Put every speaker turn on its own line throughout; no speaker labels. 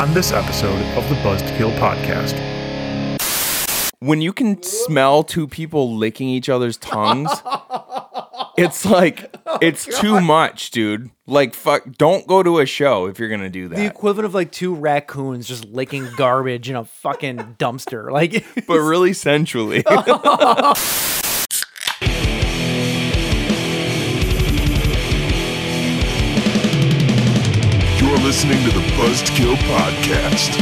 on this episode of the Buzzkill Podcast.
when you can smell two people licking each other's tongues, it's like it's too much, dude. Like fuck, don't go to a show if you're gonna do
the
that.
equivalent of like two raccoons just licking garbage in a fucking dumpster. Like,
but really sensually.
You're listening to the Buzzkill Podcast.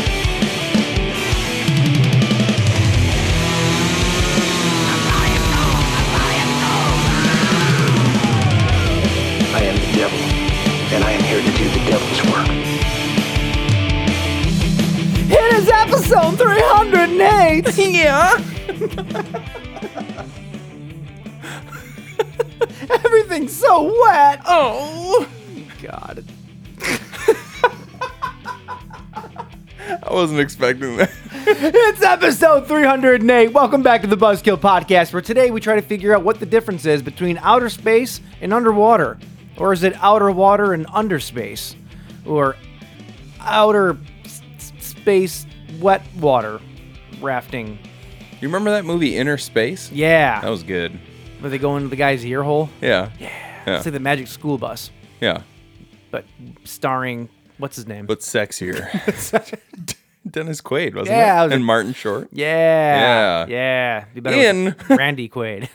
I am the devil, and I am here to do the devil's work.
it is episode 308.
yeah.
Everything's so wet.
Oh,
God.
I wasn't expecting that.
It's episode 308. Welcome back to the Buzzkill Podcast, where today we try to figure out what the difference is between outer space and underwater. Or is it outer water and under space? Or outer s- s- space wet water rafting?
You remember that movie Inner Space?
Yeah.
That was good.
Where they go into the guy's ear hole?
Yeah.
It's like the Magic School Bus,
Yeah.
but starring, what's his name?
But sexier. Dennis Quaid, wasn't it?
Yeah, I was-
and Martin Short. Yeah.
yeah. Yeah. You better
Ian.
Randy Quaid.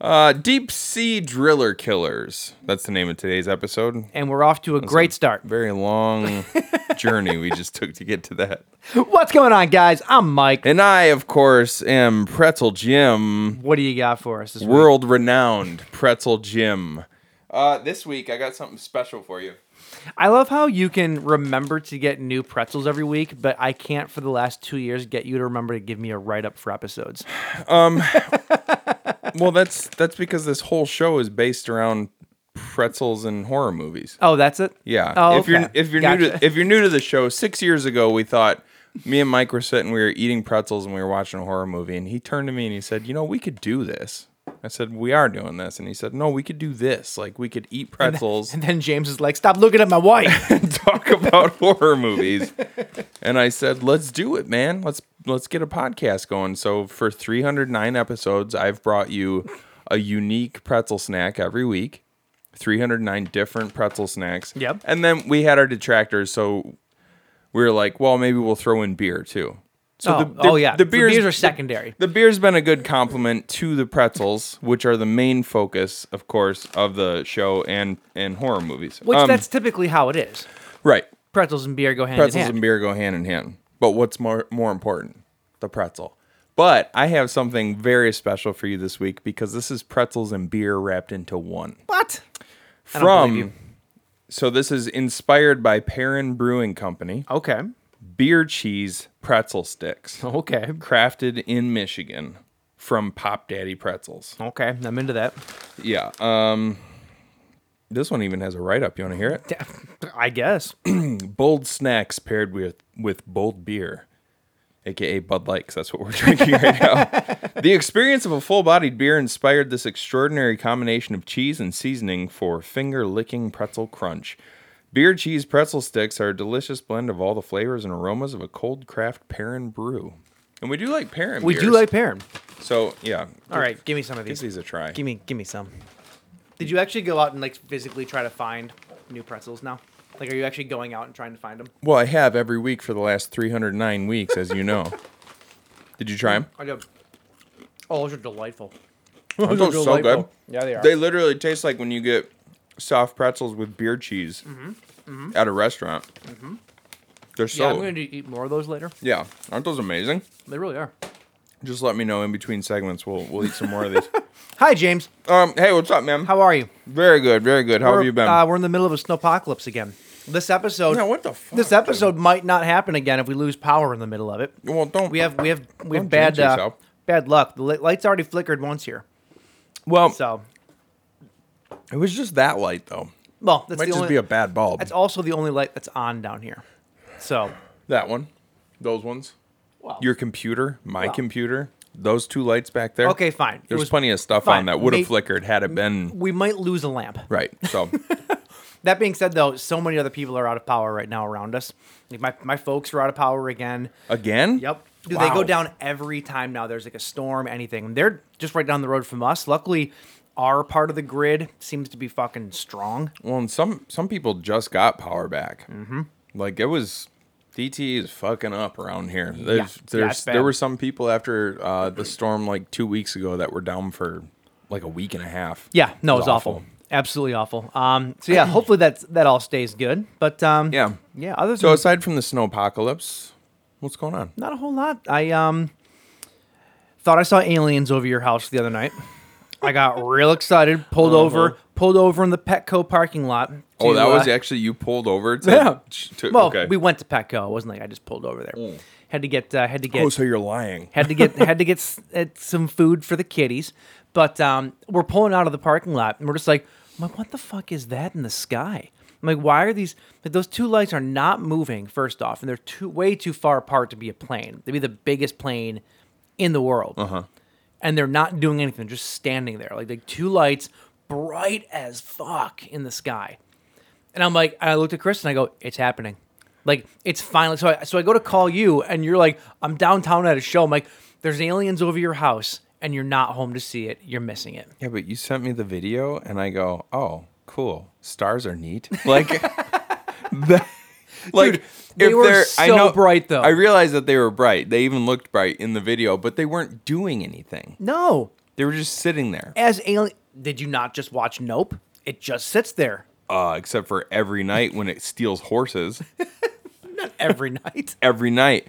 Uh, Deep Sea Driller Killers. That's the name of today's episode.
And we're off to a great start.
Very long journey we just took to get to that.
What's going on, guys? I'm Mike.
And I, of course, am Pretzel Jim,
What do you got for us this week?
world renowned Pretzel Jim. Uh, this week I got something special for you.
I love how you can remember to get new pretzels every week, but I can't for the last two years get you to remember to give me a write up for episodes.
Well, that's that's because this whole show is based around pretzels and horror movies.
Oh, that's it.
Yeah.
Oh,
if you're
okay.
if you're new
Gotcha.
to if you're new to the show, six years ago we thought me and Mike were sitting, we were eating pretzels and we were watching a horror movie, and he turned to me and he said, You know, we could do this. I said, We are doing this. And he said, No, we could do this. Like we could eat pretzels
And then James is like, "Stop looking at my wife."
and talk about horror movies. And I said, "Let's do it, man. Let's let's get a podcast going." So for 309 episodes, I've brought you a unique pretzel snack every week. 309 different pretzel snacks.
Yep.
And then we had our detractors, so we were like, "Well, maybe we'll throw in beer too." So
oh, oh, yeah. The beers, are secondary.
the beer's been a good compliment to the pretzels, which are the main focus, of course, of the show and and horror movies.
Which
Um,
that's typically how it is.
right
Pretzels and beer go hand in
pretzels
hand.
and beer go hand in hand. But what's more more important? The pretzel. But I have something very special for you this week because this is pretzels and beer wrapped into one.
What? I don't believe
From so this is inspired by Perrin Brewing Company,
Okay.
beer cheese pretzel sticks,
Okay.
crafted in Michigan from Pop Daddy Pretzels.
Okay. I'm into that.
Yeah. Um this one even has a write up. You want to hear it?
I guess.
bold snacks paired with with bold beer, aka Bud Light, 'cause that's what we're drinking right now. The experience of a full-bodied beer inspired this extraordinary combination of cheese and seasoning for finger-licking pretzel crunch. Beer cheese pretzel sticks are a delicious blend of all the flavors and aromas of a cold craft Perrin brew. And we do like Perrin
We do
beers,
like Perrin.
So, yeah.
All right, give me some of
Give
these.
these a try.
Give me, give me some. Did you actually go out and like physically try to find new pretzels now? Like, are you actually going out and trying to find them?
Well, I have every week for the last 309 weeks, as you know. Did you try them?
I do. Oh, those are delightful.
Those are so
delightful.
good.
Yeah, they are.
They literally taste like when you get soft pretzels with beer cheese at a restaurant. They're
Mm-hmm. yeah, I'm
so
going
yeah,
to eat more of those later.
Aren't those amazing?
They really are.
Just let me know in between segments. We'll we'll eat some more of these.
Hi, James.
Um, hey, what's up, man?
How are you?
very good, very good. How
We're-
have you been?
Uh, we're in the middle of a snowpocalypse again. This episode.
yeah, what the fuck?
this episode might not happen again if we lose power in the middle of it.
dude? Well, don't
We have we have we have
Don't
bad
jinx
uh,
yourself.
bad luck. The li- lights already flickered once here.
Well,
So,
it was just that light though.
well, that's
Might
the
just
only,
be a bad bulb.
That's also the only light that's on down here. So,
that one, those ones.
Well.
Your computer, my
Well.
computer, those two lights back there.
Okay, fine. It
There's
was-
plenty of stuff
fine.
on that would have
May-
flickered had it been
we might lose a lamp.
right. So
That being said, though, so many other people are out of power right now around us. Like my, my folks are out of power again.
Again?
Yep. Dude,
Wow.
They go down every time now. There's like a storm, anything. And They're just right down the road from us. Luckily, our part of the grid seems to be fucking strong.
Well, and some some people just got power back. Mm-hmm. Like it was, DT is fucking up around here. There's,
Yeah,
there's
it's bad.
there were some people after uh, the storm like two weeks ago that were down for like a week and a half.
Yeah, no, it's awful. Absolutely awful. Um, so yeah, hopefully that's that all stays good. But um,
Yeah.
yeah. Other than
So aside from the snow apocalypse, what's going on?
not a whole lot. I um thought I saw aliens over your house the other night. I got real excited, pulled over, pulled over in the Petco parking lot.
Uh-huh. oh,
to,
that was
uh,
actually you pulled over to.
Yeah.
to-
Well,
okay. Oh, Mm.
we went to Petco. It wasn't like I just pulled over there. Had to get uh, had to get
oh, so you're lying.
had to get had to get s- at some food for the kitties. But um, we're pulling out of the parking lot, and we're just like, I'm like, what the fuck is that in the sky? I'm like, why are these? Like, those two lights are not moving. First off, and they're too way too far apart to be a plane. They'd be the biggest plane in the world. Uh-huh. And they're not doing anything. They're just standing there, like the two lights, bright as fuck in the sky. And I'm like, I looked at Chris and I go, it's happening. Like, it's finally. So I, so I go to call you and you're like, I'm downtown at a show. I'm like, there's aliens over your house and you're not home to see it. You're missing it.
Yeah, but you sent me the video, and I go, "Oh, cool. Stars are neat." Like, the, like
Dude, they
if
were
they're- I
so
know,
bright, though.
I realized that they were bright. They even looked bright in the video, but they weren't doing anything.
No.
They were just sitting there.
As alien, did you not just watch Nope? It just sits there
Uh, except for every night when it steals horses.
every night.
Every night.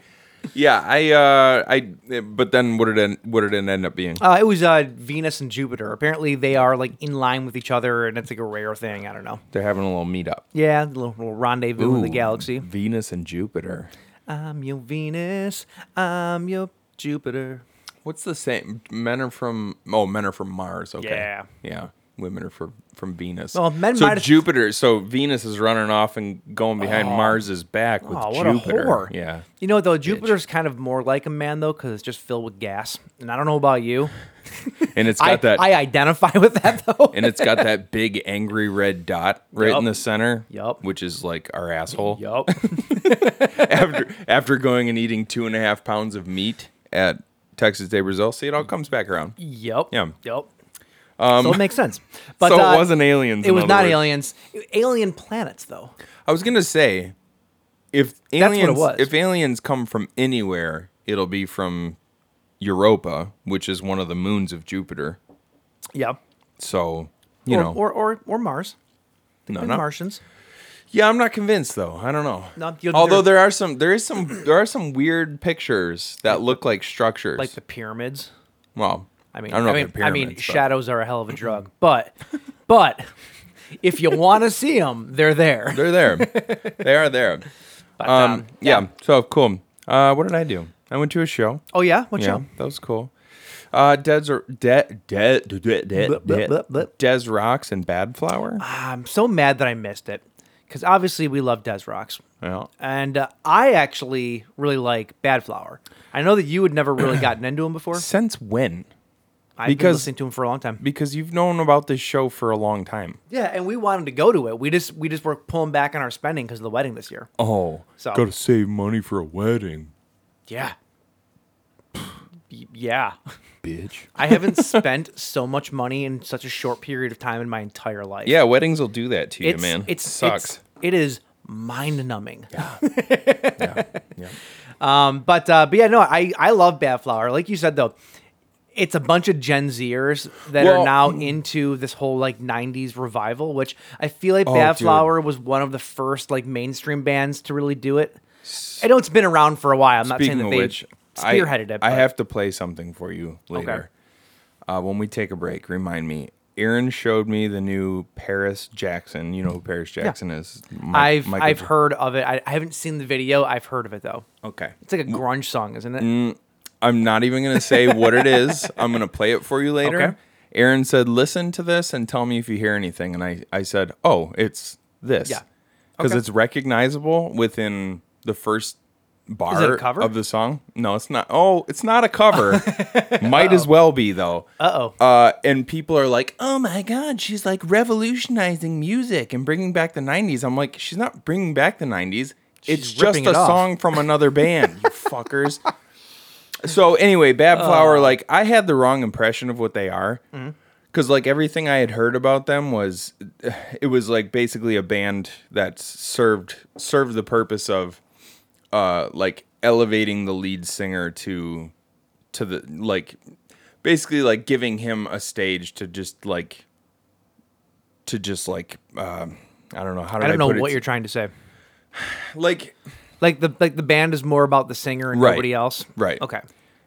Yeah, I, uh, I. But then what did it what did it end up being?
Uh, it was uh, Venus and Jupiter. Apparently, they are like in line with each other and it's like a rare thing. I don't know.
They're having a little meetup.
Yeah, a little, little rendezvous in the
Ooh,
galaxy.
Venus and Jupiter.
I'm your Venus. I'm your Jupiter.
What's the same? Men are from oh, men are from Mars. Okay.
Yeah.
Yeah. Women are from from Venus.
Well, men
so
might-
Jupiter. So Venus is running off and going behind Mars's back with
Oh, what
Jupiter.
a whore!
Yeah.
You know what, though, Jupiter's kind of more like a man though, because it's just filled with gas. And I don't know about you.
And it's got
I,
that.
I identify with that though.
and it's got that big angry red dot right in
Yup.
the center.
Yup.
Which is like our asshole.
yup.
After after going and eating two and a half pounds of meat at Texas Day Brazil. See, it all comes back around.
Yup.
Yeah. Um,
Yup. so it makes sense. But
so
uh,
it wasn't aliens.
It
in
was
other
not
words.
aliens. Alien planets though.
I was gonna say, if
That's what it
aliens,
was.
if aliens come from anywhere, it'll be from Europa, which is one of the moons of Jupiter.
Yep.
So you
or,
know,
or or or Mars.
no,
And
not-
Martians.
yeah, I'm not convinced though. I don't know.
No, you'll-
Although
there-
there are some, there is some, there are some weird pictures that look like structures.
Like the pyramids.
well,
I mean,
I don't know.
mean,
if they're
I mean,
pyramids, but-
shadows are a hell of a drug. But, but if you want to see them, they're there.
They're there. they are there. um,
um,
yeah. So cool. Uh, what did I do? I went to a show.
Oh yeah, what
yeah,
show?
that was cool. Uh, Dez or De, De, De, De, De,
Blip, blip, blip, blip.
Dez rocks and bad flower.
I'm so mad that I missed it because obviously we love Des Rocks.
Yeah.
And uh, I actually really like Bad Flower. I know that you had never really gotten into him before.
Since when?
I've been
because-
listening to him for a long time.
Because you've known about this show for a long time.
Yeah, and we wanted to go to it. We just we just were pulling back on our spending because of the wedding this year.
Oh,
So-
gotta save money for a wedding,
Yeah. Y- yeah.
bitch.
I haven't spent so much money in such a short period of time in my entire life.
Yeah, weddings will do that to you,
it's,
man.
It's,
it sucks.
It's, it is mind numbing. Yeah. Um, but uh, but yeah, no, I I love Bad Flower. Like you said though, it's a bunch of Gen Zers that
Well-
are now into this whole like '90s revival, which I feel like
Oh,
Bad
dude.
Flower was one of the first like mainstream bands to really do it. I know it's been around for a while. I'm
Speaking
not
of
saying that they
which, I-
spearheaded
I,
it. but-
have to play something for you later. Uh, when we take a break, remind me. Aaron showed me the new Paris Jackson. You know who Paris Jackson is? Mi-
I've
Michael
I've
J-
heard of it. I, I haven't seen the video. I've heard of it though.
Okay.
It's like a grunge song, isn't it?
Mm, I'm not even going to say what it is. I'm going to play it for you later.
Okay.
Aaron said, listen to this and tell me if you hear anything. And I, I said, oh, it's this.
Yeah.
Because
Okay.
it's recognizable within the first bar
Is it a cover?
of the song. No, it's not. Oh, it's not a cover. Might as well be though.
Uh-oh.
Uh and people are like, "Oh my god, she's like revolutionizing music and bringing back the 90s." I'm like, "She's not bringing back the 90s. it's
She's
just
ripping
a
it off."
song from another band, you fuckers." So anyway, Bad Flower like I had the wrong impression of what they are.
Mm-hmm.
Cuz like everything I had heard about them was it was like basically a band that served served the purpose of uh like elevating the lead singer to to the like basically like giving him a stage to just like to just like um I don't know how do
I
I
don't know
put it?
what you're trying to say.
like
Like the like the band is more about the singer and
Right.
nobody else.
Right.
Okay.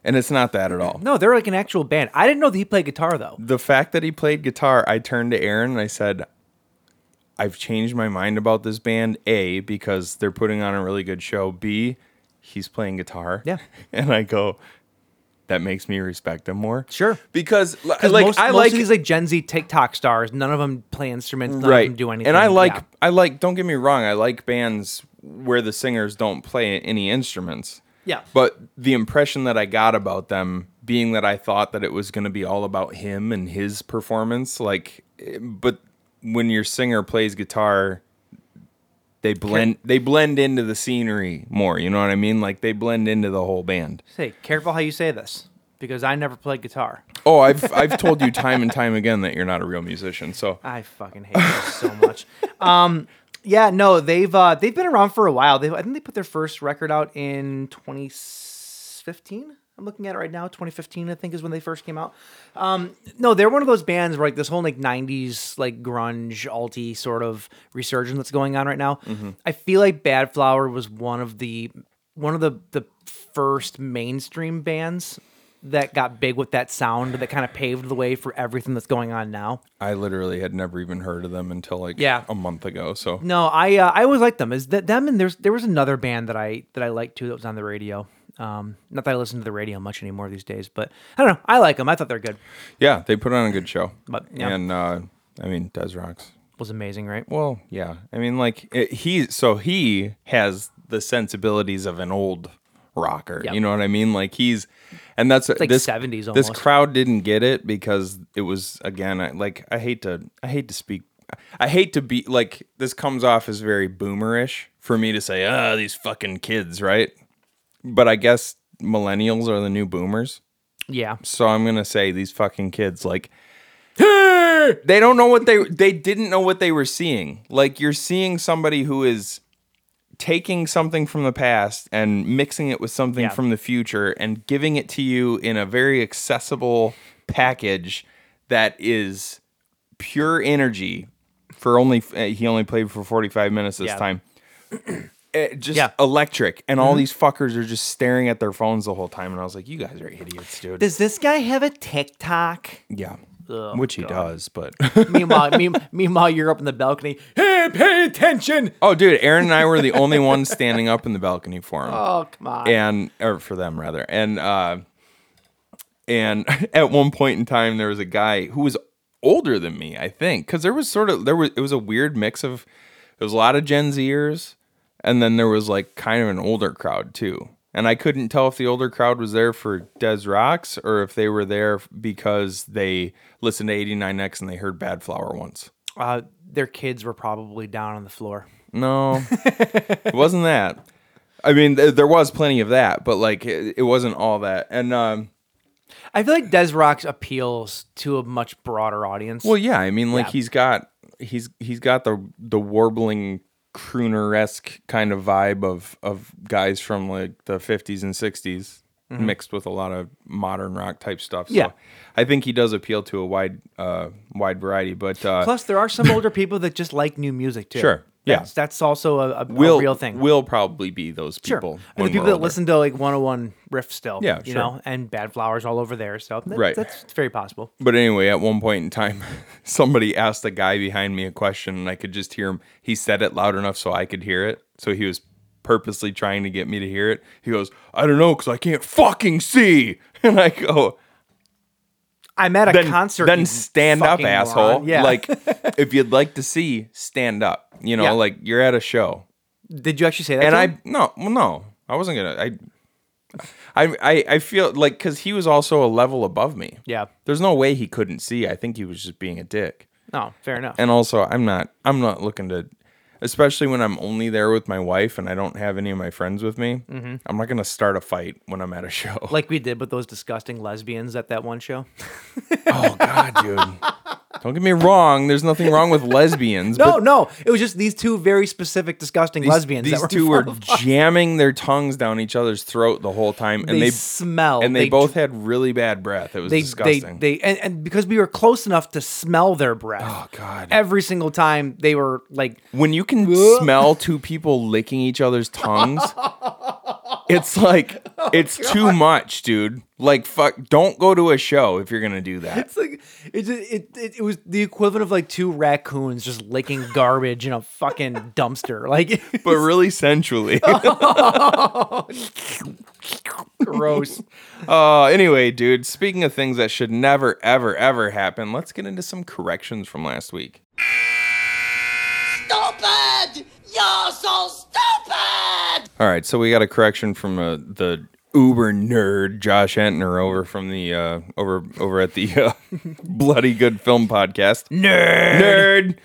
and it's not that at all.
No, they're like an actual band. I didn't know that he played guitar though.
the fact that he played guitar, I turned to Aaron and I said, I've changed my mind about this band. A, because they're putting on a really good show. B, he's playing guitar.
Yeah.
And I go, that makes me respect him more.
Sure.
Because, li-
'Cause
like,
most,
I
most
like.
of these like Gen Z TikTok stars. None of them play instruments. None of
right.
them do anything.
And I like,
Yeah.
I like, don't get me wrong, I like bands where the singers don't play any instruments.
Yeah.
But the impression that I got about them being that I thought that it was going to be all about him and his performance, like, eh, but when your singer plays guitar, they blend they blend into the scenery more. You know what I mean? Like they blend into the whole band.
Hey, careful how you say this because I never played guitar.
Oh, I've I've told you time and time again that you're not a real musician. So
I fucking hate this so much. Um, yeah, no, they've uh, they've been around for a while. They, I think they put their first record out in 2015. I'm looking at it right now. 2015, I think, is when they first came out. Um, no, they're one of those bands where like this whole like 90s like grunge alty sort of resurgence that's going on right now. I feel like Bad Flower was one of the one of the the first mainstream bands that got big with that sound that kind of paved the way for everything that's going on now.
I literally had never even heard of them until like
Yeah.
a month ago. So
No, I uh, I always liked them. Is that them and there's there was another band that I that I liked too that was on the radio. Um, not that I listen to the radio much anymore these days, but I don't know. I like them. I thought they're good.
yeah, they put on a good show.
But, yeah.
and uh, I mean, Des Rocks.
Was amazing, right?
Well, yeah. I mean, like it, he, so he has the sensibilities of an old rocker.
Yeah.
You know what I mean? Like he's, and that's
like
this
70s
This
almost.
crowd didn't get it because it was again. I, like I hate to, I hate to speak. I hate to be like this comes off as very boomerish for me to say, ah, these fucking kids, right? But I guess millennials are the new boomers.
Yeah.
So I'm gonna say these fucking kids like they don't know what they they didn't know what they were seeing. Like you're seeing somebody who is taking something from the past and mixing it with something
Yeah.
from the future and giving it to you in a very accessible package that is pure energy for only uh, he only played for 45 minutes this
Yeah.
time. Eh, just
Yeah. Mm-hmm.
electric and all these fuckers are just staring at their phones the whole time and I was like you guys are idiots dude.
Does this guy have a TikTok?
Yeah.
Oh,
Which he does, but
meanwhile, me, meanwhile, you're up in the balcony. Hey, pay attention!
oh, dude, Aaron and I were the only ones standing up in the balcony for him,
Oh, come on.
and or for them rather, and uh, and at one point in time, there was a guy who was older than me, I think, because there was sort of there was it was a weird mix of there was a lot of Gen Zers, and then there was like kind of an older crowd too, and I couldn't tell if the older crowd was there for Des Rocks or if they were there because they listened to 89X and they heard Bad Flower once.
Uh, their kids were probably down on the floor.
No, it wasn't that. I mean, th- there was plenty of that, but like it, it wasn't all that. And um,
I feel like Des Rocks appeals to a much broader audience.
well, yeah, I mean, like
Yeah.
he's got he's he's got the the warbling crooner esque kind of vibe of of guys from like the fifties and 60s mixed with a lot of modern rock type stuff. So
Mm-hmm. Yeah.
I think he does appeal to a wide uh wide variety. But uh,
Plus, there are some older people that just like new music too.
Sure, yeah.
That's, that's also a, a, a
will
real thing.
will probably be those
Sure.
people.
And
when
the people
we're
that
older.
listen to like 101 riff still.
Yeah,
You
sure.
know, and Bad Flowers all over there. So that,
Right.
that's very possible.
But anyway, at one point in time, somebody asked the guy behind me a question, and I could just hear him. He said it loud enough so I could hear it. So he was purposely trying to get me to hear it. He goes, I don't know, because I can't fucking see. And I go,
I'm at a
then,
concert. you
then stand up,
fucking moron.
asshole.
Yeah.
Like, if you'd like to see, stand up. You know,
Yeah.
like you're at a show.
did you actually say that?
and
to
I,
him?
no, well, no. I wasn't gonna. I, I, I, I feel like because he was also a level above me.
Yeah.
There's no way he couldn't see. I think he was just being a dick.
No, Oh, fair enough.
And also, I'm not. I'm not looking to. Especially when I'm only there with my wife and I don't have any of my friends with me, I'm not gonna start a fight when I'm at a show.
like we did with those disgusting lesbians at that one show.
oh God, dude! Don't get me wrong. There's nothing wrong with lesbians.
No,
but
no, it was just these two very specific disgusting
these,
lesbians.
These
that were in
two were
front of us.
jamming their tongues down each other's throat the whole time, and
They
they,
smelled.
and they,
They
both
dr-
had really bad breath. It was
They, they,
disgusting.
they, and, and because we were close enough to smell their breath.
oh God!
Every single time they were like,
when you can smell two people licking each other's tongues, it's like it's too much, dude. Like fuck, don't go to a show if you're gonna do that.
it's like it, just, it, it, it was the equivalent of like two raccoons just licking garbage in a fucking dumpster. Like,
But really sensually.
gross.
Uh, anyway, dude, speaking of things that should never, ever, ever happen, let's get into some corrections from last week.
stupid! You're so stupid!
All right, so we got a correction from uh, the uber nerd Josh Entner over from the uh, over over at the uh, Bloody Good Film Podcast. Nerd, nerd.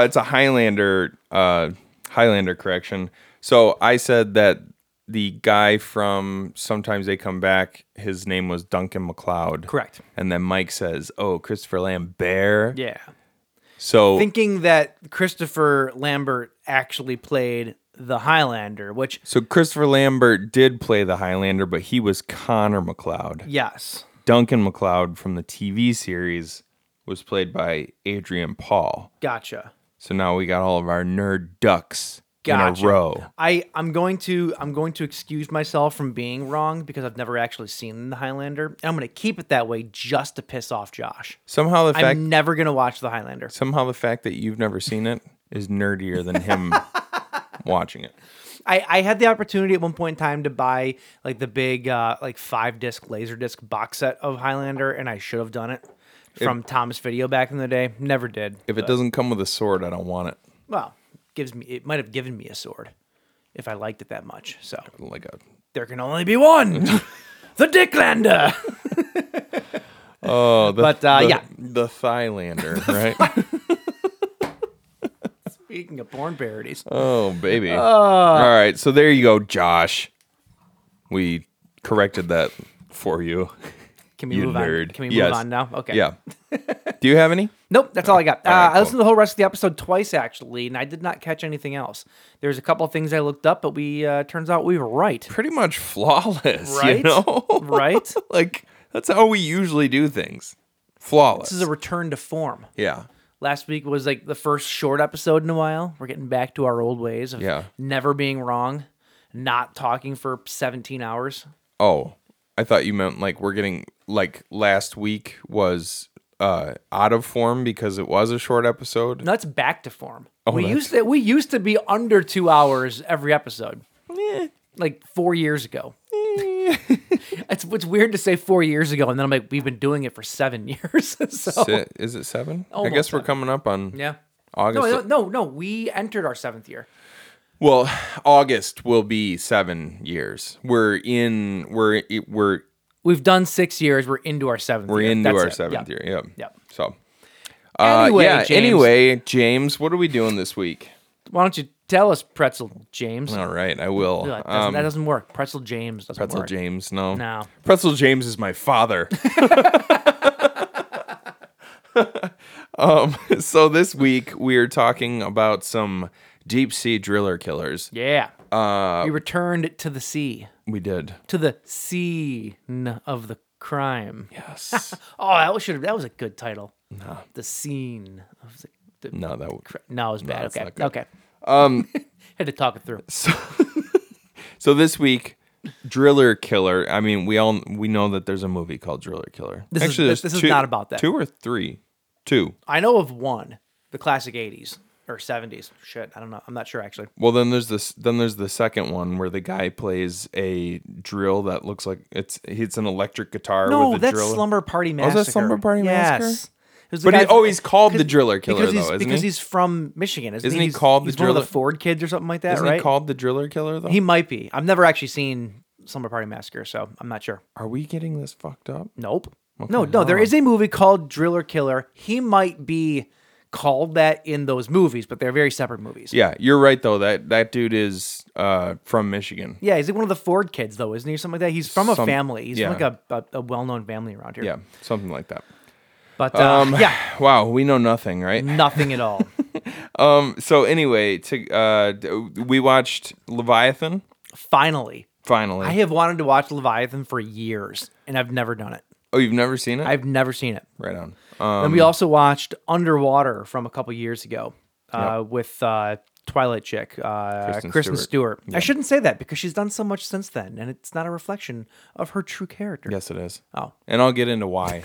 Uh, it's a Highlander uh, Highlander correction. So I said that the guy from Sometimes They Come Back, his name was Duncan McLeod.
Correct.
And then Mike says, "Oh, Christopher Lambert."
Yeah.
So
Thinking that Christopher Lambert actually played the Highlander, which,
So Christopher Lambert did play the Highlander, but he was Connor McLeod.
yes.
Duncan McLeod from the TV series was played by Adrian Paul.
Gotcha.
So now we got all of our nerd ducks
Gotcha.
in a row.
I I'm going to I'm going to excuse myself from being wrong because I've never actually seen the Highlander, and I'm going to keep it that way just to piss off Josh.
Somehow the fact
I'm never going to watch the Highlander.
somehow the fact that you've never seen it is nerdier than him watching it.
I, I had the opportunity at one point in time to buy like the big uh, like five disc laser disc box set of Highlander, and I should have done it from Tom's video back in the day. Never did.
If it
but-
doesn't come with a sword, I don't want it.
well, gives me it might have given me a sword if I liked it that much. So
Like a
there can only be one, the Dicklander.
oh, the,
But, uh,
the-
yeah.
the Thylander, right?
Speaking of porn parodies,
Oh baby!
Uh.
All right, so there you go, Josh. We corrected that for you.
can we
you
move
nerd.
on? Can we
Yes.
move on now? Okay.
Yeah. Do you have any?
Nope, that's all I got.
right,
uh, I
cool.
listened to the whole rest of the episode twice actually, and I did not catch anything else. There's a couple of things I looked up, but we uh, turns out we were right.
Pretty much flawless, you
Right?
know?
Right?
like that's how we usually do things. Flawless.
This is a return to form.
yeah.
Last week was like the first short episode in a while. We're getting back to our old ways of
Yeah.
never being wrong, not talking for 17 hours.
Oh, I thought you meant like we're getting like last week was uh out of form because it was a short episode.
No, that's back to form. we
Oh, that's-
used to we used to be under two hours every episode. Like four years ago. it's it's weird to say four years ago, and then I'm like, we've been doing it for seven years. so
Si- Is it seven? I
Almost
guess we're
seven.
coming up on
yeah.
August.
No, no, no, no. We entered our seventh year.
Well, August will be seven years. We're in. We're we're
We've done six years. We're into our seventh.
we're
year.
into
That's
our
it.
seventh
Yeah.
year. Yeah.
Yep.
So. Uh,
Anyway,
yeah.
James.
Anyway, James, what are we doing this week?
Why don't you tell us, Pretzel James?
All right, I will.
That doesn't,
Um,
that doesn't work. Pretzel James doesn't
Pretzel
work.
James, no.
No.
Pretzel James is my father. um, so this week we are talking about some deep sea driller killers.
Yeah. Uh, we returned to the sea,
We did.
to the scene of the crime.
Yes.
Oh, that was, should have, that was a good title. No. The scene of the. the
no, that w-
no, it was bad.
it's
okay.
not good.
Okay. Um, Had to talk it through.
So this week, Driller Killer. I mean, we all we know that there's a movie called Driller Killer.
This is- this-
there's
this is not about that.
Two or three, two.
I know of one, the classic 80s or 70s. Shit. I don't know. I'm not sure, actually.
Well, then there's this. Then there's the second one where the guy plays a drill that looks like it's it's an electric guitar.
No,
with a
that's
drill.
Slumber Party
Oh, is
Massacre.
that Slumber Party
yes.
Massacre?
It Who's
But he-
guy
oh, he's called the
because-
Driller Killer,
because he's,
though, isn't
because
he?
he's from Michigan. Isn't,
Isn't
he?
he
He's-
called the
he's one of the
Driller-
Ford kids or something like that,
Isn't
right?
he called the Driller Killer though?
He might be. I've never actually seen Slumber Party Massacre, so I'm not sure.
Are we getting this fucked up?
Nope. No, no, there is a movie called Driller Killer. He might be called that in those movies, but they're very separate movies.
Yeah, you're right though. That that dude is uh, from Michigan.
Yeah, he's like one of the Ford kids, though, isn't he? or Something like that. He's from a
Some-
family. He's
yeah.
from like a, a, a well-known family around here.
Yeah, something like that.
But uh,
Um,
yeah,
Wow, we know nothing, right?
nothing at all.
Um. So anyway, to uh, d- we watched Leviathan
Finally,
finally.
I have wanted to watch Leviathan for years, and I've never done it.
oh, you've never seen it?
I've never seen it.
right on. Um,
and we also watched Underwater from a couple years ago uh, with uh, Twilight Chick, uh,
Kristen
Kristen,
Stewart.
Stewart. I shouldn't say that because she's done so much since then, and it's not a reflection of her true character.
yes, it is.
Oh.
and I'll get into why.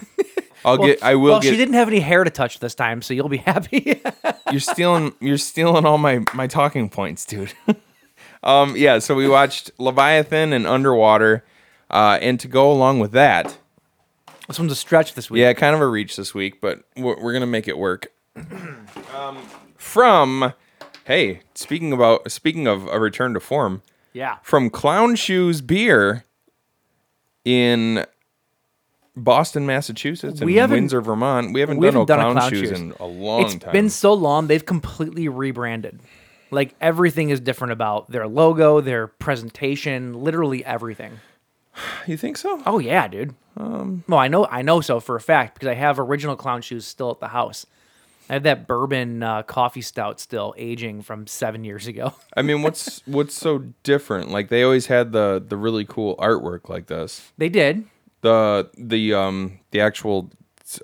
I'll get. I will
Well,
get.
she didn't have any hair to touch this time, so you'll be happy.
you're stealing you're stealing all my my talking points dude um yeah so we watched leviathan and underwater uh and to go along with that
this one's a stretch this week.
yeah kind of a reach this week but we're, we're gonna make it work um from hey speaking about speaking of a return to form
Yeah.
from clown shoes beer in Boston, Massachusetts, and
We haven't-
Windsor, Vermont. We haven't
we
done,
haven't
no
done a
clown,
Clown
shoes,
Shoes.
in a long
It's
time.
been so long; they've completely rebranded. Like everything is different about their logo, their presentation, literally everything.
you think so?
Oh yeah, dude.
Um,
well, I know, I know so for a fact because I have original clown shoes still at the house. I have that bourbon uh, coffee stout still aging from seven years ago.
I mean, what's what's so different? Like they always had the the really cool artwork like this.
they did,
The the um the actual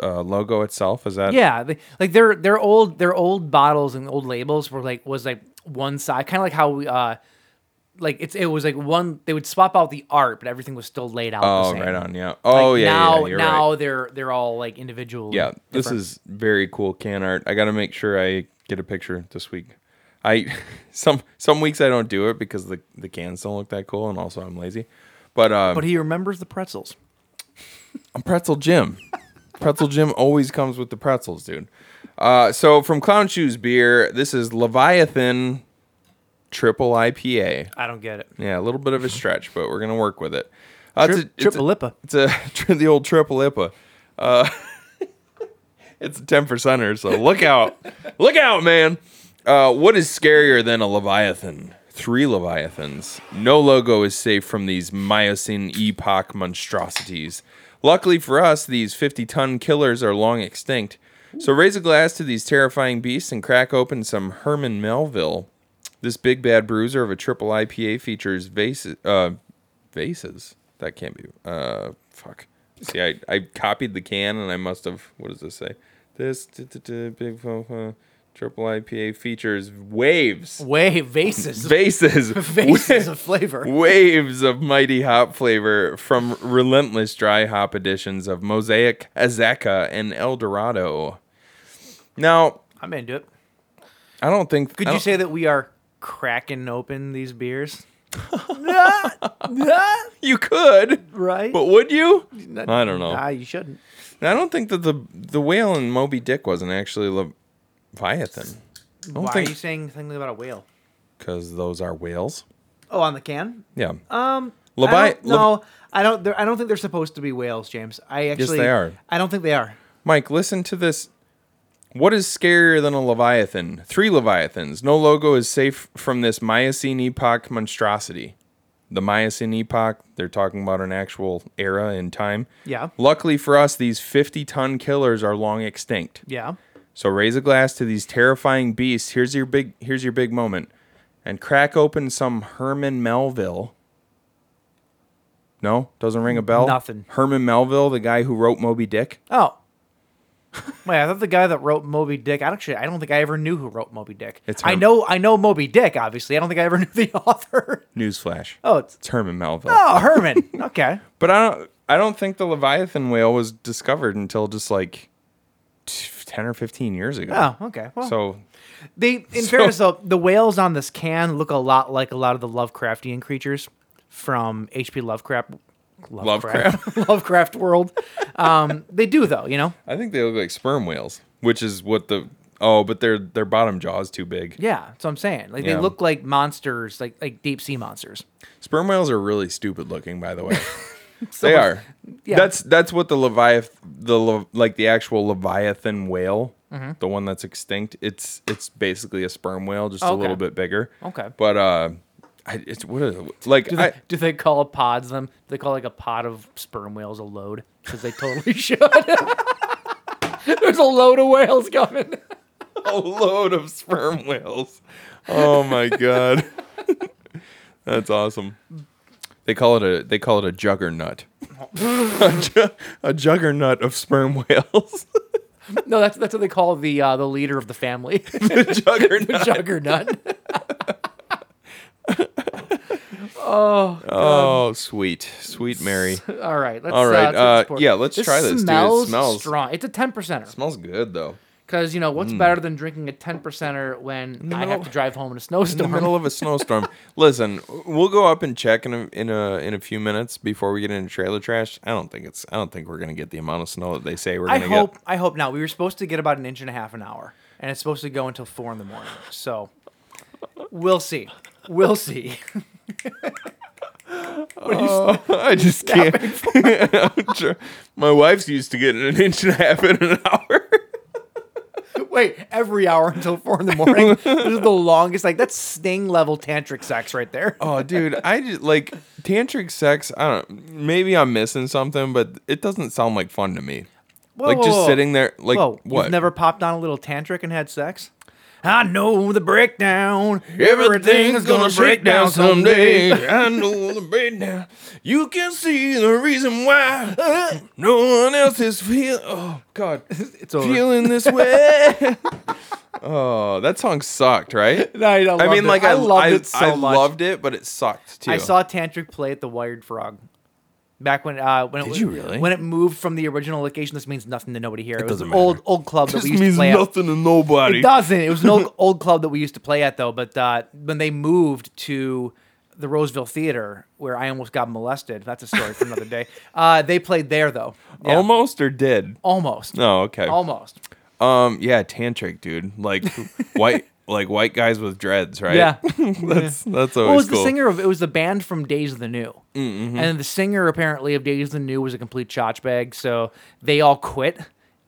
uh, logo itself is that
yeah. They, like their their old their old bottles and old labels were like was like one side, kind of like how we, uh, like it's it was like one. They would swap out the art, but everything was still laid out. the
Oh,
same.
right on. Yeah.
Like,
Oh yeah.
Now
yeah, you're
now
Right.
they're they're all like individual.
Yeah. This
different.
is very cool can art. I got to make sure I get a picture this week. I some some weeks I don't do it because the the cans don't look that cool, and also I'm lazy. But um,
But he remembers the pretzels.
Pretzel Jim. Pretzel Jim always comes with the pretzels, dude. Uh, so from Clown Shoes Beer, this is Leviathan Triple IPA.
I don't get it.
Yeah, a little bit of a stretch, but we're gonna work with it. Uh,
Tri- triple IPA.
It's a, it's a the old triple IPA. Uh, it's a ten percenter, so look out, look out, man. Uh, what is scarier than a leviathan? Three leviathans. No logo is safe from these Miocene epoch monstrosities. Luckily for us, these fifty-ton killers are long extinct. So raise a glass to these terrifying beasts and crack open some Herman Melville. This big bad bruiser of a triple IPA features vases. Uh, vases? That can't be. Uh, fuck. See, I, I copied the can and I must have. What does this say? This d- d- d- big fo- fo- triple IPA features waves.
Way vases.
Vases.
Vases of flavor.
Waves of mighty hop flavor from relentless dry hop additions of Mosaic, Azaka, and El Dorado. Now,
I'm into it.
I don't think.
Could
I
you
don't-
say that we are cracking open these beers?
you could?
Right?
But would you? I don't know.
Ah, you shouldn't.
Now, I don't think that the the whale in Moby Dick wasn't actually Leviathan. I don't
Why
think
are you saying something about a whale?
because those are whales.
Oh, on the can?
Yeah. Um.
I don't- no, I don't. they're- I don't think they're supposed to be whales, James. I actually.
they are.
I don't think they are.
Mike, listen to this. What is scarier than a leviathan? Three leviathans. No logo is safe from this Miocene epoch monstrosity. The Miocene epoch. They're talking about an actual era in time.
Yeah.
Luckily for us, these 50-ton killers are long extinct.
Yeah.
So raise a glass to these terrifying beasts. Here's your big here's your big moment. And crack open some Herman Melville. No? Doesn't ring a bell?
Nothing.
Herman Melville, the guy who wrote Moby Dick?
Oh. Wait, I thought the guy that wrote Moby Dick. I actually, I don't think I ever knew who wrote Moby Dick.
It's
I
him.
know, I know Moby Dick. Obviously, I don't think I ever knew the author.
Newsflash.
Oh, it's
It's Herman Melville.
oh Herman. okay.
But I don't I don't think the Leviathan whale was discovered until just like t- 10 or 15 years ago.
Oh, okay. Well,
So
They, in
So-
fairness, though, the whales on this can look a lot like a lot of the Lovecraftian creatures from H.P. Lovecraft, Lovecraft, Lovecraft world. Um, they do though, you know.
I think they look like sperm whales, which is what the oh, but their their bottom jaw is too big.
Yeah, that's what I'm saying. Like
Yeah.
they look like monsters, like like deep sea monsters.
Sperm whales are really stupid looking, by the way. they are.
yeah.
That's that's what the leviathan, the le, like the actual leviathan whale,
Mm-hmm.
the one that's extinct. It's it's basically a sperm whale, just a
Okay.
little bit bigger.
Okay.
But uh, I, it's what is it? like
Do they,
I,
do they call pods them? Do they call like a pod of sperm whales a load? Because they totally should. There's a load of whales coming.
a load of sperm whales. Oh my god, that's awesome. They call it a they call it a juggernaut, a, ju- a juggernaut of sperm whales.
No, that's that's what they call the uh, the leader of the family,
The juggernaut.
juggernaut.
oh, sweet, sweet Mary.
All right, let's,
All right,
uh, let's
uh,
explore.
yeah, let's
This
try this, dude. It
Smells
smells-
strong. It's a ten percenter.
Smells good though.
Because you know what's better than drinking a ten percenter when I have
middle-
to drive home in a
In the
snowstorm.
middle of a snowstorm. Listen, we'll go up and check in a, in a in a few minutes before we get into trailer trash. I don't think it's I don't think we're gonna get the amount of snow that they say we're
I
gonna
hope
get.
I hope not. We were supposed to get about an inch and a half an hour, and it's supposed to go until four in the morning. So we'll see. We'll see.
I just can't. I'm sure- My wife's used to getting an inch and a half in an hour.
Wait, every hour until four in the morning. this is the longest. Like that's sting level tantric sex right there.
Oh, dude, I just like tantric sex. I don't. Maybe I'm missing something, but it doesn't sound like fun to me.
Whoa,
like
whoa,
just
whoa.
sitting there, like
Whoa,
what?
You've never popped on a little tantric and had sex? I know the breakdown.
Everything's gonna break down someday. I know the breakdown. You can see the reason why no one else is feeling. Oh God,
It's over.
feeling this way. oh, that song sucked, right?
No, I don't
I
love
mean,
it.
like
I
I,
loved
I-
it so
I
much.
loved it, but it sucked too.
I saw Tantric play at the Wired Frog. Back when uh when it
Did
was,
you really?
when it moved from the original location, this means nothing to nobody here. It, was
doesn't
an
matter.
old old club that
This
we used to
means
play at.
nothing to nobody.
It doesn't. It was an old, old club that we used to play at though. But uh, when they moved to the Roseville Theater, where I almost got molested, that's a story for another day. Uh, they played there though. Yeah.
Almost or did?
almost,
Oh, okay.
almost.
Um, yeah, tantric, dude. Like white, like white guys with dreads, right?
Yeah.
that's that's always
Well, it was
cool. Mm-hmm.
the singer of it was the band from Days of the New, and the singer apparently of Days of the New was a complete chotch bag, so they all quit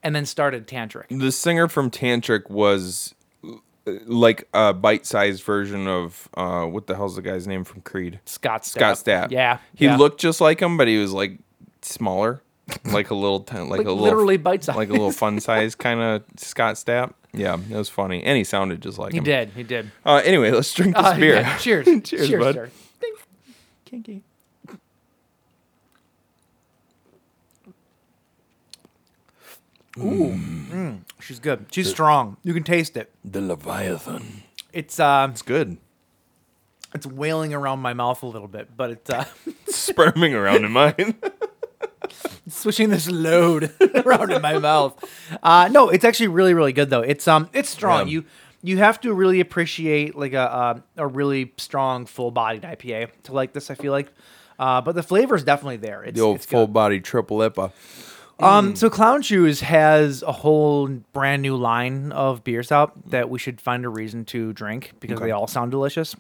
and then started tantric.
the singer from Tantric was uh, like a bite-sized version of uh, what the hell's the guy's name from Creed?
Scott
Scott
Stapp.
Stapp.
Yeah,
he
yeah.
looked just like him, but he was like smaller, like a little, ten, like,
Like,
a little,
literally bite-sized.
like a little fun size kind of Scott Stapp. Yeah, it was funny, and he sounded just like
He
him.
did. He did.
Uh, anyway, let's drink this
Uh,
beer.
yeah, Cheers.
Cheers, bud.
sir. Ding. Kinky. Ooh, Mm, she's good. She's strong. You can taste it.
The Leviathan.
It's uh,
It's good.
it's wailing around my mouth a little bit, but it's uh,
Sperming around in mine.
swishing this load around in my mouth. Uh, no, it's actually really, really good though. It's um, it's strong.
Yeah.
You you have to really appreciate like a uh, a really strong full bodied IPA to like this. I feel like, uh, but the flavor is definitely there. It's,
the old
it's
full
good.
body triple IPA. mm.
Um, so Clown Shoes has a whole brand new line of beers out that we should find a reason to drink because they all sound delicious.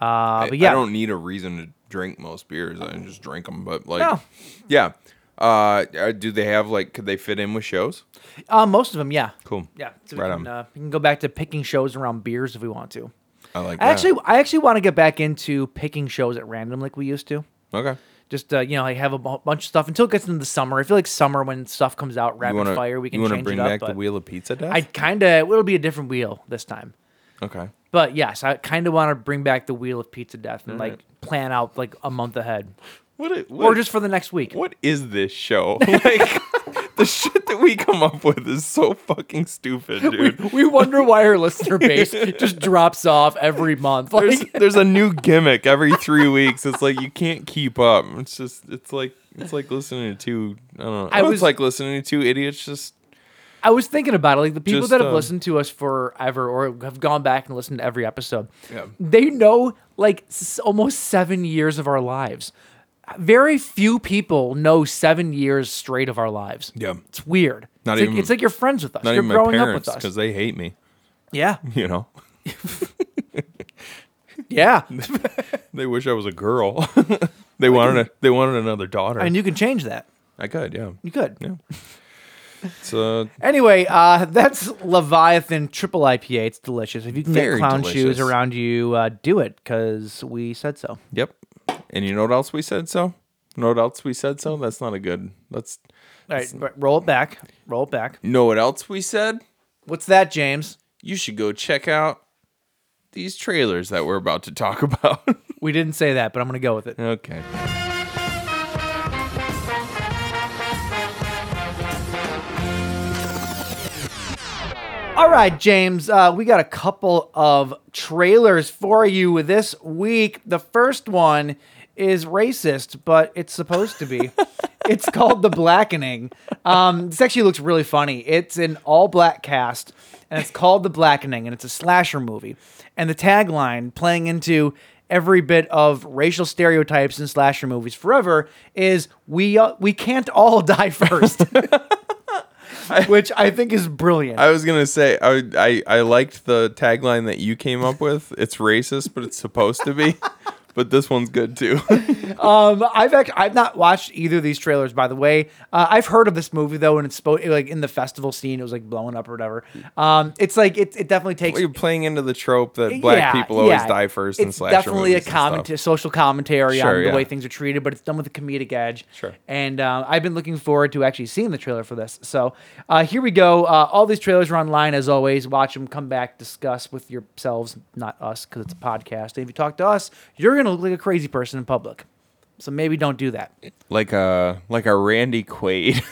Uh, but yeah,
I don't need a reason to drink most beers. I just drink them. But like,
No.
yeah. Uh, uh, do they have like? Could they fit in with shows?
uh, most of them, yeah,
Cool.
yeah. So
Right
we can
on.
uh, we can go back to picking shows around beers if we want to.
I like.
I
that.
actually, I actually want to get back into picking shows at random like we used to.
okay.
Just uh, you know, like have a bu- bunch of stuff until it gets into the summer. I feel like summer when stuff comes out
You
rapid
wanna-
fire, we can
you wanna
change
bring
it up.
back the
but
wheel of pizza? Death?
I kind of it'll be a different wheel this time.
okay.
But yes, I kind of want to bring back the wheel of pizza death and like plan out like a month ahead
What, i- what?
or just for the next week.
what is this show? Like the shit that we come up with is so fucking stupid, dude.
We wonder why our listener base just drops off every month. Like,
there's there's a new gimmick every three weeks. It's like you can't keep up. It's just it's like it's like listening to two. I don't know.
I
it's
was-
like listening to two idiots just
I was thinking about it. Like the people
Just,
that have
um,
listened to us forever or have gone back and listened to every episode,
Yeah.
they know like s- almost seven years of our lives. very few people know seven years straight of our lives.
Yeah.
It's weird.
Not
it's
even-
like, it's like you're friends with us.
Not
you're
even my
growing up with
parents
us.
because they hate me.
Yeah,
You know,
yeah.
they wish I was a girl. they wanted a, they wanted another daughter.
and you can change that.
I could, yeah.
You could.
Yeah. It's uh,
Anyway, uh, that's Leviathan Triple IPA. It's delicious. If you can
Very
get clown
delicious.
shoes around you, uh, do it because we said so.
yep. And you know what else we said so? You know what else we said so? That's not a good. That's
All right, r- roll it back. Roll it back.
you know what else we said.
What's that, James?
You should go check out these trailers that we're about to talk about.
We didn't say that, but I'm gonna go with it.
okay.
All right, James, uh, we got a couple of trailers for you this week. The first one is racist, but it's supposed to be. it's called The Blackening. Um, this actually looks really funny. It's an all black cast, and it's called The Blackening, and it's a slasher movie. And the tagline, playing into every bit of racial stereotypes in slasher movies forever, is we, uh, we can't all die first. Which I think is brilliant.
I was gonna say I, I I liked the tagline that you came up with. It's racist, but it's supposed to be. but this one's good too.
I've act- I've not watched either of these trailers, by the way. Uh, I've heard of this movie though, and it's spo- like in the festival scene, it was like blowing up or whatever. Um, it's like it, it definitely takes.
You're playing into the trope that black
Yeah,
people always
yeah.
die first in
It's
slasher
definitely
movies
a
and stuff.
comment, social commentary
Sure,
on the
yeah.
way things are treated, but it's done with a comedic edge.
Sure.
And uh, I've been looking forward to actually seeing the trailer for this. So uh, here we go. Uh, all these trailers are online as always. Watch them, come back, discuss with yourselves, not us, because it's a podcast. And if you talk to us, you're gonna look like a crazy person in public. So maybe don't do that.
Like a like a Randy Quaid.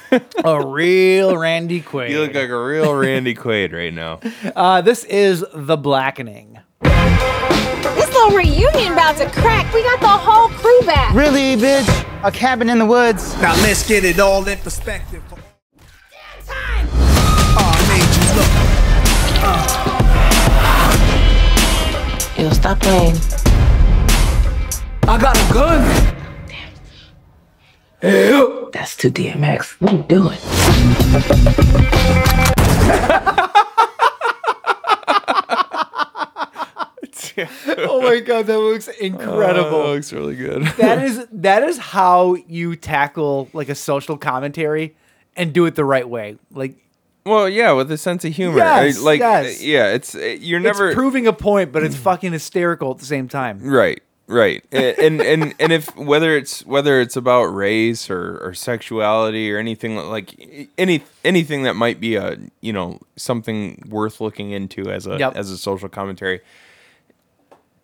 a real Randy Quaid.
you look like a real Randy Quaid right now.
uh, this is the blackening.
This little reunion about to crack. We got the whole crew back.
Really, bitch? A cabin in the woods?
Now let's get it all in perspective.
Time.
Oh, I made you look.
Yo, stop playing.
I got a gun.
That's too DMX. What are you doing?
Oh my god, that looks incredible.
That looks really good.
that is that is how you tackle like a social commentary and do it the right way. Like
well, yeah, with a sense of humor.
Yes,
I- like
yes.
yeah, it's you're never
it's proving a point, but it's fucking hysterical at the same time.
Right, right, A- and and and if whether it's whether it's about race or or sexuality or anything like any anything that might be a you know something worth looking into as a
Yep.
as a social commentary,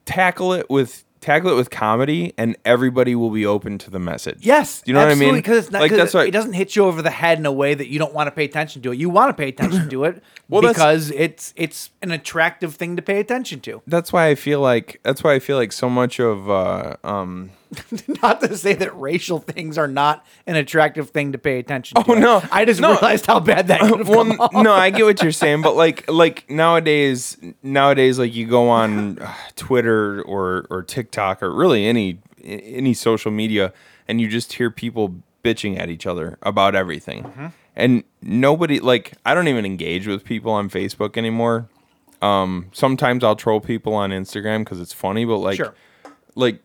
tackle it with tackle it with comedy, and everybody will be open to the message.
Yes,
you know what I mean?
Because it's not
like that's why
it doesn't hit you over the head in a way that you don't want to pay attention to it. You want to pay attention to it
Well, that's-
because it's it's an attractive thing to pay attention to.
That's why I feel like that's why I feel like so much of uh, um,
Not to say that racial things are not an attractive thing to pay attention to.
Oh, no.
I just
No.
realized how bad that could have
well,
come off.
n- no, I get what you're saying, but like, like nowadays, nowadays, like you go on uh, Twitter or or TikTok or really any any social media, and you just hear people bitching at each other about everything,
Mm-hmm.
and nobody like I don't even engage with people on Facebook anymore. Um, sometimes I'll troll people on Instagram because it's funny, but like,
Sure.
like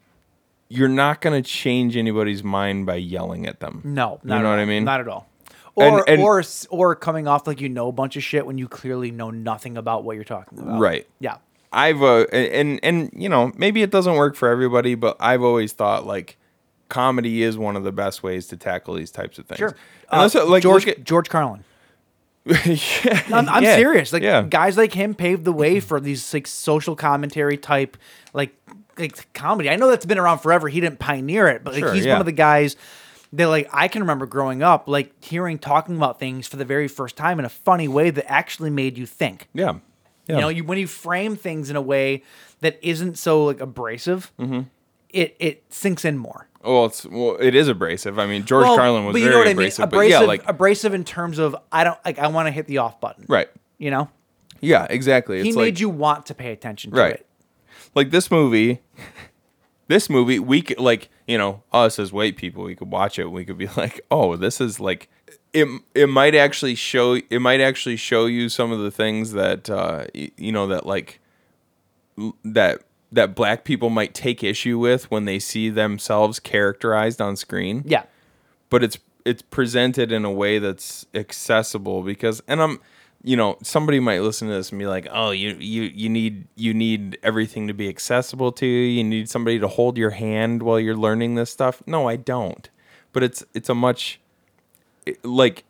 you're not gonna change anybody's mind by yelling at them.
No,
you know
not at
what
all.
I mean.
Not at all.
And-
Or
and-
or s- or coming off like you know a bunch of shit when you clearly know nothing about what you're talking about.
Right.
Yeah.
I've uh, and and you know maybe it doesn't work for everybody, but I've always thought like comedy is one of the best ways to tackle these types of things.
Sure.
And
Uh,
also, like
George
look at-
George Carlin.
yeah,
I'm, I'm
yeah,
serious. Like
yeah. Mm-hmm.
guys like him paved the way for these like social commentary type like like comedy. I know that's been around forever. He didn't pioneer it, but like,
Sure,
he's
yeah.
one of the guys that like I can remember growing up, like hearing talking about things for the very first time in a funny way that actually made you think.
yeah, yeah,
You know, you when you frame things in a way that isn't so like abrasive,
Mm-hmm.
it it sinks in more.
well, it's well, it is abrasive. I mean, George
Well,
Carlin was
but
very abrasive, but yeah, like
abrasive in terms of I don't like I want to hit the off button.
right,
You know?
yeah, exactly.
he
it's
made
like,
you want to pay attention to
right,
it.
like this movie. this movie, we c- like you know, us as white people, we could watch it. We could be like, oh, this is like it. It might actually show. It might actually show you some of the things that uh, y- you know that like l- that that black people might take issue with when they see themselves characterized on screen
Yeah.
but it's it's presented in a way that's accessible because and I'm you know somebody might listen to this and be like oh you you you need you need everything to be accessible to you you need somebody to hold your hand while you're learning this stuff no I don't but it's it's a much it- like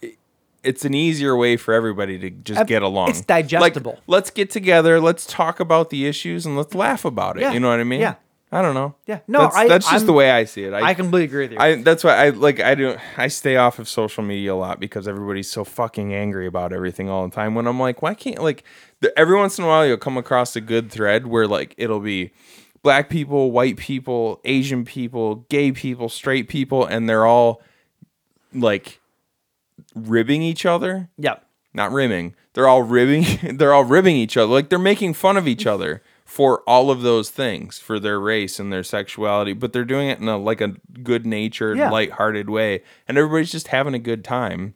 it- it's an easier way for everybody to just
Ab-
get along.
it's digestible.
Like, let's get together. Let's talk about the issues and let's laugh about it.
Yeah,
You know what I mean?
yeah.
I don't know.
Yeah. No,
That's,
I-
that's just
I'm-
the way I see it.
I completely agree with you.
I that's why I like I don't I stay off of social media a lot because everybody's so fucking angry about everything all the time. When I'm like, why can't like the, every once in a while you'll come across a good thread where like it'll be black people, white people, Asian people, gay people, straight people, and they're all like ribbing each other.
yeah.
Not rimming. They're all ribbing. They're all ribbing each other. Like they're making fun of each other for all of those things, for their race and their sexuality. But they're doing it in a like a good natured,
Yeah.
lighthearted way, and everybody's just having a good time.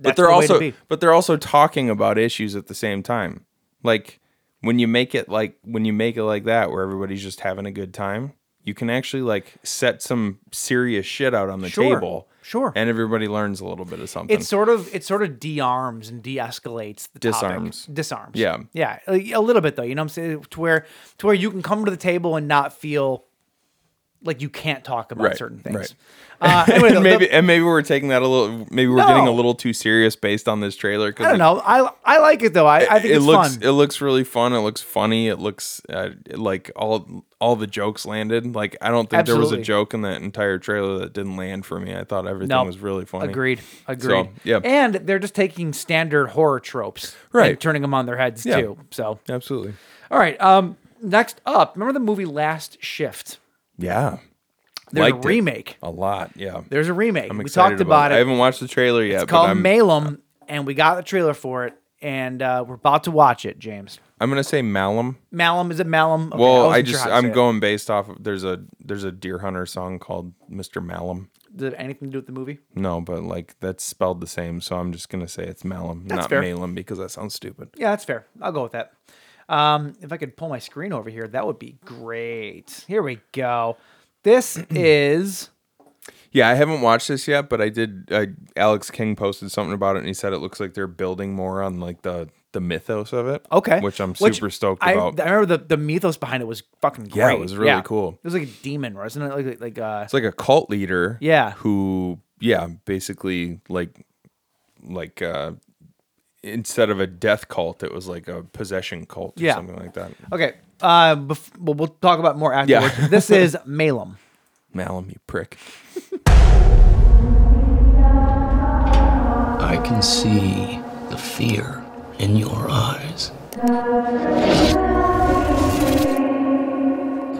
That's
but they're
the way to
also
be.
but they're also talking about issues at the same time. Like when you make it like when you make it like that, where everybody's just having a good time, you can actually like set some serious shit out on the
Sure.
table.
Sure.
And everybody learns a little bit of something.
It sort of it sort of de-arms and de-escalates the
Disarms.
topic. Disarms.
Yeah.
Yeah. A, a little bit though, you know what I'm saying? To where to where you can come to the table and not feel like you can't talk about
Right,
certain things.
right.
Uh, anyway, the-
and maybe
the-
and maybe we're taking that a little. Maybe we're getting
No.
a little too serious based on this trailer. Cause
I don't know. I I like it though. I, I think
it
it's
looks
fun.
it looks really fun. It looks funny. It looks uh, like all all the jokes landed. Like I don't think there was
Absolutely.
a joke in that entire trailer that didn't land for me. I thought everything
No,
was really funny.
Agreed. Agreed.
yeah.
And they're just taking standard horror tropes,
Right.
And turning them on their heads
Yeah.
too. So,
Absolutely.
all right. Um, next up, remember the movie Last Shift?
Yeah.
There's
Liked
a
it.
remake.
A lot. Yeah.
There's a remake.
I'm
we
excited
talked about,
it.
it.
I haven't watched the trailer yet.
it's called
but I'm,
Malum, and we got the trailer for it, and uh, we're about to watch it, James.
I'm gonna say Malum.
Malum is it Malum? Okay,
well,
wasn't
I
sure
just
how to say
I'm
it.
going based off. Of, there's a there's a Deer Hunter song called Mr. Malum.
Did it anything to do with the movie?
No, but like that's spelled the same, so I'm just gonna say it's Malum, not
fair.
Malum, because that sounds stupid.
Yeah, that's fair. I'll go with that. Um, if I could pull my screen over here, that would be great. Here we go. This is
Yeah, I haven't watched this yet, but I did. I, Alex King posted something about it, and he said it looks like they're building more on like the the mythos of it.
okay,
which I'm super stoked
I,
about.
I remember the, the mythos behind it was fucking great.
Yeah, it was really cool.
It was like a demon, wasn't it? Like like, like uh,
it's like a cult leader.
Yeah.
who yeah, basically like like uh instead of a death cult, it was like a possession cult or
Yeah.
something like that.
okay. Uh, bef- well, we'll talk about more
Yeah.
afterwards. this is Malum.
Malum, you prick.
I can see the fear in your eyes.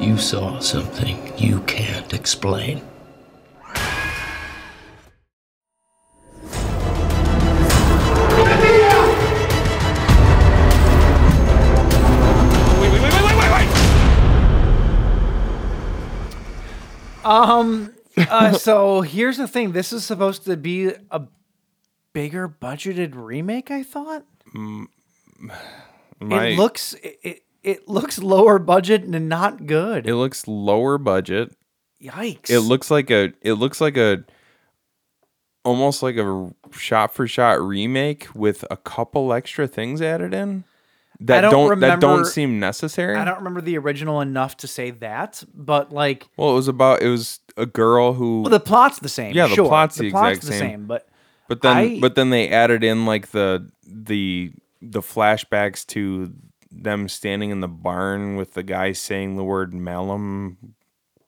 You saw something you can't explain.
Uh, so here's the thing. This is supposed to be a bigger budgeted remake. I thought
My-
it looks it, it it looks lower budget and not good.
it looks lower budget.
Yikes!
It looks like a it looks like a almost like a shot for shot remake with a couple extra things added in that
don't
don't, that don't
remember-
seem necessary.
I don't remember the original enough to say that, but like
well, it was about it was a girl who
well, the plot's the same.
Yeah, the
sure.
plot's the exact
the
same.
But
but then
I-
but then they added in like the the the flashbacks to them standing in the barn with the guy saying the word malum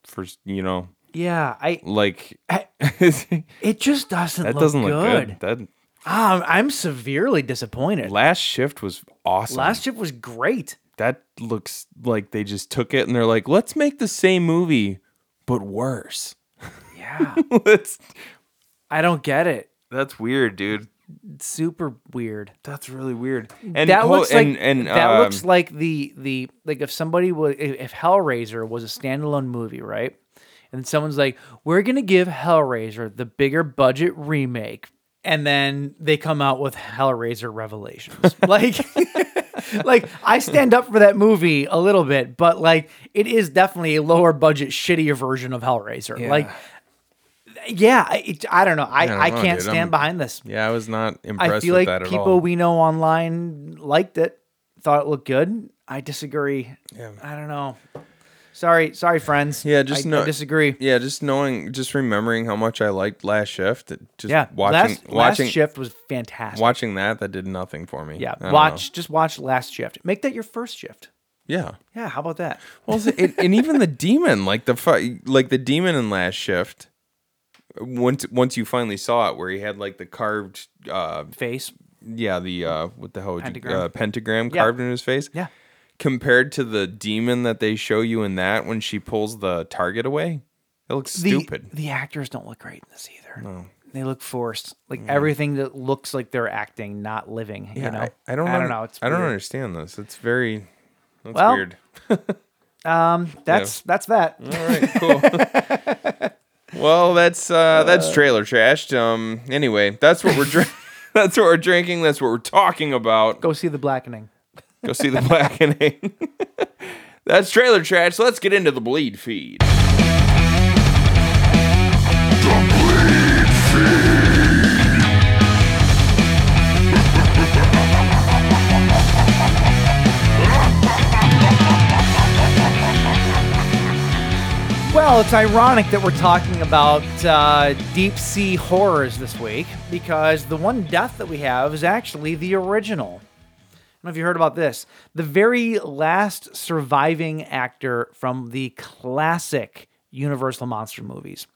for you know
yeah, I
like
I-
that
it just doesn't look
doesn't
good.
look good. That
Um, I'm severely disappointed.
last shift was awesome.
Last ship was great.
that looks like they just took it and they're like, let's make the same movie but worse.
Yeah,
let's
I don't get it.
that's weird, dude.
It's super weird.
That's really weird. And
that
ho-
looks
and,
like
and
that
um,
looks like the the like if somebody was if if Hellraiser was a standalone movie, right? and someone's like, "We're gonna give Hellraiser the bigger budget remake," and then they come out with Hellraiser Revelations. like, like I stand up for that movie a little bit, but like it is definitely a lower budget, shittier version of Hellraiser. Like, yeah, I- it, I don't know. I,
don't
I,
know,
can't
dude.
stand
I'm-
behind this.
Yeah, I was not impressed
I feel
with
like
that at
people
all.
we know online liked it, thought it looked good. I disagree. I don't know. Sorry, sorry, friends.
yeah, just
I, I
know
disagree.
Yeah, just knowing, just remembering how much I liked last shift. it- Just
Yeah,
watching,
last,
watching,
last shift was fantastic.
watching that that did nothing for me.
yeah,
I don't
watch just watch last shift. Make that your first shift.
know. Yeah.
Yeah, how about that?
Well, see, it, and even the demon, like the fu- like the demon in last shift. Once once you finally saw it, where he had like the carved, uh,
Face.
yeah, the uh, what the hell would you,
Pentagram.
uh, pentagram
Yeah.
carved in his face.
Yeah.
Compared to the demon that they show you in that when she pulls the target away, it looks
The,
stupid.
The actors don't look great in this either. No. They look forced. Like everything that looks like they're acting, not living.
Yeah,
you know?
I, I don't.
I don't
under-
know. It's
I don't
weird.
understand this. It's very. That's
Well-
weird.
That's that's that.
All right, cool. well, that's uh, that's trailer trashed. Um, anyway, that's what we're drinking. that's what we're drinking. That's what we're talking about. Go,
Go see the blackening.
see the blackening. that's trailer trash. So let's get into the bleed feed.
Well, it's ironic that we're talking about uh, deep sea horrors this week because the one death that we have is actually the original. I don't know if you heard about this. The very last surviving actor from the classic Universal Monster movies,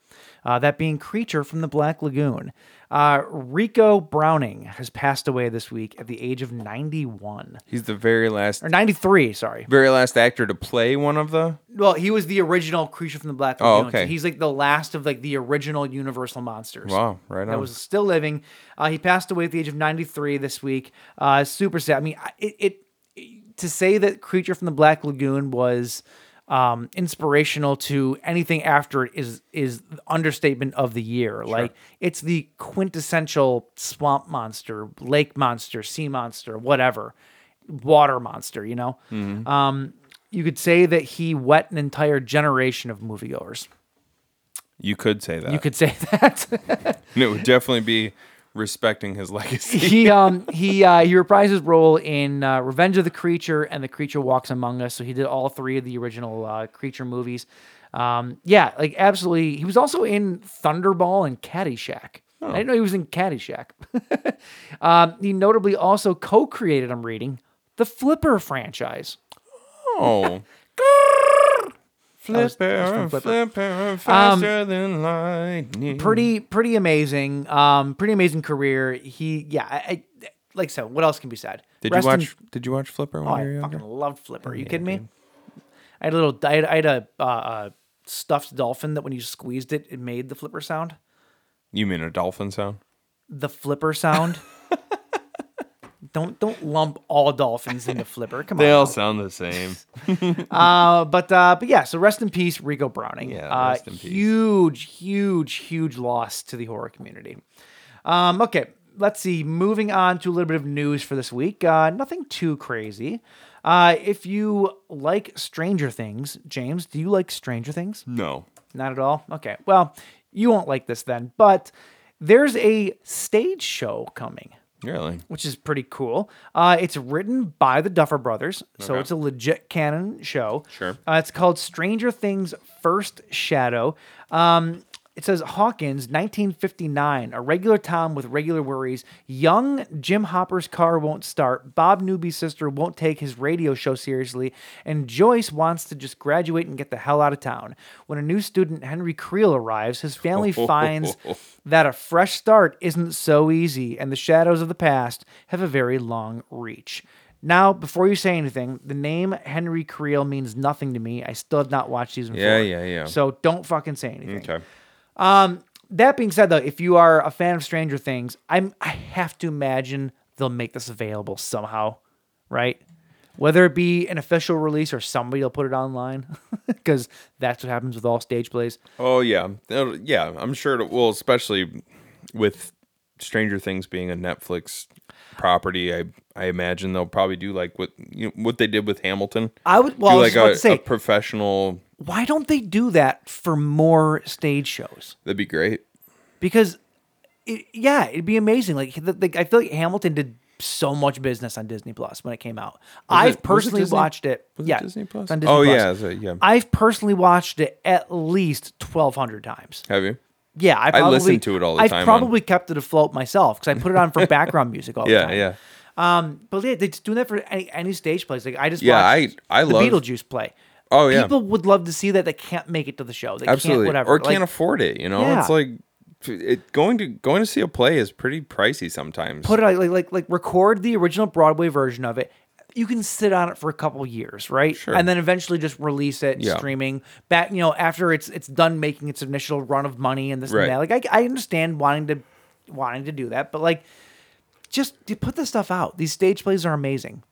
uh, that being Creature from the Black Lagoon. Uh, Rico Browning has passed away this week at the age of 91
He's the very last,
or 93, sorry.
very last actor to play one of the.
Well, he was the original creature from the Black
Oh,
Lagoon.
okay.
So he's like the last of like the original Universal monsters.
Wow, right
That
on.
was still living. Uh, he passed away at the age of 93 this week. Uh, super sad. I mean, I- it, it to say that Creature from the Black Lagoon was um, inspirational to anything after it is is the understatement of the year. Like it's the quintessential swamp monster, lake monster, sea monster, whatever, water monster. You know, um, you could say that he wet an entire generation of moviegoers.
You could say that.
You could say that.
And it would definitely be respecting his legacy.
he um he uh, he reprised his role in uh, Revenge of the Creature and The Creature Walks Among Us. So he did all three of the original uh, Creature movies. Um, yeah, like absolutely. He was also in Thunderball and Caddyshack.
Oh.
I didn't know he was in Caddyshack. um, he notably also co-created. I'm reading the Flipper franchise.
Oh.
was- that was
Flipper,
from Flipper. Um,
flipper, faster than lightning.
pretty pretty amazing um pretty amazing career he yeah I, I like so what else can be said
Did
Rest
you
in-
watch? Did you watch Flipper when
oh,
you were
i
younger?
fucking loved flipper Are you kidding me i had a little i had, I had a uh, uh, stuffed dolphin that when you squeezed it it made the flipper sound
You mean a dolphin sound?
the flipper sound don't don't lump all dolphins into flipper come on
They all sound the same.
but uh, but yeah, so rest in peace, Rico Browning.
Yeah,
Uh,
rest in peace.
Huge, huge, huge loss to the horror community. Um, okay, let's see. Moving on to a little bit of news for this week. Uh, nothing too crazy. Uh, if you like Stranger Things, James, do you like Stranger Things?
No.
Not at all? Okay. Well, you won't like this then, but there's a stage show coming
Really?
which is pretty cool. Uh, it's written by the Duffer Brothers, so it's a legit canon show.
Sure.
Uh, it's called Stranger Things First Shadow. Um, it says Hawkins, 1959, a regular Tom with regular worries. Young Jim Hopper's car won't start. Bob Newby's sister won't take his radio show seriously. And Joyce wants to just graduate and get the hell out of town. When a new student, Henry Creel, arrives, his family finds that a fresh start isn't so easy, and the shadows of the past have a very long reach. Now, before you say anything, the name Henry Creel means nothing to me. I still have not watched season
Yeah,
four.
yeah, yeah.
So don't fucking say anything.
Okay.
That being said, though, if you are a fan of Stranger Things, I'm I have to imagine they'll make this available somehow, right? whether it be an official release or somebody will put it online, because that's what happens with all stage plays.
Oh yeah, That'll- yeah. I'm sure. It, well, especially with Stranger Things being a Netflix property, I I imagine they'll probably do like what you know, what they did with Hamilton.
I would- well, I
do
was
like
just about
a,
to say-
a professional.
Why don't they do that for more stage shows?
That'd be great.
Because, it, yeah, it'd be amazing. Like, the, the, I feel like Hamilton did so much business on Disney Plus when it came out.
it- was
I've
it
personally
Disney-
watched it.
was it
yeah,
Disney Plus?
it's on Disney
Oh,
Plus.
yeah, so, yeah.
I've personally watched it at least twelve hundred times.
Have you?
Yeah, I probably
listen to it all the
I've
time on-
probably kept it afloat myself because I put it on for background music all the
Yeah,
time.
yeah.
But yeah, they're just doing that for any, any stage plays. Like I just
Yeah,
watched
I- I
the
love-
Beetlejuice play.
Oh, yeah.
people would love to see that. They can't make it to the show. They
Absolutely.
can't whatever
or
Like,
can't afford it. You know, it's
Yeah.
like it going to going to see a play is pretty pricey sometimes.
put it on- like like like record the original Broadway version of it. You can sit on it for a couple years, right?
Sure.
And then eventually just release it
Yeah.
streaming back. You know, after it's it's done making its initial run of money and this
Right.
and that. Like I, I understand wanting to wanting to do that, but like just to put this stuff out. These stage plays are amazing.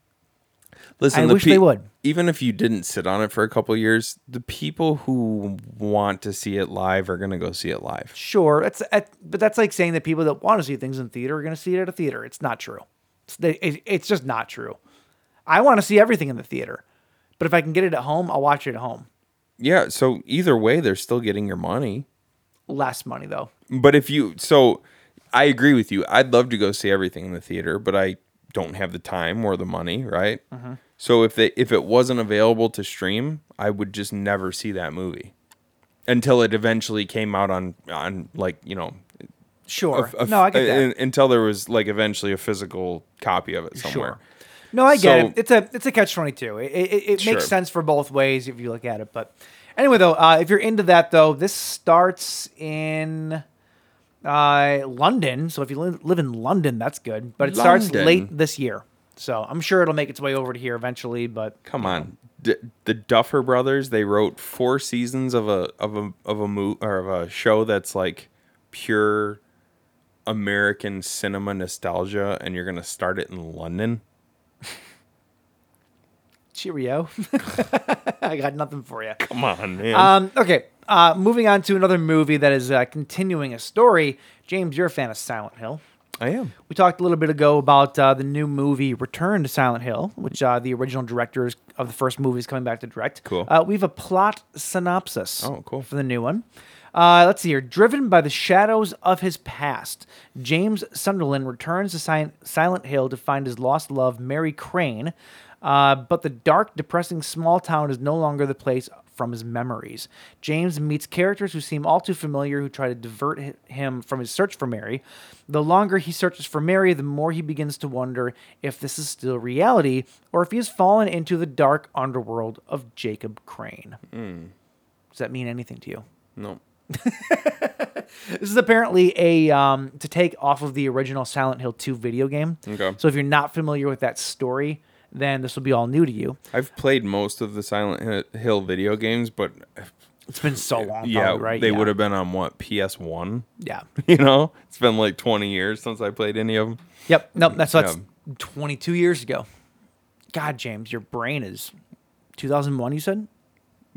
Listen,
I
the
wish they would.
Even if you didn't sit on it for a couple years, the people who want to see it live are gonna go see it live.
Sure, that's at, but that's like saying that people that want to see things in theater are going to see it at a theater. It's not true. It's, they- it- it's just not true. I want to see everything in the theater, but if I can get it at home, I'll watch it at home.
Yeah. So either way, they're still getting your money.
Less money though.
But if you, so I agree with you. I'd love to go see everything in the theater, but I don't have the time or the money, right?
Mm-hmm.
So if they if it wasn't available to stream, I would just never see that movie until it eventually came out on on like you know.
Sure.
a-
no, I get that.
un- Until there was like eventually a physical copy of it somewhere.
Sure. No, I get
So-
it. It's a it's a catch twenty two. It, it, it
Sure.
makes sense for both ways if you look at it. But anyway, though, uh, if you're into that though, this starts in uh, London. So if you li- live in London, that's good. But it starts
London.
late this year, so I'm sure it'll make its way over to here eventually. But
Come on, D- the Duffer Brothers. They wrote four seasons of a of a of a mo- or of a show that's like pure American cinema nostalgia, and you're gonna start it in London.
cheerio, I got nothing for you.
Come on, man.
Um, okay. Uh, moving on to another movie that is uh, continuing a story. James, you're a fan of Silent Hill.
I am.
We talked a little bit ago about uh, the new movie Return to Silent Hill, which uh, the original directors of the first movie is coming back to direct.
Cool.
Uh, we have a plot synopsis.
Oh, cool.
For the new one. Uh, let's see here. Driven by the shadows of his past, James Sunderland returns to Sil- Silent Hill to find his lost love, Mary Crane. Uh, but the dark, depressing small town is no longer the place from his memories. James meets characters who seem all too familiar who try to divert hi- him from his search for Mary. The longer he searches for Mary, the more he begins to wonder if this is still reality or if he has fallen into the dark underworld of Jacob Crane. Does that mean anything to you?
No.
This is apparently a um, to take off of the original Silent Hill 2 video game.
Okay.
So if you're not familiar with that story, then this will be all new to you.
I've played most of the Silent Hi- Hill video games, but
It's been so long,
yeah,
probably, right?
they
Yeah.
would have been on what PS One.
Yeah.
You know, it's been like 20 years since I played any of them.
Yep. Nope. That's that's
Yeah.
22 years ago. God, James, your brain is 2001. You said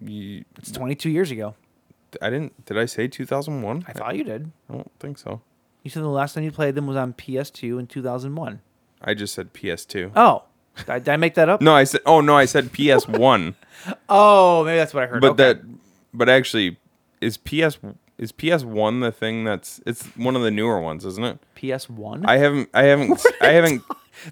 it's 22 years ago.
I didn't. Did I say 2001?
I thought you did.
I don't think so.
You said the last time you played them was on PS2 in 2001.
I just said PS2.
Oh, did I, did I make that up?
No, I said. Oh no, I said PS One.
Oh, maybe that's what I heard.
but
Okay.
that. But actually, is PS is PS One the thing that's? It's one of the newer ones, isn't it?
PS1.
I haven't. I haven't. I haven't.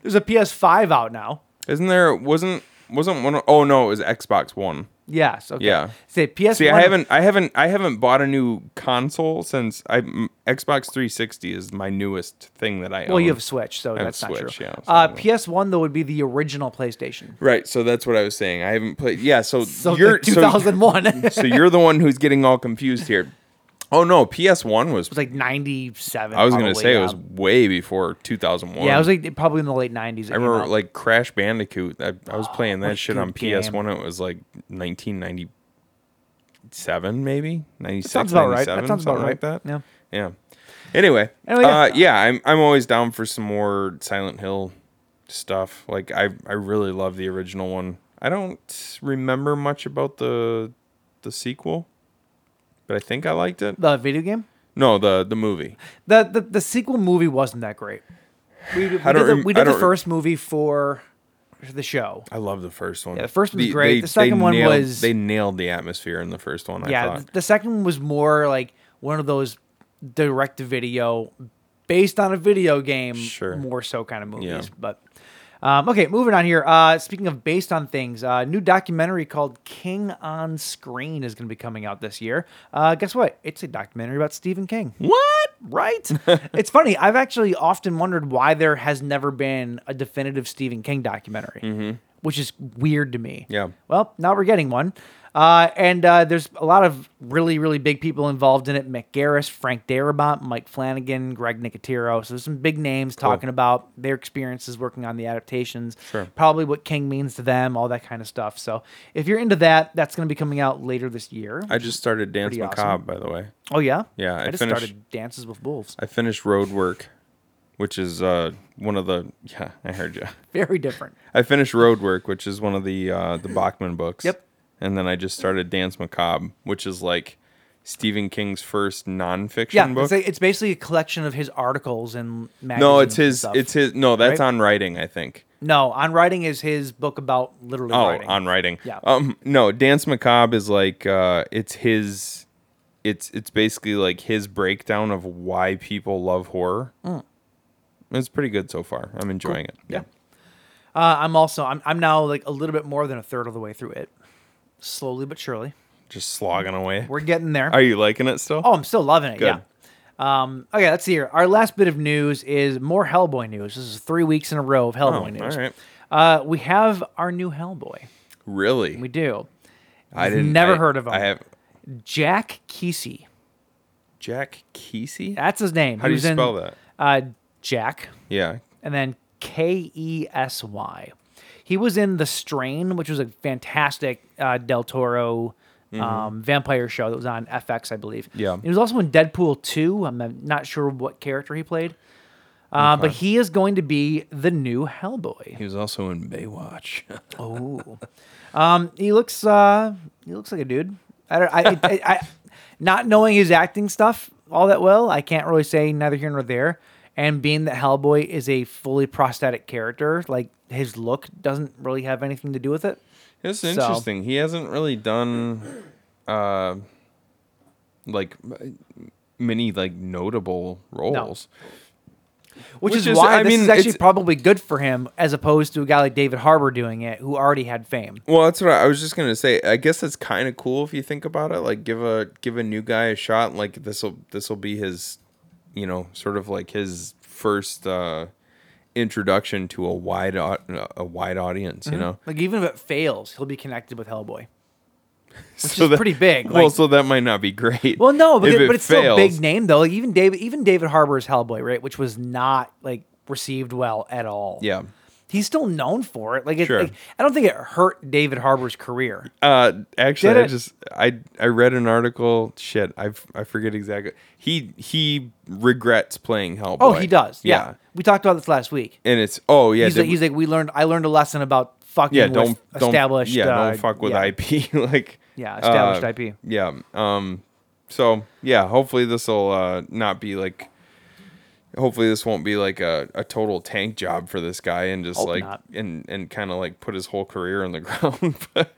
There's a PS5 out now.
Isn't there? Wasn't. Wasn't one? of- Oh no, it was Xbox One.
Yes. Okay.
Yeah.
Say PS.
See, I haven't. I haven't. I haven't bought a new console since I m- Xbox 360 is my newest thing that I own.
Well, you have Switch, so
I have
that's not
Switch,
true.
yeah, so I
uh,
don't-
PS1 though would be the original PlayStation.
Right, so that's what I was saying. I haven't played. Yeah, so,
So
you're
like 2001. it
so you're the one who's getting all confused here. Oh no, PS One was.
was like 97.
I was gonna
probably,
say it
yeah.
was way before 2001.
Yeah, it was like probably in the late 90s.
I remember like Crash Bandicoot. I, I was playing
what a
that shit on
Oh, good game.
PS One. It was like 1997, maybe 96,
sounds about right. That
97,
sounds about
something like
right.
that.
Yeah.
Yeah. Anyway,
Anyway,
uh,
yeah.
yeah, I'm I'm always down for some more Silent Hill stuff. Like I I really love the original one. I don't remember much about the the sequel, but I think I liked it.
The video game?
No, the the movie.
The the, the sequel movie wasn't that great. We, we
I don't
did the,
rem-
we
I
did the
don't-
first movie for the show.
I love the first one.
the first one's great. The second one
nailed-
was-
they nailed the atmosphere in the first one. I
yeah,
thought.
th- the second one was more like one of those direct to video based on a video game
Sure.
more so kind of movies.
Yeah.
But um, okay, moving on here. Uh, speaking of based on things, uh, new documentary called King on Screen is going to be coming out this year. Uh, guess what? It's a documentary about Stephen King.
What?
Right? it's funny. I've actually often wondered why there has never been a definitive Stephen King documentary, which is weird to me.
Mm-hmm. Yeah.
Well, now we're getting one. Uh, and uh, there's a lot of really, really big people involved in it. Mick Garris, Frank Darabont, Mike Flanagan, Greg Nicotero. So there's some big names talking about their experiences working on the adaptations,
Sure.
probably what King means to them, all that kind of stuff. So if you're into that, that's going to be coming out later this year.
I just started Dance
Pretty
Macabre,
awesome.
by the way.
oh, yeah?
Yeah,
I,
I
just
finished-
started Dances with Wolves.
I finished Road Work, which is uh, one of the yeah. I heard you.
Very different.
I finished Road Work, which is one of the uh, the Bachman books.
Yep.
And then I just started Dance Macabre, which is like Stephen King's first nonfiction
Yeah,
book.
it's, like, it's basically a collection of his articles and magazines.
no, it's
and
his.
stuff.
It's his. No, that's
right?
on writing. I think.
No, on writing is his book about literally.
Oh,
writing.
on writing.
Yeah.
Um. No, Dance Macabre is like uh, it's his. It's it's basically like his breakdown of why people love horror.
Mm.
It's pretty good so far. I'm enjoying it. Yeah.
Uh, I'm also I'm I'm now like a little bit more than a third of the way through it, slowly but surely.
Just slogging away.
We're getting there.
Are you liking it still?
oh, I'm still loving it.
Good.
Yeah. Um, okay, let's see here. Our last bit of news is more Hellboy news. This is three weeks in a row of
Oh,
Hellboy
all
news.
right.
Uh, we have our new Hellboy.
Really?
We do.
I didn't.
never
I-
heard of him.
I have
Jack Kesey.
Jack Kesey.
That's his name.
How do
He
you
was in,
spell that?
Uh, Jack.
Yeah.
and then K E S Y. He was in The Strain, which was a fantastic uh, Del Toro um, vampire show that was on FX, I believe.
Yeah.
He was also in Deadpool 2. I'm uh, not sure what character he played. Uh, But he is going to be the new Hellboy.
He was also in Baywatch.
Oh, um, he looks uh, he looks like a dude. I don't, I, I, I, not knowing his acting stuff all that well, I can't really say neither here nor there. And being that Hellboy is a fully prosthetic character, like his look doesn't really have anything to do with it.
It's
So-
interesting. He hasn't really done, uh, like m- many like notable roles.
Which,
Which
is,
is-
why
I
this
mean,
is actually
it's-
probably good for him, as opposed to a guy like David Harbour doing it, who already had fame.
Well, that's what I, I was just gonna say. I guess that's kind of cool if you think about it. Like, give a give a new guy a shot. Like this will this will be his, you know, sort of like his first uh, introduction to a wide au- a wide audience.
Mm-hmm.
You know,
Like even if it fails, he'll be connected with Hellboy.
so
is pretty big,
Well,
like-
so that might not be great.
Well, no, but,
if
it-
it
but it's still a big
fails.
name though. Like even David, even David Harbour's Hellboy, right, which was not like received well at all.
Yeah.
he's still known for it. Like, it,
Sure.
like I don't think it hurt David Harbour's career.
Uh, actually,
Did
I
it?
just I I read an article. Shit, I f- I forget exactly. He he regrets playing Hellboy.
Oh, he does. Yeah. we talked about this last week.
and it's oh yeah,
He's
did
like,
we-
he's like, we learned. I learned a lesson about fucking
yeah.
with
Don't don't
established.
yeah.
uh,
don't fuck with
yeah.
IP. like
Yeah, established
uh,
IP.
Yeah. Um. So yeah, hopefully this will uh, not be like. Hopefully this won't be like a, a total tank job for this guy and just
Hope
like
not.
and and kind of like put his whole career on the ground. but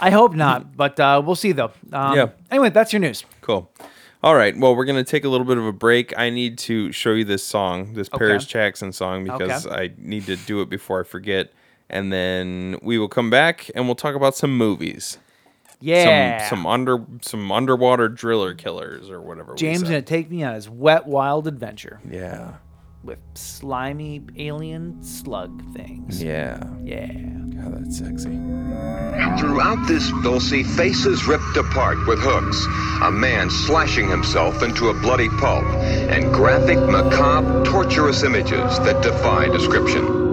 I hope not, but uh, we'll see though. Um,
Yeah.
Anyway, that's your news.
Cool. All right. Well, we're going to take a little bit of a break. I need to show you this song, this Paris Jackson song, because I need to do it before I forget. And then we will come back and we'll talk about some movies.
Yeah.
Some some under some underwater driller killers or whatever. we
James
said.
gonna take me on his wet wild adventure
Yeah.
with slimy alien slug things.
Yeah.
yeah.
God, that's sexy.
Throughout this, they'll see faces ripped apart with hooks, a man slashing himself into a bloody pulp, and graphic, macabre, torturous images that defy description.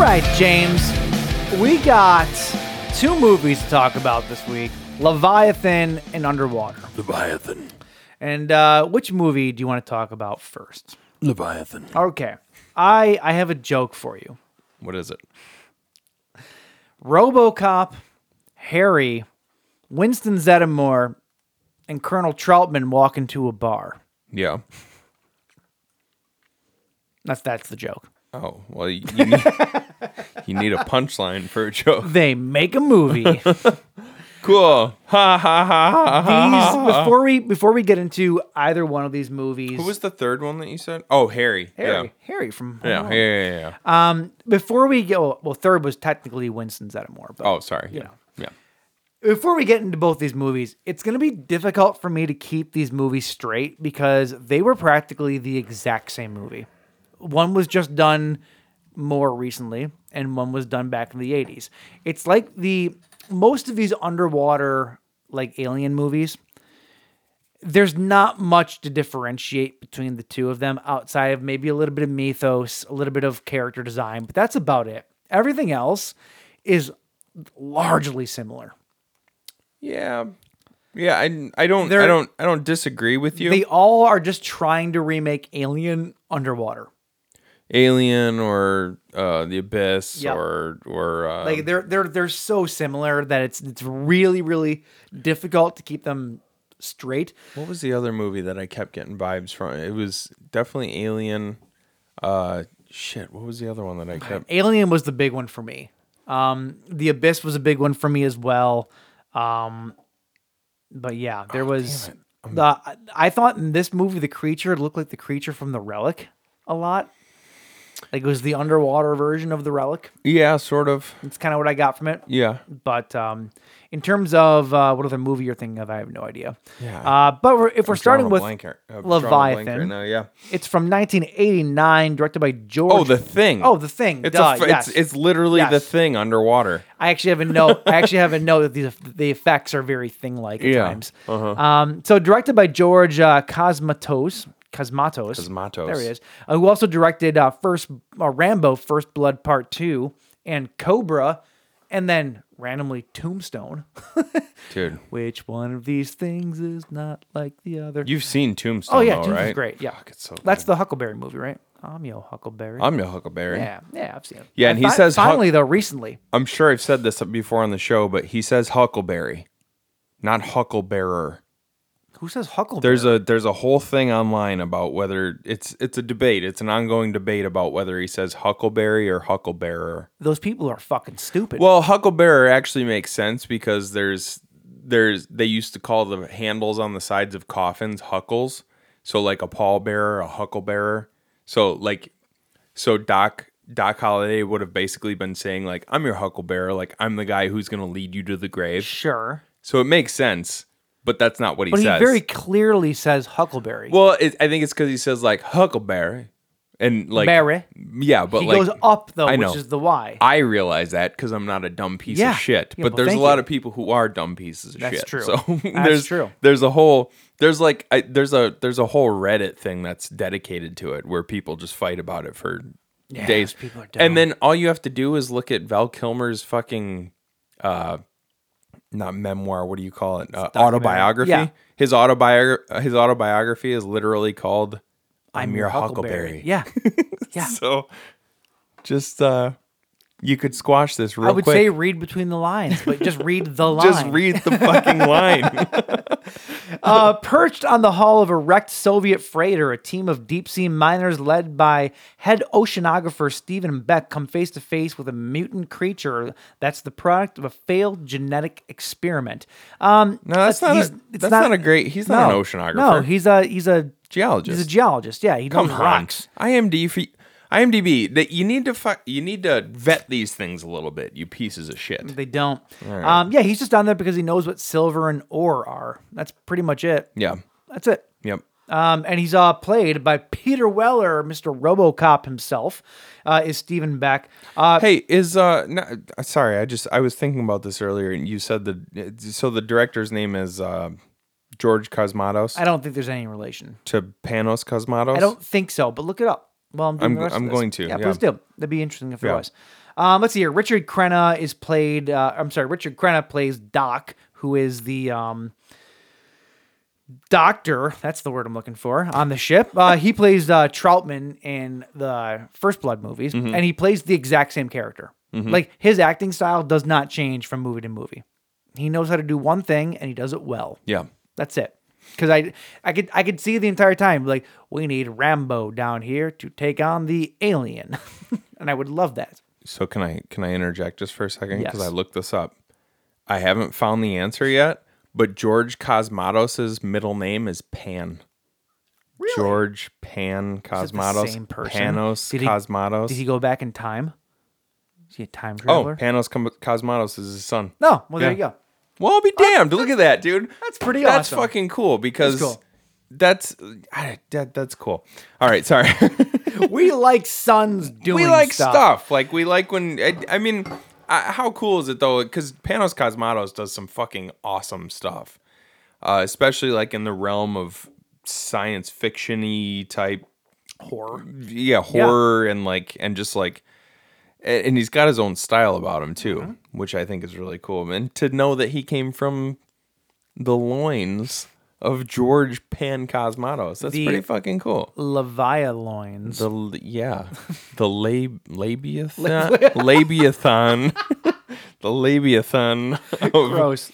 right, James. We got two movies to talk about this week Leviathan and Underwater.
Leviathan.
And uh, which movie do you want to talk about first?
Leviathan.
Okay. I, I have a joke for you
What is it?
Robocop, Harry, Winston Zeddemore, and Colonel Troutman walk into a bar.
Yeah.
That's, that's the joke.
Oh, well, you you need, you need a punchline for a joke.
They make a movie.
Cool. Ha ha ha ha.
these before we before we get into either one of these movies.
Uh-huh. Who was the third one that you said? Oh, Harry.
Harry? Oh. Harry from Home
Yeah. Yeah.
Alone.
Yeah. Yeah. yeah, yeah.
Before we go, well, third was technically Winston Zeddemore, but
oh, sorry. Yeah.
know.
Yeah.
before we get into both these movies, it's going to be difficult for me to keep these movies straight because they were practically the exact same movie. One was just done more recently, and one was done back in the 80s. It's like the most of these underwater, like alien movies, there's not much to differentiate between the two of them outside of maybe a little bit of mythos, a little bit of character design, but that's about it. Everything else is largely similar.
Yeah. Yeah, I, I don't I
They're-
don't I don't disagree with you.
They all are just trying to remake Alien underwater.
Alien or uh, the Abyss
Yep.
or or uh,
Like they're they're they're so similar that it's it's really really difficult to keep them straight.
what was the other movie that I kept getting vibes from? It was definitely Alien. Uh, shit, what was the other one that I kept?
Alien was the big one for me. Um, the Abyss was a big one for me as well. Um, but yeah, there was the I- I thought in this movie the creature looked like the creature from the Relic a lot. Like it was the underwater version of the Relic.
Yeah, sort of.
That's kind of what I got from it.
Yeah,
But um, in terms of uh, what other movie you're thinking of, I have no idea.
Yeah.
Uh, but we're, if we're starting
Drawing a
with
blank here- I've drawn a blank
Leviathan,
right now, yeah.
it's from 1989, directed by George.
Oh, the thing.
Oh, the thing.
It's
Duh,
a, f-
yes.
it's, it's literally the
Yes.
thing underwater.
I actually have a note. I actually have a note that these the effects are very thing like at
Yeah. Uh-huh.
times. Um, so directed by George uh, Cosmatos. Cosmatos.
Cosmatos.
There he is. Uh, who also directed uh, first uh, Rambo: First Blood Part Two and Cobra, and then randomly Tombstone.
Dude,
Which one of these things is not like the other?
you've seen Tombstone,
oh yeah,
though,
Tombstone's
right?
great. Yeah,
Fuck, it's so
that's the Huckleberry movie, right? I'm your Huckleberry.
I'm your Huckleberry.
yeah, yeah, I've seen it.
Yeah, and he says Huck-
finally though recently.
I'm sure I've said this before on the show, but he says Huckleberry, not Hucklebearer.
Who says Huckleberry?
There's a there's a whole thing online about whether it's it's a debate. It's an ongoing debate about whether he says Huckleberry or Hucklebearer.
those people are fucking stupid.
Well, Hucklebearer actually makes sense because there's there's they used to call the handles on the sides of coffins huckles. So like a pallbearer, a hucklebearer. So like so Doc Doc Holliday would have basically been saying like I'm your hucklebearer, like I'm the guy who's going to lead you to the grave.
sure,
So it makes sense, but that's not what he
but he
says.
very clearly says Huckleberry.
Well, it, I think it's because he says like Huckleberry, and like
Berry.
Yeah, but
he
like
goes up though,
I know.
which is the Y.
I realize that because I'm not a dumb piece
Yeah.
of shit.
Yeah,
but
well,
there's a
thank
lot
you.
of people who are dumb pieces of
That's
shit.
true.
So
That's
there's
true.
There's a whole there's like I, there's a there's a whole Reddit thing that's dedicated to it where people just fight about it for days.
people are dumb.
and then all you have to do is look at Val Kilmer's fucking uh not memoir. What do you call it? Uh, autobiography.
Yeah.
His autobiography. His autobiography is literally called "I'm, Your Huckleberry."
Yeah,
So, just uh, you could squash this real
I would
quick.
say read between the lines, but just read the line.
just read the fucking line.
Uh, perched on the hull of a wrecked Soviet freighter, a team of deep sea miners led by head oceanographer Stephen Beck come face to face with a mutant creature that's the product of a failed genetic experiment. Um,
No, that's not a-
he's- it's
that's not a great- he's not an oceanographer.
No, he's a he's a
Geologist.
He's a geologist. Yeah, he
Come
knows
on,
rocks.
IMDb. For, IMDb. That you need to fu- You need to vet these things a little bit. You pieces of shit.
They don't. Um, yeah, he's just down there because he knows what silver and ore are. That's pretty much it.
Yeah.
That's it.
Yep.
Um, and he's uh, played by Peter Weller, Mr. RoboCop himself, uh, is Stephen Beck. Uh,
Hey, is uh, no, uh, sorry, I just I was thinking about this earlier, and you said the so the director's name is uh, George Cosmatos
I don't think there's any relation.
to Panos Cosmatos.
I don't think so, but look it up. Well, I'm doing
I'm
the
go-
rest of
I'm
this.
going to,
Yeah,
yeah.
please do. That'd be interesting if it
Yeah.
was. Um, let's see here. Richard Crenna is played. Uh, I'm sorry, Richard Crenna plays Doc, who is the um, doctor. That's the word I'm looking for on the ship. Uh, he plays uh, Troutman in the First Blood movies,
Mm-hmm.
and he plays the exact same character. Like his acting style does not change from movie to movie. He knows how to do one thing, and he does it well.
Yeah.
That's it. Because I, I could, I could see the entire time like we need Rambo down here to take on the alien, and I would love that.
So can I can I interject just for a second because
Yes.
I looked this up. I haven't found the answer yet, but George Cosmatos' middle name is Pan. George Pan
Is it the
Cosmatos.
same person?
Panos
Did he-
Cosmatos.
Did he go back in time? Is he a time
oh,
traveler?
Panos Com- Cosmatos is his son.
no. Well,
Yeah.
there you go.
Well, be damned! Look at that, dude.
that's pretty
That's
awesome.
fucking cool because
cool.
that's I, that, that's cool. All right, sorry.
We like sons doing.
we like
stuff.
stuff. Like we like when I, I mean, I, how cool is it though? Because Panos Cosmatos does some fucking awesome stuff, uh, especially like in the realm of science fiction-y type horror. Yeah, horror and like and just like. a- And he's got his own style about him too,
Mm-hmm.
which I think is really cool. And to know that he came from the loins of George Pan Cosmatos, that's
The-
pretty fucking cool.
Levia loins.
The l- yeah, the lab labiathon, labiathon, the labiathon. of-
Gross.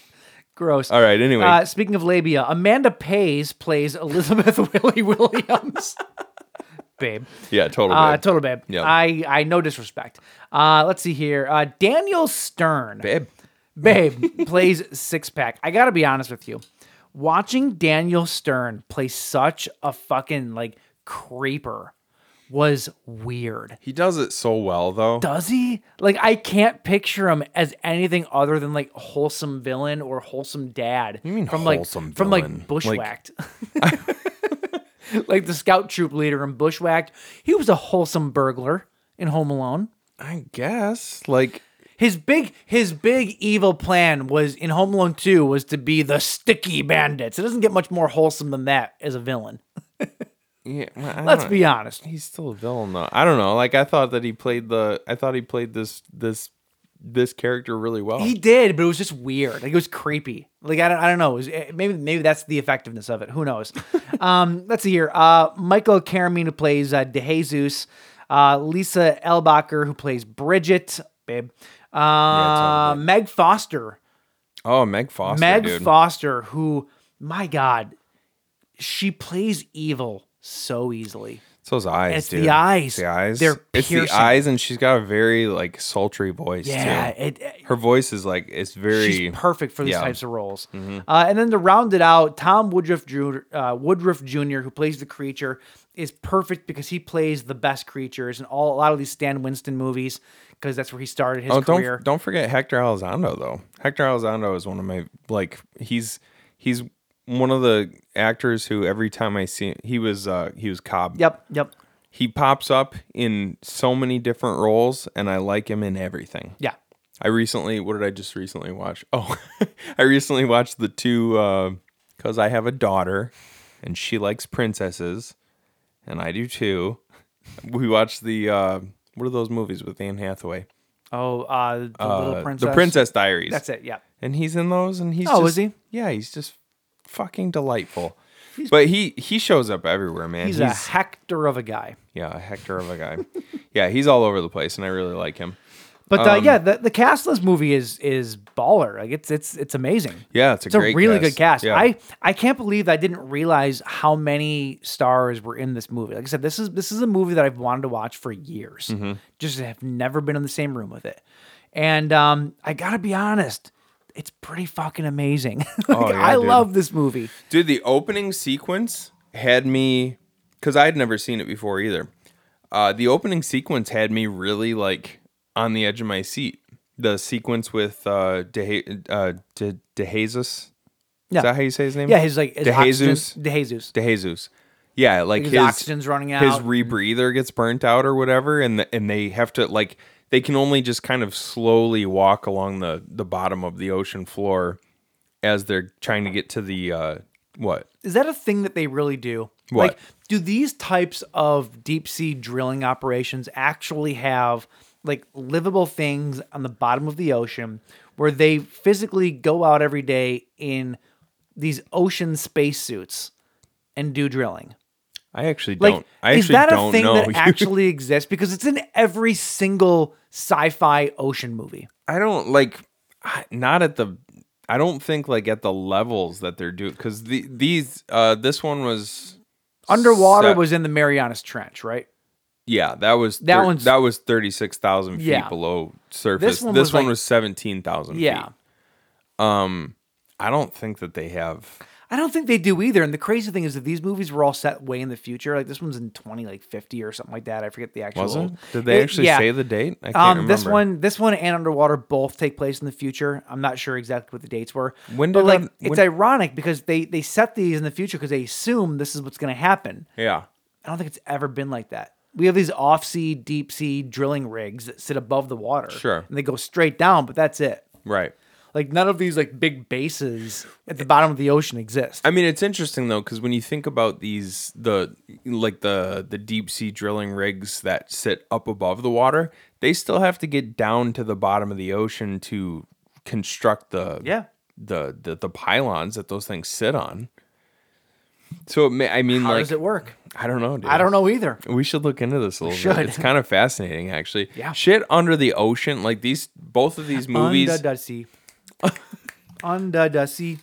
Gross.
All right. Anyway,
Uh, speaking of labia, Amanda Pays plays Elizabeth Willie Williams. Babe.
yeah, totally.
Uh, total babe.
Yeah.
I, I no disrespect. Uh, let's see here. Uh, Daniel Stern.
babe.
Babe plays Six Pack. I gotta be honest with you. Watching Daniel Stern play such a fucking like creeper was weird.
He does it so well, though.
Does he? Like I can't picture him as anything other than like wholesome villain or wholesome dad. You
mean
from like
wholesome
from
villain?
like
Like-
bushwhacked. like the scout troop leader in Bushwhacked. He was a wholesome burglar in Home Alone
I guess. Like,
his big his big evil plan was in Home Alone 2 was to be the sticky bandits. It doesn't get much more wholesome than that as a villain.
yeah. well, I
Let's
don't-
be honest.
He's still a villain, though. I don't know. Like, I thought that he played the. I thought he played this this this character really well.
He did, but it was just weird. Like it was creepy. Like I don't, I don't know. It was, eh, maybe maybe that's the effectiveness of it. Who knows? um, let's see here. Uh, Michael Caramina plays uh, DeJesus. Uh, Lisa Elbacher who plays Bridget, babe. Uh,
totally.
Meg Foster
oh, Meg Foster.
Meg
dude.
Foster, who, my God, she plays evil so easily.
It's those eyes,
It's the
dude.
eyes.
The eyes.
They're
It's the
piercing.
eyes, and she's got a very like sultry voice.
Yeah,
too.
it, it-
her voice is like it's very
she's perfect for these
yeah. Mm-hmm.
types of roles. Uh, and then to round it out, Tom Woodruff Jr., uh, Woodruff Jr., who plays the creature, is perfect because he plays the best creatures in all a lot of these Stan Winston movies because that's where he started his
Oh,
career.
don't don't forget Hector Elizondo though. Hector Elizondo is one of my like he's he's one of the actors who every time I see he was uh he was Cobb.
Yep, yep,
He pops up in so many different roles and I like him in everything.
yeah.
I recently what did I just recently watch? Oh, I recently watched the two uh cuz I have a daughter and she likes princesses and I do too. We watched the uh what are those movies with Anne Hathaway?
Oh, uh, the
Uh,
little princess.
The Princess Diaries
That's it. Yeah.
and he's in those and he's
Oh,
just,
is he?
yeah he's just fucking delightful but he he shows up everywhere man
He's,
he's,
a hector of a guy.
yeah a hector of a guy yeah he's all over the place and i really like him
But uh,
Um,
yeah, the, the cast of this movie is is baller. Like it's it's it's amazing.
Yeah, it's a great
really
cast.
good cast.
Yeah.
I I can't believe I didn't realize how many stars were in this movie. Like I said, this is this is a movie that I've wanted to watch for years.
Mm-hmm.
Just have never been in the same room with it. And um, I gotta be honest, it's pretty fucking amazing. like,
Oh, yeah,
I
dude.
love this movie.
dude the opening sequence had me because i had never seen it before either uh the opening sequence had me really like on the edge of my seat the sequence with uh de uh de, DeJesus?
Yeah.
is that how you say his name
Yeah, his like his oxygen-
DeJesus.
DeJesus.
DeJesus. Yeah, like
His
his
oxygen's running
His
out. Mm-hmm.
rebreather gets burnt out or whatever, and the, and they have to like they can only just kind of slowly walk along the the bottom of the ocean floor as they're trying to get to the uh what
Is that a thing that they really do?
What?
Like, do these types of deep sea drilling operations actually have like livable things on the bottom of the ocean where they physically go out every day in these ocean spacesuits and do drilling.
I actually
Like,
don't. I
is
actually
that a
don't
thing
know.
that actually exists? Because it's in every single sci-fi ocean movie.
I don't like I- not at the I don't think like at the levels that they're doing cuz the, these uh this one was
Underwater
set-
was in the Marianas Trench, right?
yeah, that was
That
that
one's-
one's that was 36,000 feet
Yeah.
below surface. This
one
one
was,
was,
like-
17,000
Yeah.
feet. Um I don't think that they have
I don't think they do either. And the crazy thing is that these movies were all set way in the future. Like this one's in twenty like fifty or something like that. I forget the actual.
was it? Did they
It-
actually
yeah.
say the date? I can't
um,
remember.
this one, this one, and Underwater both take place in the future. I'm not sure exactly what the dates were.
When
but
did
like
Un-
it's
when-
ironic because they they set these in the future because they assume this is what's going to happen.
Yeah.
I don't think it's ever been like that. We have these off sea, deep sea drilling rigs that sit above the water.
Sure.
and they go straight down, but that's it.
Right.
Like none of these like big bases at the bottom of the ocean exist.
I mean, it's interesting though, because when you think about these, the like the the deep sea drilling rigs that sit up above the water, they still have to get down to the bottom of the ocean to construct the
Yeah.
the the, the pylons that those things sit on. So it may, I mean,
How
like
does it work?
I don't know. Dude.
I don't know either.
We should look into this a little
should.
bit. It's kind of fascinating, actually.
Yeah.
Shit under the ocean, like these, both of these movies.
Under the sea. Under the sea.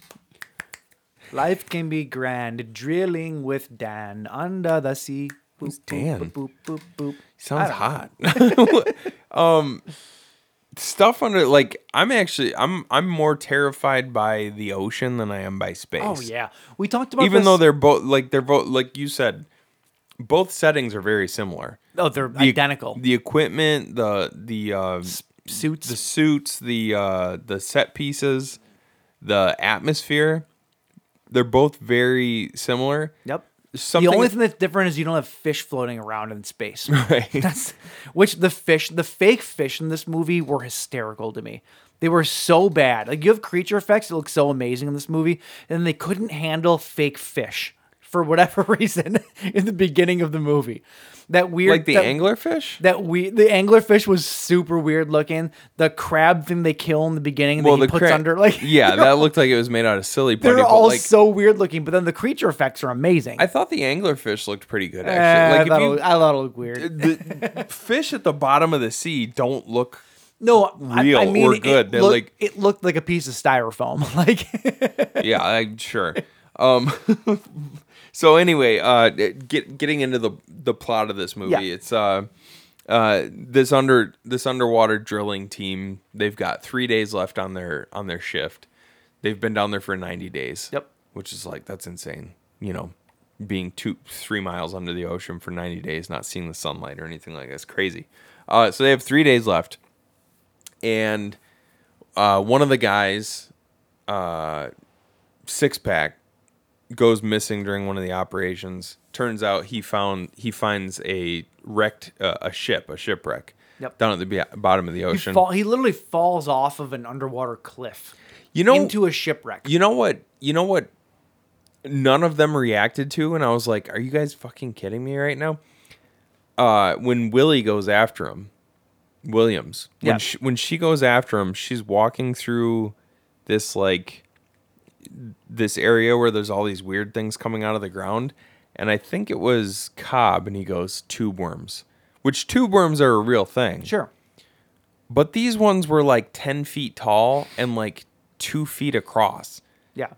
Life can be grand. Drilling with Dan. Under the sea. Boop, boop,
Dan?
Boop, boop, boop, boop.
Sounds hot. um stuff under like I'm actually I'm I'm more terrified by the ocean than I am by space.
Oh, yeah. We talked about
Even
this-
though they're both like they're both like you said both settings are very similar.
Oh, they're
The-
identical.
The equipment, the the uh
suits.
the suits, the uh the set pieces, the atmosphere, they're both very similar.
yep.
Something
the only thing that's different is you don't have fish floating around in space.
Right.
That's which the fish, the fake fish in this movie were hysterical to me. They were so bad. Like you have creature effects that look so amazing in this movie, and they couldn't handle fake fish for whatever reason in the beginning of the movie. That weird,
like the
that,
anglerfish?
That we the anglerfish was super weird looking. The crab thing they kill in the beginning and
well,
that he
the
puts
cra-
under like
yeah, that looked like it was made out of silly putty.
they're
but,
all
like,
so weird looking. But then the creature effects are amazing.
I thought the anglerfish looked pretty good
Eh, I,
actually.
thought it,
like
looked- I thought it looked weird.
if you, the fish at the bottom of the sea don't look.
No, I-
real
I, mean,
or good.
It
They're
looked,
like-
it looked like a piece of styrofoam. Like
Yeah, I'm sure. Um, so anyway, uh, get getting into the the plot of this movie,
Yeah.
it's uh, uh, this under this underwater drilling team. They've got three days left on their on their shift. They've been down there for 90 days.
Yep.
Which is like that's insane. You know, being two three miles under the ocean for 90 days, not seeing the sunlight or anything like that's crazy. Uh, so they have three days left, and uh, one of the guys, uh, six pack, goes missing during one of the operations. Turns out he found he finds a wrecked uh, a ship, a shipwreck
Yep.
down at the b- bottom of the
he,
ocean.
fall, he literally falls off of an underwater cliff
you know,
into a shipwreck.
you know what, you know what. None of them reacted to, and I was like, "Are you guys fucking kidding me right now?" Uh, when Willie goes after him, Williams.
Yeah.
When she, when she goes after him, she's walking through this like this area where there's all these weird things coming out of the ground, and I think it was Cobb, and he goes tube worms, which tube worms are a real thing.
sure,
But these ones were like 10 feet tall and like two feet across.
yeah.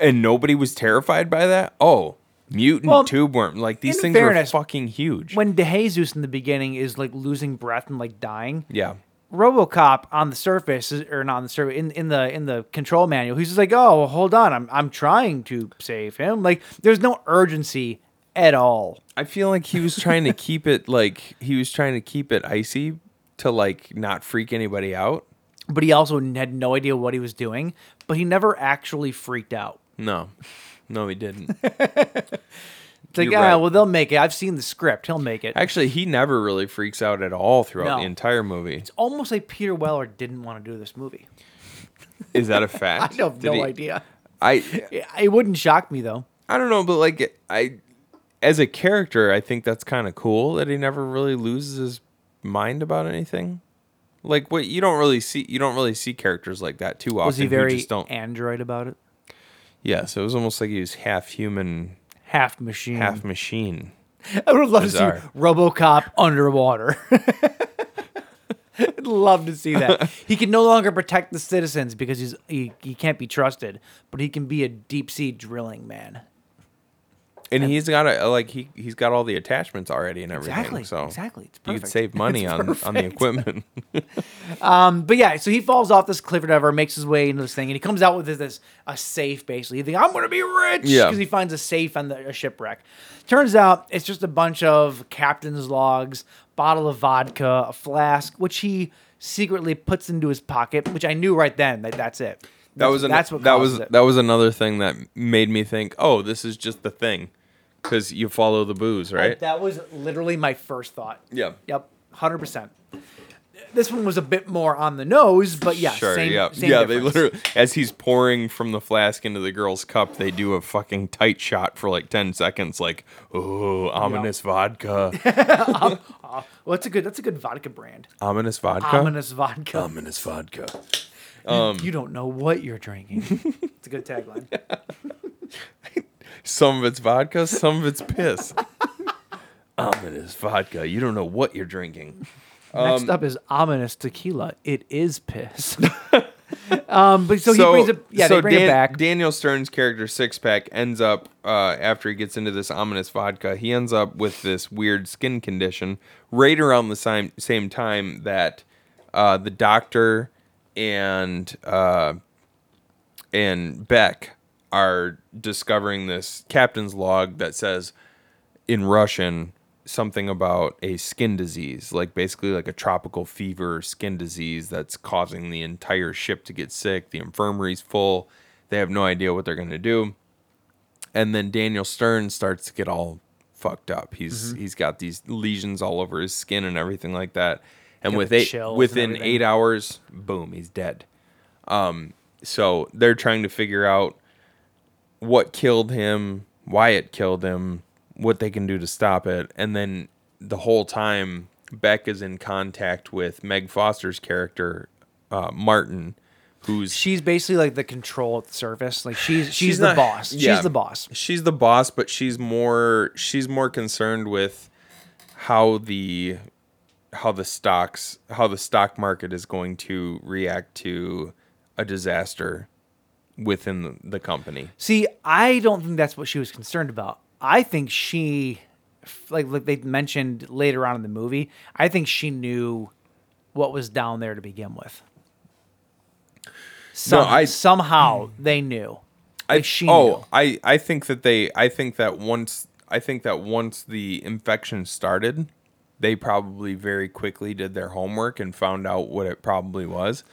And nobody was terrified by that? Oh, mutant
Well,
tube worm. Like these
in
things are
fairness,
fucking huge.
When DeJesus in the beginning is like losing breath and like dying,
yeah.
RoboCop on the surface is- or not on the surface in, in the in the control manual, he's just like, "Oh, well, hold on, I'm I'm trying to save him." Like, there's no urgency at all.
I feel like he was trying to keep it like he was trying to keep it icy to like not freak anybody out.
But he also had no idea what he was doing. But he never actually freaked out.
No. No, he didn't.
It's like,
You're
ah,
right.
well, they'll make it. I've seen the script. He'll make it.
Actually, he never really freaks out at all throughout
No.
the entire movie.
Almost like Peter Weller didn't want to do this movie.
Is that a fact?
I have
Did
no
he-
idea.
I
It, it wouldn't shock me though.
I don't know, but like I, as a character, I think that's kind of cool that he never really loses his mind about anything? Like what you don't really see you don't really see characters like that too often.
Was he
who
very
just don't
android about it?
Yes, it was almost like he was half human,
Half machine.
half machine.
I would love to
Bizarre.
see RoboCop underwater. I'd love to see that. he can no longer protect the citizens because he's he, he can't be trusted, but he can be a deep sea drilling man.
And he's got a like he he's got all the attachments already and everything.
Exactly,
So
exactly. It's
you could
perfect.
save money
It's
on, on the
perfect.
equipment.
But yeah, so he falls off this cliff or whatever, makes his way into this thing, and he comes out with this, this a safe basically. He thinks, I'm gonna be rich because
Yeah.
he finds a safe on the, a shipwreck. Turns out it's just a bunch of captain's logs, bottle of vodka, a flask, which he secretly puts into his pocket, which I knew right then that that's it.
that
That's-
was an,
that's what
that
causes
was
it.
that was another thing that made me think, oh, this is just the thing, because you follow the booze, right?
That was literally my first thought.
Yeah.
Yep. Hundred percent. This one was a bit more on the nose, but yeah,
sure.
same,
yeah.
same
yeah. They
difference.
literally, as he's pouring from the flask into the girl's cup, they do a fucking tight shot for like ten seconds, like, oh, ominous vodka,
Well, that's a good. That's a good vodka brand.
ominous vodka,
Ominous vodka.
ominous vodka. Um,
you don't know what you're drinking. it's a good tagline.
Some of it's vodka, some of it's piss. ominous vodka. You don't know what you're drinking. Um,
Next up is ominous tequila. It is piss. um, but so,
so,
he brings it. Yeah,
so
they bring
Dan-
it back.
Daniel Stern's character Six Pack ends up uh, after he gets into this ominous vodka. He ends up with this weird skin condition right around the same same time that uh, the doctor and uh, and Beck are discovering this captain's log that says in Russian something about a skin disease, like basically like a tropical fever skin disease that's causing the entire ship to get sick. The infirmary's full. They have no idea what they're going to do. And then Daniel Stern starts to get all fucked up. He's
Mm-hmm.
he's got these lesions all over his skin and everything like that. And
Got
with
the
eight,
chills and
within
everything.
eight hours, boom, he's dead. Um, so they're trying to figure out what killed him, why it killed him, what they can do to stop it. And then the whole time, Beck is in contact with Meg Foster's character, uh, Martin, who's.
She's basically like the control at the surface. Like she's she's, the
not-
boss.
yeah.
She's the boss.
She's the boss, but she's more she's more concerned with how the how the stocks how the stock market is going to react to a disaster within the, the company.
See, I don't think that's what she was concerned about. I think she, f- like, like they mentioned later on in the movie, I think she knew what was down there to begin with. Some,
I-
somehow they knew.
I,
Like, she
oh,
knew.
I I think that they I think that once I think that once the infection started, they probably very quickly did their homework and found out what it probably was,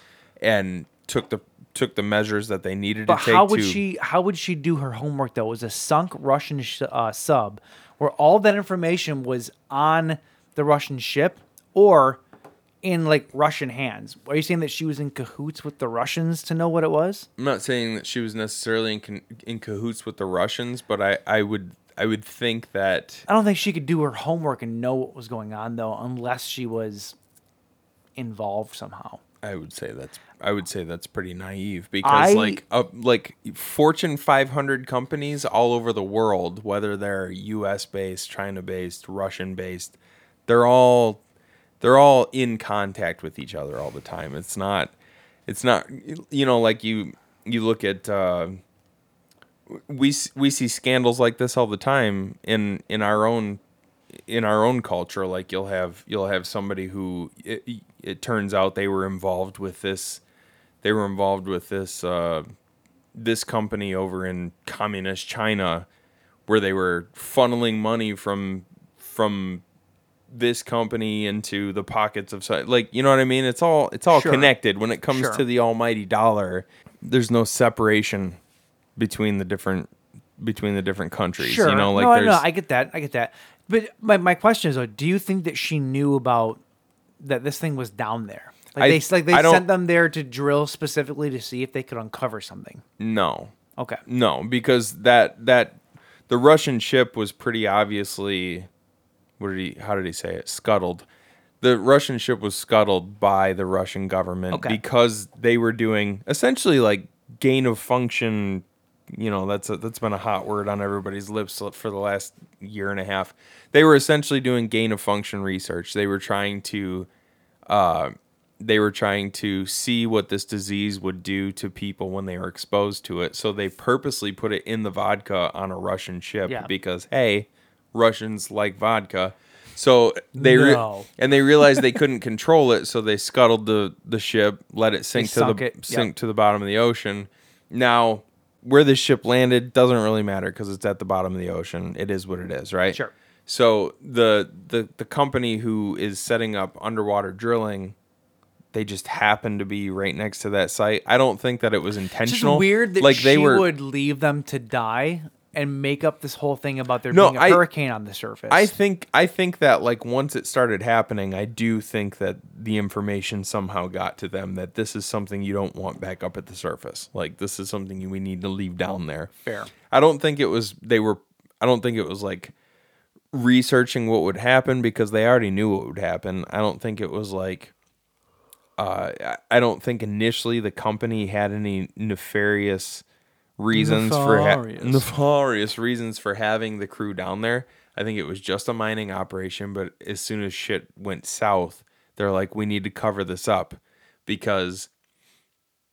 and took the took the measures that they needed
But
to take.
how would
to,
she? How would she do her homework though? It was a sunk Russian sh- uh, sub, where all that information was on the Russian ship or in like Russian hands. Are you saying that she was in cahoots with the Russians to know what it was?
I'm not saying that she was necessarily in con- in cahoots with the Russians, but I I would I would think that
I don't think she could do her homework and know what was going on though, unless she was involved somehow.
I would say that's I would say that's pretty naive because
I-
like uh, like Fortune 500 companies all over the world, whether they're U.S. based, China based, Russian based, they're all they're all in contact with each other all the time. It's not it's not you know like you you look at. Uh, we s- we see scandals like this all the time in in our own in our own culture like you'll have you'll have somebody who it, it turns out they were involved with this they were involved with this uh, this company over in communist China where they were funneling money from from this company into the pockets of so- like you know what I mean it's all it's all
Sure.
connected when it comes
Sure.
to the almighty dollar there's no separation between the different between the different countries you know like
no, I
there's
know. I get that. I get that. But my, my question is though, do you think that she knew about that this thing was down there? Like
I-
they s- like they
I don't-
sent them there to drill specifically to see if they could uncover something.
no
Okay.
No, because that that the Russian ship was pretty obviously what did he how did he say it? Scuttled. The Russian ship was scuttled by the Russian government
Okay.
because they were doing essentially like gain of function. You know, that's a, that's been a hot word on everybody's lips for the last year and a half. They were essentially doing gain of function research. They were trying to, uh, they were trying to see what this disease would do to people when they were exposed to it. So they purposely put it in the vodka on a Russian ship
Yeah.
because hey, Russians like vodka. So they re-
No.
and they realized they couldn't control it, so they scuttled the the ship, let it sink to
sunk
the
it,
sink
yep.
to the bottom of the ocean. Now, where this ship landed doesn't really matter because it's at the bottom of the ocean. It is what it is, right?
Sure.
So the the the company who is setting up underwater drilling, they just happened to be right next to that site. I don't think that it was
It's just
intentional.
weird that she would leave them to die and make up this whole thing about there
No,
being a
I-
hurricane on the surface.
I think I think that like once it started happening, I do think that the information somehow got to them that this is something you don't want back up at the surface. Like this is something we need to leave down there.
Fair.
I don't think it was they were I don't think it was like researching what would happen because they already knew what would happen. I don't think it was like uh I- I don't think initially the company had any nefarious reasons for ha-
Nefarious.
nefarious reasons for having the crew down there. I think it was just a mining operation, but as soon as shit went south, they're like, we need to cover this up because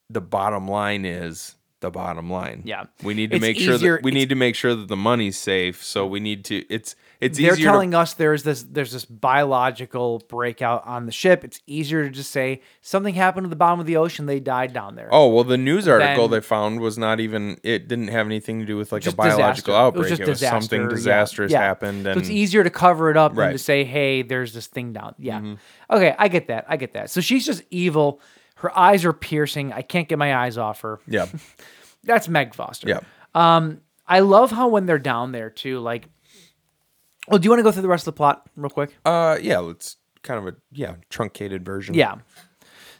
the bottom line is the bottom line.
Yeah.
we need to
It's
make sure
easier-
that we
it's-
need to make sure that the money's safe. So we need to. It's it's
they're
easier.
telling
to,
us there's this there's this biological breakout on the ship. It's easier to just say something happened to the bottom of the ocean. They died down there.
Oh well, the news article
Then-
they found was not even. It didn't have anything to do with like a
Just
biological
disaster.
outbreak.
It was, just disaster,
something
yeah,
disastrous
yeah.
happened, and
so it's easier to cover it up than to
Right. Mm-hmm.
say, "Hey, there's this thing down." Yeah. Okay, I get that. I get that. So she's just evil. Her eyes are piercing. I can't get my eyes off her.
yeah,
That's Meg Foster.
yeah.
Um, I love how when they're down there too, like. Well, do you want to go through the rest of the plot real quick?
Uh, yeah. It's kind of a yeah truncated version.
Yeah.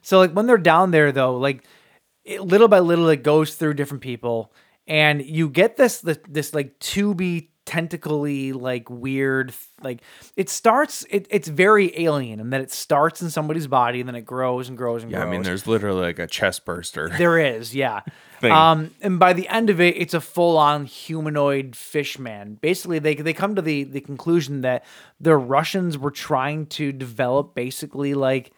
So like when they're down there though, like it, little by little it goes through different people, and you get this the, this like tubey tentacly like weird like it starts it, it's very alien and then it starts in somebody's body and then it grows and grows and
yeah.
grows.
I mean, there's literally like a chest burster.
There is, yeah.
Thing.
Um, and by the end of it, it's a full-on humanoid fish man. Basically, they they come to the the conclusion that the Russians were trying to develop basically like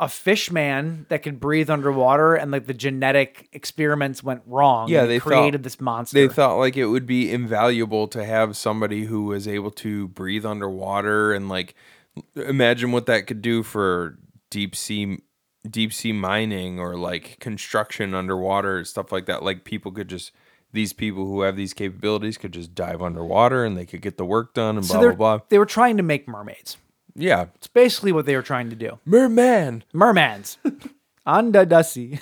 a fish man that could breathe underwater, and like the genetic experiments went wrong.
yeah,
and
they
created
thought,
this monster.
They thought like it would be invaluable to have somebody who was able to breathe underwater and like imagine what that could do for deep sea deep sea mining or like construction underwater stuff like that. Like people could just these people who have these capabilities could just dive underwater and they could get the work done and
so
blah
they're-
blah blah.
they were trying to make mermaids.
Yeah,
It's basically what they were trying to do.
merman.
mermans under the sea.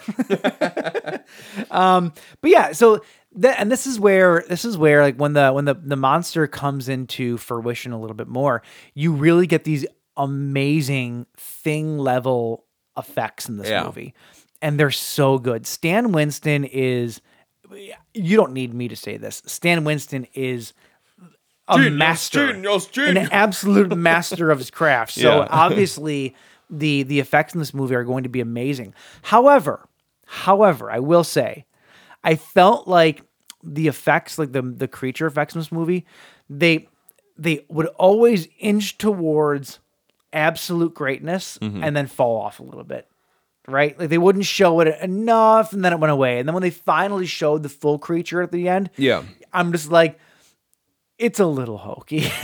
um, but yeah, so that and this is where this is where like when the when the the monster comes into fruition a little bit more, you really get these amazing thing level effects in this
Yeah.
movie, and they're so good. Stan Winston is. You don't need me to say this. Stan Winston is a
Genius,
master,
genius,
an
genius.
absolute master of his craft. So
Yeah.
obviously, the the effects in this movie are going to be amazing. However, however, I will say, I felt like the effects, like the the creature effects in this movie, they they would always inch towards absolute greatness
Mm-hmm.
and then fall off a little bit right? Like they wouldn't show it enough, and then it went away. And then when they finally showed the full creature at the end,
Yeah.
I'm just like, it's a little hokey.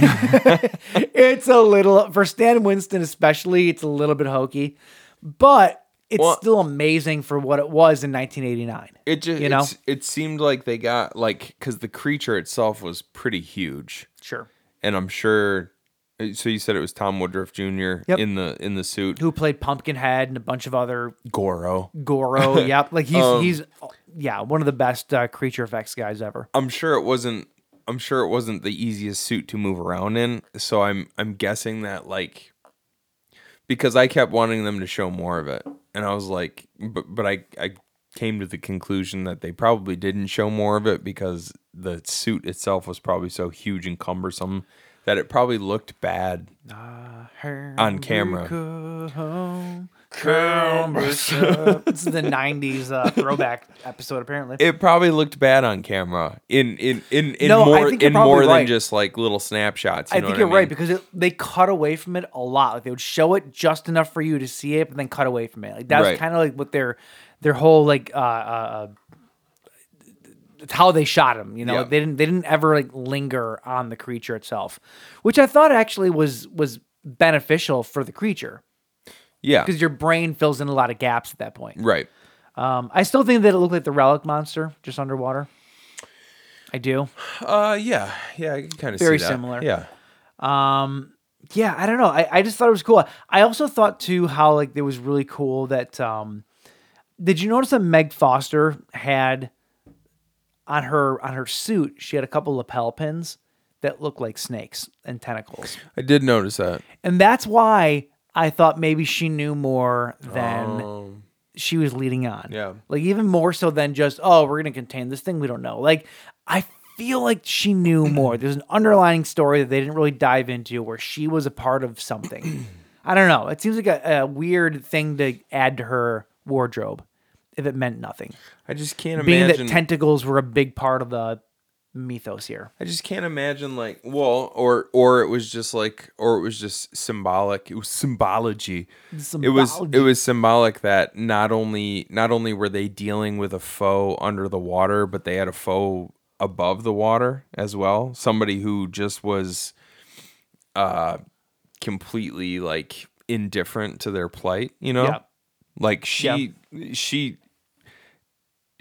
it's a little for Stan Winston, especially. It's a little bit hokey, but it's
Well-
still amazing for what it was in 1989.
It just
You know?
it seemed like they got like because the creature itself was pretty huge.
Sure.
and I'm sure. uh, So you said it was Tom Woodruff Jr.
Yep.
in the in the suit.
Who played Pumpkinhead and a bunch of other
Goro?
Goro? yep, like he's
Um,
he's yeah one of the best uh, creature effects guys ever.
I'm sure it wasn't. I'm sure it wasn't the easiest suit to move around in. So I'm I'm guessing that like because I kept wanting them to show more of it, and I was like, but but I I came to the conclusion that they probably didn't show more of it because the suit itself was probably so huge and cumbersome that it probably looked bad on camera. Uh-huh.
it's the 90s uh, throwback episode, apparently.
It probably looked bad on camera in in in, in
No, I
more
think you're
in more
probably right.
than just like little snapshots. You
I
know
think
what
you're
mean?
right because it, they cut away from it a lot. Like they would show it just enough for you to see it, but then cut away from it. Like that's
Right.
kind of like what their their whole like uh, uh, uh, how they shot him. You know,
Yeah.
Like, they didn't they didn't ever like linger on the creature itself, which I thought actually was was beneficial for the creature
yeah,
because your brain fills in a lot of gaps at that point.
right.
Um, I still think that it looked like the relic monster just underwater. I do.
Uh, yeah, yeah, I can kind of
Very
see that.
similar.
Yeah,
Um, yeah, I don't know. I, I just thought it was cool. I also thought too how like it was really cool that um did you notice that Meg Foster had on her on her suit, she had a couple lapel pins that looked like snakes and tentacles.
I did notice that.
And that's why I thought maybe she knew more than she was leading on.
Oh. Yeah.
Like even more so than just, oh, we're gonna contain this thing we don't know. Like I feel like she knew more. There's an underlying story that they didn't really dive into where she was a part of something. I don't know. It seems like a, a weird thing to add to her wardrobe if it meant nothing.
I just can't
Being
imagine.
that tentacles were a big part of the mythos here.
I just can't imagine like well, or or it was just like, or it was just symbolic. It was symbology. It was it was symbolic that not only not only were they dealing with a foe under the water, but they had a foe above the water as well. Somebody who just was, uh, completely like indifferent to their plight. You know,
Yeah.
like she she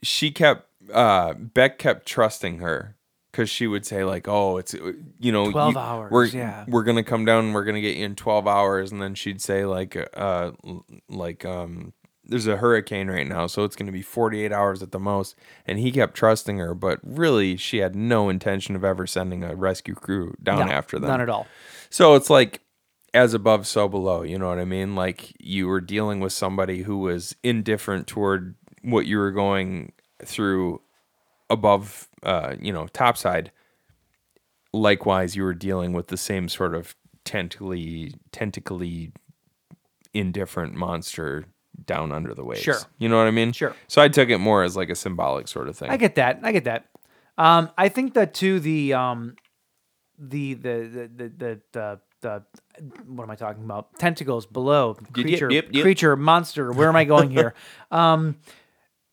she kept uh Beck kept trusting her because she would say like oh it's you know
12
you-
hours,
we're
yeah.
we're gonna come down and we're gonna get you in 12 hours and then she'd say like uh l- like um there's a hurricane right now so it's gonna be 48 hours at the most and he kept trusting her but really she had no intention of ever sending a rescue crew down
No,
after them
None at all.
so it's like as above, so below. You know what I mean? Like you were dealing with somebody who was indifferent toward what you were going through above, uh, you know, topside. Likewise, you were dealing with the same sort of tentacly, tentacly indifferent monster down under the waves.
Sure.
You know what I mean?
Sure.
So I took it more as like a symbolic sort of thing.
I get that. I get that. Um, I think that too. The um, the the the the the, the, the what am I talking about? Tentacles below
yep,
creature,
yep, yep.
creature, monster. Where am I going here? um,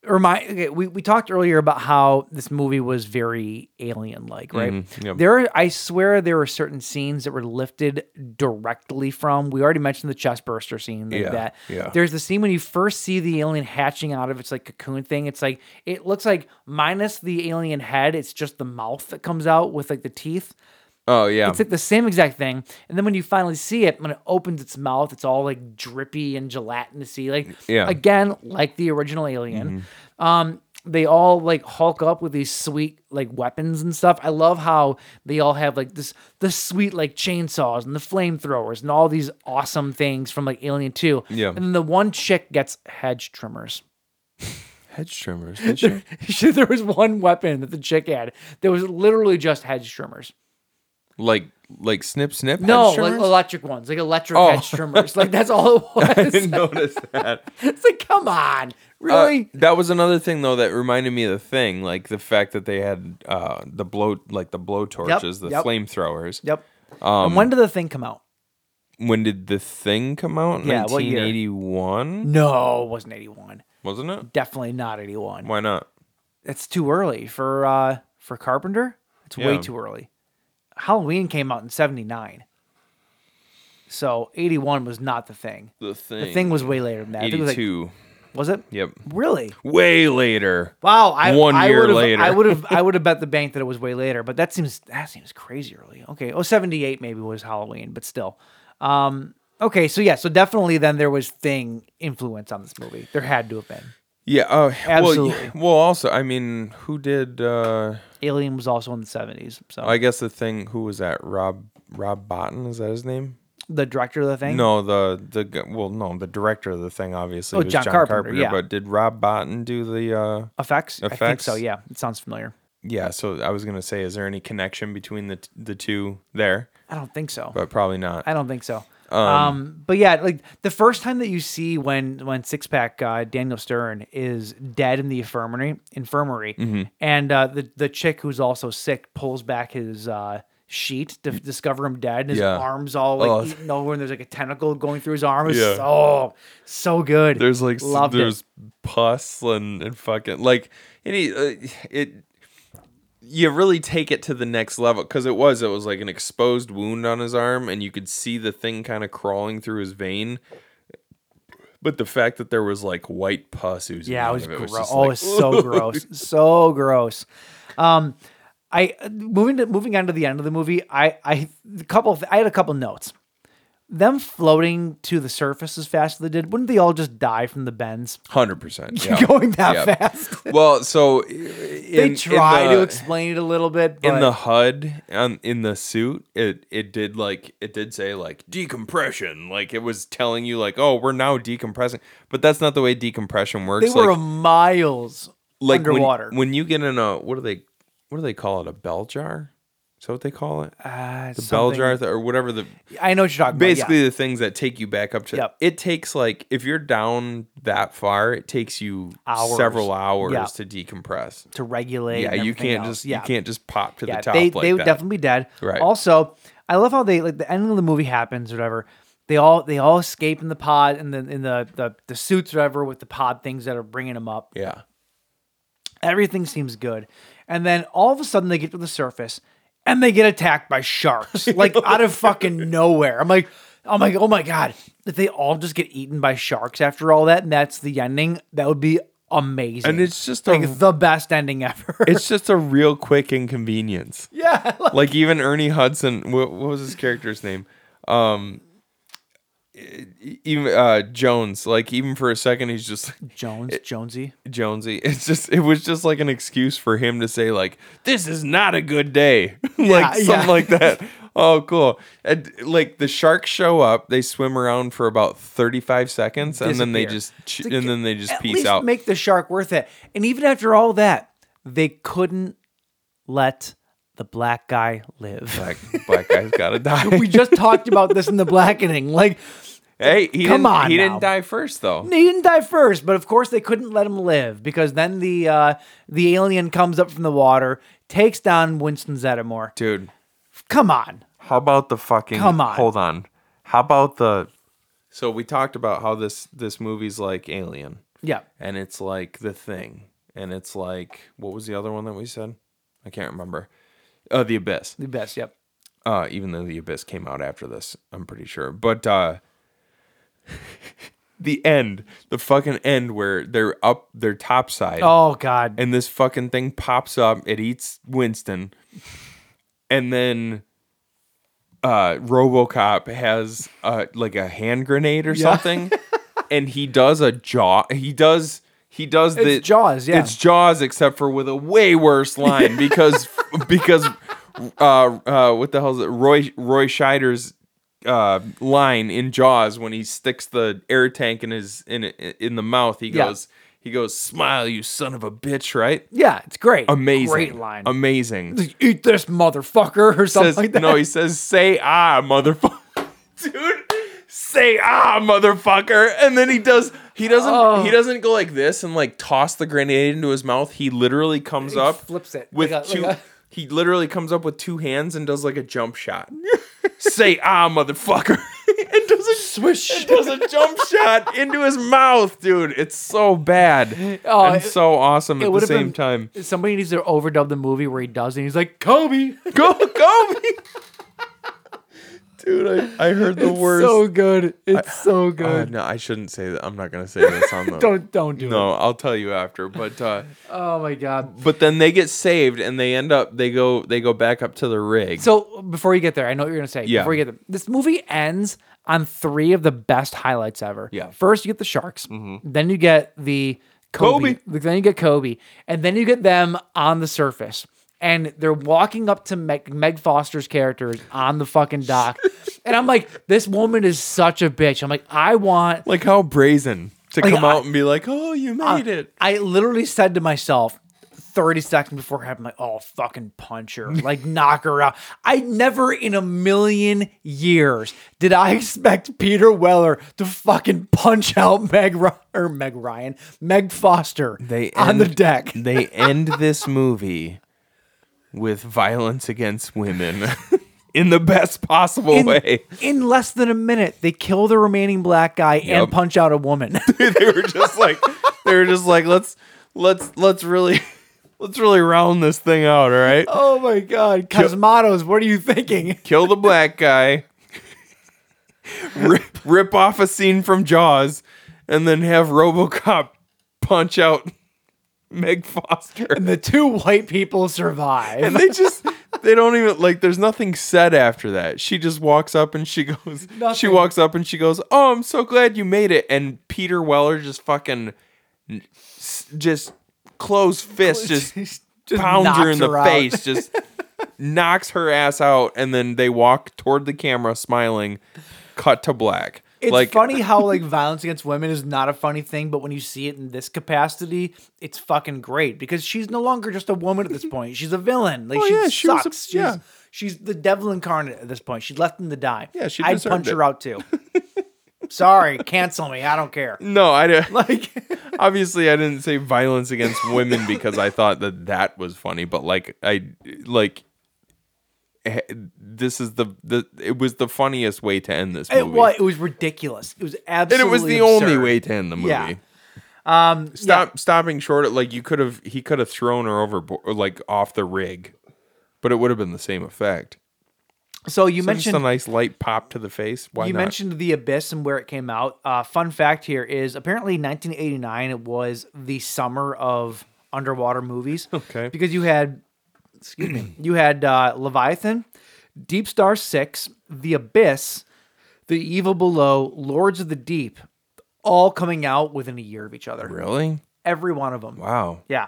remind. Okay, we we talked earlier about how this movie was very alien like, right?
Mhm, yep.
There, are, I swear, there were certain scenes that were lifted directly from. We already mentioned the chest burster scene, like
Yeah,
that.
yeah.
There's the scene when you first see the alien hatching out of its like cocoon thing. It's like it looks like minus the alien head, it's just the mouth that comes out with like the teeth.
oh yeah.
It's like the same exact thing. And then when you finally see it, when it opens its mouth, it's all like drippy and gelatinosy. Like
Yeah. Mm-hmm.
again, like the original alien. Um, they all like hulk up with these sweet like weapons and stuff. I love how they all have like this the sweet like chainsaws and the flamethrowers and all these awesome things from like Alien 2.
Yeah.
And then the one chick gets hedge trimmers.
Hedge trimmers. did you?
there was one weapon that the chick had that was literally just hedge trimmers.
like like snip snip.
No,
hedge
like
trimmers?
electric ones, like electric
Oh.
hedge trimmers. Like that's all it was.
I didn't notice that.
it's like, come on,
Uh,
really?
that was another thing though that reminded me of the thing, like the fact that they had uh, the blow, like the blow torches, the
yep.
flamethrowers.
yep.
Um,
and when did the thing come out?
When did the thing come out?
Yeah, what year?
nineteen eighty one,
No, it wasn't eighty one.
wasn't it?
Definitely not eighty one.
Why not?
That's too early for uh for Carpenter. It's way
Yeah.
too early. Halloween came out in seventy nine. So eighty one was not the thing.
The thing.
The thing was way later than that. I think it
eighty
was, like,
two.
was it?
yep.
Really?
Way later.
Wow, I,
One
I
year
would've-
later.
I would have I would have bet the bank that it was way later, but that seems that seems crazy early. Okay. Oh, 78 maybe was Halloween, but still. Um okay, so yeah, so definitely then there was thing influence on this movie. There had to have been.
Yeah. Oh, well, y-
Absolutely.
Well, also, I mean, who did? uh
Alien was also in the 70s. So
I guess the thing. Who was that? Rob. Rob Botten. Is that his name?
the director of the thing?
No, the the gu- well, no, the director of the thing obviously
Oh,
was
John
John,
Carpenter,
Carpenter.
yeah.
But did Rob Botten do the? uh
Effects? I think
Effects?
so, yeah. It sounds familiar.
Yeah, so I was gonna say, is there any connection between the t- the two there?
I don't think so.
But probably not.
I don't think so. Um, um, but yeah, like the first time that you see when when Six Pack uh, Daniel Stern is dead in the infirmary, infirmary, mm-hmm. and uh, the the chick who's also sick pulls back his uh, sheet to f- discover him dead, and his
Mm. Yeah.
arms all like
Oh.
eaten over, and there's like a tentacle going through his arm. It's
Yeah.
so so good.
There's like s-
Loved it.
there's pus and, and fucking like any uh, it. You really take it to the next level because it was it was like an exposed wound on his arm, and you could see the thing kind of crawling through his vein. But the fact that there was like white pus oozing
Yeah,
out
it was
of it was
gross.
just
oh,
like,
it's so gross, so gross. Um, I moving to moving on to the end of the movie. I I a couple. Of, I had a couple notes. Them floating to the surface as fast as they did, wouldn't they all just die from the bends?
Hundred percent.
Going that fast.
Well, so i-
They
in- in
try to
the-
explain it a little bit, but
in the HUD um, in the suit. It it did like it did say like decompression. Like it was telling you like oh we're now decompressing, but that's not the way decompression works.
they were
like,
miles
like when-
underwater.
When, you get in a what do they what do they call it a bell jar? Is that what they call it?
Uh,
the bell
something-
jar th- or whatever the
I know what you're talking
basically
about.
the things that take you back up to
Yep.
it takes like if you're down that far it takes you
Hours.
several hours
Yeah.
to decompress
Yeah, to regulate.
yeah
and
you
everything
can't
else.
just
yeah.
you can't just pop to the top
They,
like
they would
that.
definitely be dead.
Right.
Also, I love how they like the ending of the movie happens, whatever. They all they all escape in the pod and then in the, the the suits, whatever, with the pod things that are bringing them up.
yeah
Everything seems good, and then all of a sudden they get to the surface and they get attacked by sharks, like out of fucking nowhere. I'm like, I'm like, oh my god, if they all just get eaten by sharks after all that, and that's the ending, that would be amazing.
And it's just a-
like the best ending ever.
it's just a real quick inconvenience
yeah, like-
like even ernie hudson what, what was his character's name um e- even uh jones like even for a second he's just like,
Jones, Jonesy.
jonesy it's just it was just like an excuse for him to say like this is not a good day like
Yeah,
something
yeah.
like that oh cool and like the sharks show up they swim around for about 35 seconds and then they
Disappear.
just ch- and then they just
at
peace
least
out
Make the shark worth it. And even after all that, they couldn't let the black guy live.
black, black guy's gotta die
we just talked about this in the blackening. Like
hey he
Come
didn't,
on
he
now.
didn't die first though
he didn't die first, but of course they couldn't let him live because then the uh, the alien comes up from the water, takes down Winston Zeddemore.
dude
Come on,
How about the fucking?
Come on. hold
on. How about the? So we talked about how this this movie's like Alien,
yeah.
and it's like The Thing, and it's like what was the other one that we said? I can't remember. Uh, The Abyss.
The best, yep.
Uh, even though The Abyss came out after this, I'm pretty sure. But uh, the end, the fucking end, where they're up their topside,
Oh God,
and this fucking thing pops up. It eats Winston, and then uh, RoboCop has uh, like a hand grenade or something, and he does a jaw. He does. He does the
It's Jaws, yeah.
It's Jaws, except for with a way worse line because because uh, uh, what the hell is it? Roy Roy Scheider's uh, line in Jaws when he sticks the air tank in his in in the mouth. He
Yeah.
goes he goes smile, you son of a bitch, right?
yeah, it's great.
Amazing,
great line.
amazing.
Eat this motherfucker or something
Says-
like that.
No, he says say ah, motherfucker, dude. Say ah, motherfucker, and then he does. He doesn't.
Oh.
He doesn't go like this and like toss the grenade into his mouth. He literally comes up,
flips it,
with
like a-
two.
like a-
He literally comes up with two hands and does like a jump shot. say ah, motherfucker, and does a swish. And does a jump shot into his mouth, dude. It's so bad
Oh,
and
it-
so awesome at the
would've
same
been-
time.
Somebody needs to overdub the movie where he does it. And he's like Kobe.
Go, go, me. dude. I, I heard the worst.
So good. It's so
Uh,
good.
no, I shouldn't say that. I'm not gonna say this on the.
don't don't do it.
No, I'll tell you after. But uh,
Oh my god.
but then they get saved and they end up they go they go back up to the rig.
So before you get there, I know what you're gonna say.
Yeah.
Before you get there, this movie ends on three of the best highlights ever.
Yeah. Mm-hmm.
First, you get the sharks. Then you get the Kobe, Then you get Kobe, and then you get them on the surface, and they're walking up to Meg, Meg Foster's characters on the fucking dock, and I'm like, this woman is such a bitch. I'm like, I want
like how brazen to
Like,
come
I- Uh,
out and be like, oh, you made it.
I literally said to myself, 30 seconds before it happened, like, oh, fucking punch her, like knock her out. I never in a million years did I expect Peter Weller to fucking punch out Meg Ry- or Meg Ryan, Meg Foster
They
on the
end-
deck.
they end this movie with violence against women in the best possible
in,
way.
in less than a minute, they kill the remaining black guy
Yep.
and punch out a woman.
they were just like they were just like let's let's let's really let's really round this thing out, all right?
oh my god, Cosmatos, what are you thinking?
Kill the black guy. rip, rip off a scene from Jaws and then have RoboCop punch out Meg Foster.
And the two white people survive.
And they just they don't even like there's nothing said after that. She just walks up and she goes she
Nothing.
walks up and she goes, "Oh, I'm so glad you made it." And Peter Weller just fucking s- just closed fist just, pounds her
knocks
in the
her out.
face just knocks her ass out and then they walk toward the camera smiling cut to black.
It's
like
funny how like violence against women is not a funny thing, but when you see it in this capacity, it's fucking great because she's no longer just a woman at this point. She's a villain. Like
Oh,
she
yeah, she was a-
sucks.
yeah.
she's, she's the devil incarnate at this point. She left him to die.
Yeah, she
I'd
deserved
punch
it.
her out too. Sorry, cancel me. I don't care.
no, I didn't.
Like
obviously i didn't say violence against women because i thought that that was funny but like i like eh, this is the, the it was the funniest way to end this movie
it was it was ridiculous. It was
and
absolutely
it was the only
absurd.
way to end the movie
Yeah. Um,
stop stopping short at like you could have he could have thrown her overboard or, like off the rig but it would have been the same effect
So you
So
mentioned
just a nice light pop to the face why
you
not?
mentioned the abyss and where it came out. Uh, fun fact here is apparently 1989 it was the summer of underwater movies.
Okay.
because you had, excuse me, you had uh, Leviathan, Deep Star Six, The Abyss, The Evil Below, Lords of the Deep, all coming out within a year of each other.
really
Every one of them.
wow
Yeah.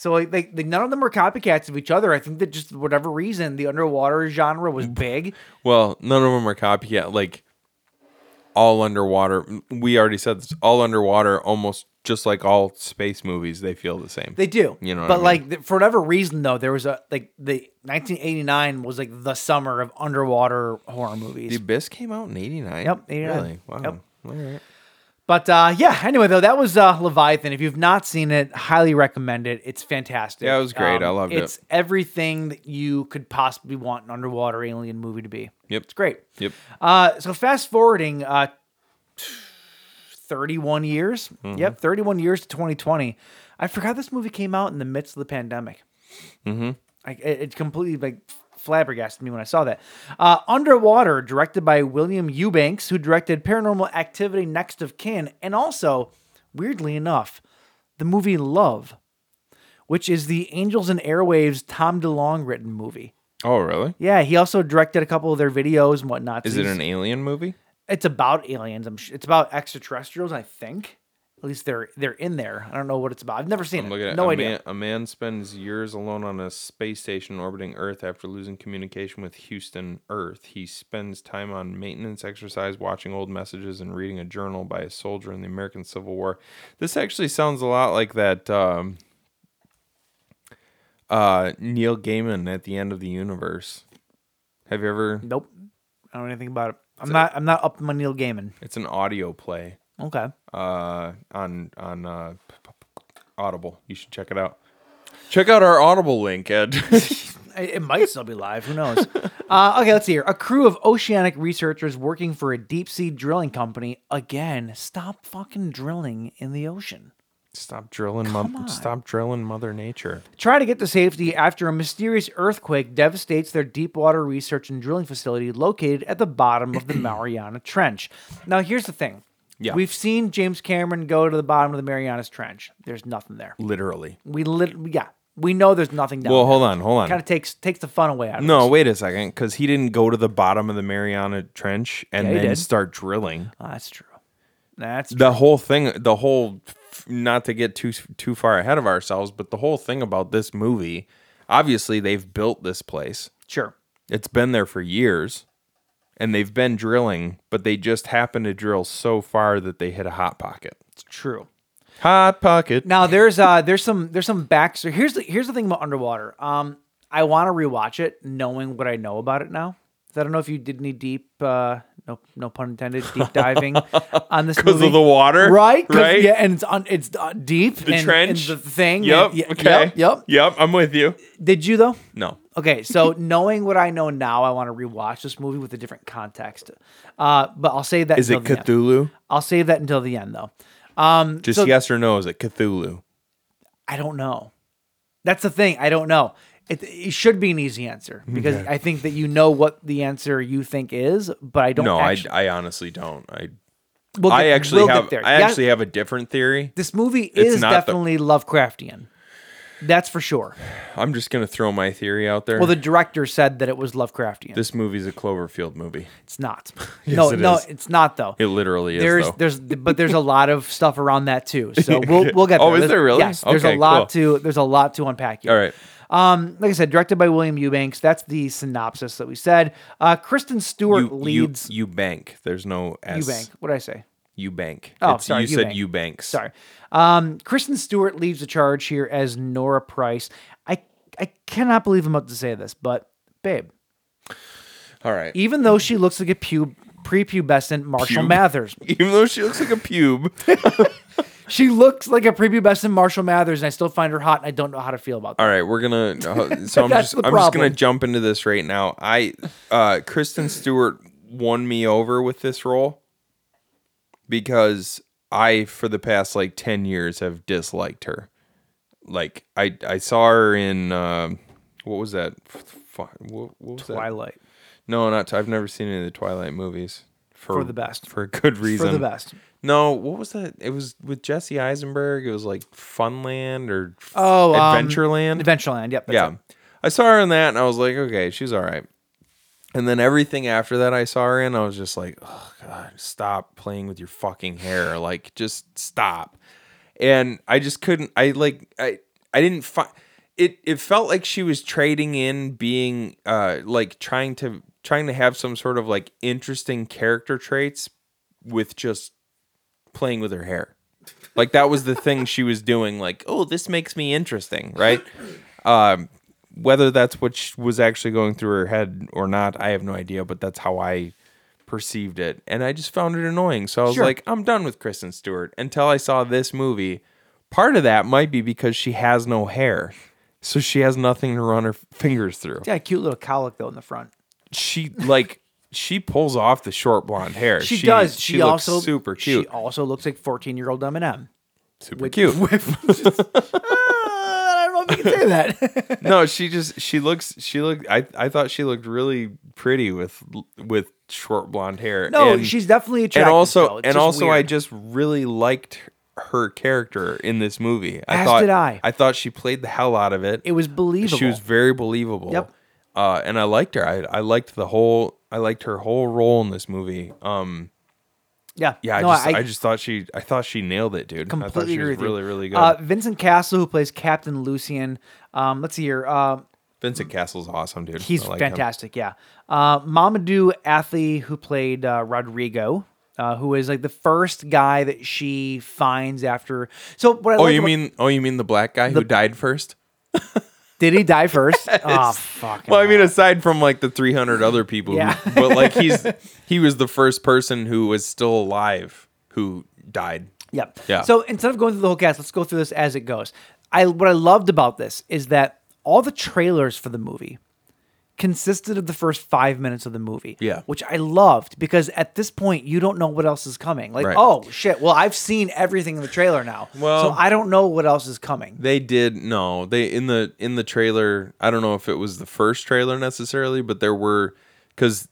So like they, they none of them were copycats of each other. I think that just whatever reason the underwater genre was big.
Well, none of them are copycat. Like all underwater, we already said this. All underwater, almost just like all space movies, they feel the same.
They do.
You know what I
but
mean?
like th- for whatever reason though, there was a like the 1989 was like the summer of underwater horror
the
movies.
Abyss came out in '89.
Yep, 89.
Really? Wow.
Yep.
All right.
But uh yeah, anyway though, that was uh Leviathan. If you've not seen it, highly recommend it. It's fantastic. Um,
Yeah, it was great. I loved it.
It's everything that you could possibly want an underwater alien movie to be.
Yep.
It's great.
Yep.
Uh, so fast forwarding, uh, 31 years.
Mm-hmm.
Yep, 31 years to 2020. I forgot this movie came out in the midst of the pandemic. Mm-hmm. I, it, it completely like flabbergasted me when I saw that. Uh, Underwater, directed by William Eubanks, who directed Paranormal Activity, Next of Kin, and also, weirdly enough, the movie Love, which is the Angels and Airwaves Tom DeLong written movie.
Oh, really?
Yeah, he also directed a couple of their videos and whatnot.
Is
so
it
he's-
an alien movie?
it's about aliens. I'm sh- it's about extraterrestrials, I think. At least they're they're in there. I don't know what it's about. I've never seen
I'm
it.
looking at
no
a
idea.
Man, a man spends years alone on a space station orbiting Earth after losing communication with Houston Earth. He spends time on maintenance exercise, watching old messages, and reading a journal by a soldier in the American Civil War. This actually sounds a lot like that um, uh, Neil Gaiman at the end of the universe. Have you ever?
Nope. I don't know anything about it. I'm not I'm not up my Neil Gaiman.
It's an audio play
Okay.
uh, on on uh, p- p- p- Audible. You should check it out. Check out our Audible link, Ed.
It, it might still be live. Who knows? uh, okay, let's see here. A crew of oceanic researchers working for a deep sea drilling company again. Stop fucking drilling in the ocean.
Stop drilling, mo- stop drilling Mother Nature.
Try to get to safety after a mysterious earthquake devastates their deep water research and drilling facility located at the bottom of the Mariana Trench. Now, here's the thing.
Yeah.
We've seen James Cameron go to the bottom of the Marianas Trench. There's nothing there.
Literally.
We lit yeah. We know there's nothing down
Well,
there.
hold on, hold on.
Kind of takes takes the fun away out of
no,
it.
wait a second, because he didn't go to the bottom of the Mariana Trench and
Yeah, he
then
did.
start drilling.
Oh, that's true. That's true.
The whole thing, the whole, not to get too too far ahead of ourselves, but the whole thing about this movie, obviously they've built this place.
sure.
It's been there for years, and they've been drilling, but they just happened to drill so far that they hit a hot pocket.
It's true.
Hot pocket.
Now there's uh there's some there's some backstory. Here's the here's the thing about Underwater. Um, I want to rewatch it, knowing what I know about it now. 'Cause I don't know if you did any deep, uh, no no pun intended, deep diving on this
'Cause of
movie
the water,
right? 'Cause-
right?
Yeah, and it's on it's uh, deep.
The
and,
trench.
and the thing.
Yep.
and- yeah,
okay.
Yep, yep.
Yep. I'm with you.
Did you though?
No.
Okay, so knowing what I know now, I want to rewatch this movie with a different context. Uh, but I'll save that.
Is it
until the end.
Cthulhu?
I'll save that until the end, though. Um,
Just
so
yes or no? Is it Cthulhu?
I don't know. That's the thing. I don't know. It, it should be an easy answer because I think that you know what the answer you think is, but I don't.
No,
actu-
I, I honestly don't. I
we'll
I
get-
actually
we'll get
have
there.
I
Yeah,
actually have a different theory.
this movie
it's
is
not the-
definitely Lovecraftian. That's for sure.
I'm just gonna throw my theory out there.
Well, the director said that it was Lovecraftian.
this movie's a Cloverfield movie.
it's not.
Yes,
no,
it
no,
is.
it's not though.
It literally is.
there's
though.
there's but there's a lot of stuff around that too. So we'll we'll get.
Oh,
there.
is
There's-
there really?
Yes, there's
Okay,
a lot
cool.
to there's a lot to unpack here.
All right.
Um, like I said, directed by William Eubanks. That's the synopsis that we said. Uh, Kristen Stewart
you,
leads
you, you bank. There's no S.
Eubank. What did I say?
You bank.
Oh,
It's-
sorry,
You said you banks.
Sorry. Um, Kristen Stewart leaves the charge here as Nora Price. I I cannot believe I'm about to say this, but babe,
All right.
even though she looks like a pub prepubescent Marshall
Pube.
Mathers,
Even though she looks like a pube.
she looks like a prepubescent Marshall Mathers, and I still find her hot, and I don't know how to feel about that.
All right, we're gonna. uh, So I'm
That's
just
the
I'm just gonna
problem.
jump into this right now. I uh Kristen Stewart won me over with this role because I for the past like ten years have disliked her. Like I I saw her in um what was that? Fu- What, what was that?
Twilight.
No, not. Tw- I've never seen any of the Twilight movies.
For the best.
For a good reason.
For the best.
No, what was that? It was with Jesse Eisenberg. It was like Funland or f-
Oh, um,
Adventureland.
Adventureland. Yep. that's
yeah,
it.
I saw her in that, and I was like, okay, she's all right. And then everything after that, I saw her in, I was just like, oh god, stop playing with your fucking hair, like just stop. And I just couldn't. I like I I didn't find it. It felt like she was trading in being uh like trying to trying to have some sort of like interesting character traits with just playing with her hair. Like that was the thing she was doing. Like, oh, this makes me interesting, right? Um, whether that's what sh- was actually going through her head or not, I have no idea. But that's how I perceived it, and I just found it annoying. So I was
Sure.
like, I'm done with Kristen Stewart until I saw this movie. Part of that might be because she has no hair, so she has nothing to run her f- fingers through.
Yeah, cute little cowlick though in the front.
She like. She pulls off the short blonde hair.
She, does. She,
looks
also
super cute.
She also looks like fourteen year old Eminem.
super cute.
uh, I don't know if you can say that.
no, she just she looks she looked I I thought she looked really pretty with with short blonde hair.
no,
And-
she's definitely attractive.
and also
though. It's
and
just
also I
weird.
just really liked her character in this movie. I
As
thought
did I.
I thought she played the hell out of it.
it was believable.
She was very believable.
Yep.
Uh, and I liked her. I, I liked the whole I liked her whole role in this movie. Um
yeah,
yeah,
No,
I just I, just thought she I thought she nailed it, dude. I thought
completely
she
agree
was
with you.
really, really good.
Uh, Vincent Castle, who plays Captain Lucian. Um, let's see here. Uh,
Vincent Castle's awesome, dude.
he's
I like him.
fantastic. Yeah. Uh, Mamadou Athy, who played uh, Rodrigo. Uh, who is like the first guy that she finds after? So what I
Oh,
like
you
about-
mean oh, you mean the black guy who died first?
did he die first? oh fuck!
Well, I mean, aside from like the 300 other people, who-
Yeah.
but like he's he was the first person who was still alive who died.
Yep.
Yeah.
So instead of going through the whole cast, let's go through this as it goes. I what I loved about this is that all the trailers for the movie consisted of the first five minutes of the movie.
Yeah.
Which I loved because at this point you don't know what else is coming. Like,
Right.
oh shit. Well, I've seen everything in the trailer now.
Well-
so I don't know what else is coming.
They did no, they in the in the trailer. I don't know if it was the first trailer necessarily, but there were because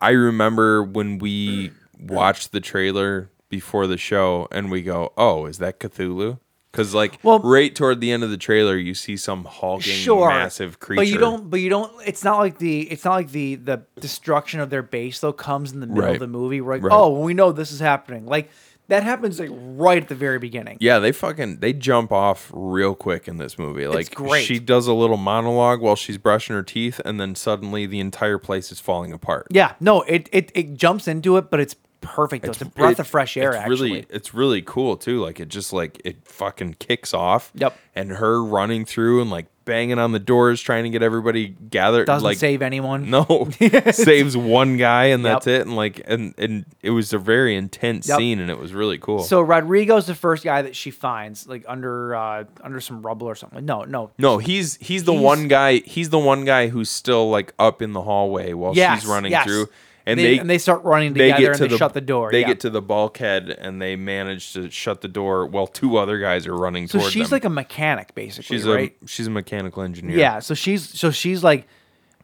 I remember when we watched the trailer before the show and we go, "Oh, is that Cthulhu?" Because like
Well-
right toward the end of the trailer, you see some hulking
Sure.
massive creature.
But you don't but you don't it's not like the it's not like the the destruction of their base though comes in the middle
Right.
of the movie. We're like,
Right.
oh we know this is happening. Like that happens like right at the very beginning.
Yeah, they fucking they jump off real quick in this movie. Like
great.
she does a little monologue while she's brushing her teeth and then suddenly the entire place is falling apart.
Yeah, no, it it, it jumps into it, but it's perfect. Though. It's, a breath
it-
of fresh air.
It's
actually,
really, it's really cool too. Like it just like it fucking kicks off.
Yep.
And her running through and like banging on the doors, trying to get everybody gathered.
doesn't
like,
save anyone.
No, saves one guy and that's
Yep.
it. And like and and it was a very intense
Yep.
scene and it was really cool.
So Rodrigo's the first guy that she finds, like under uh, under some rubble or something. No, no,
no, he's he's the
He's-
one guy. He's the one guy who's still like up in the hallway while
Yes,
she's running
yes.
through. And
They-
they,
and they start running together and they shut the door,
They
yeah.
get to the bulkhead and they manage to shut the door while two other guys are running
So
toward
she's
them.
like a mechanic, basically,
She's
right?
a she's a mechanical engineer.
Yeah. So she's so she's like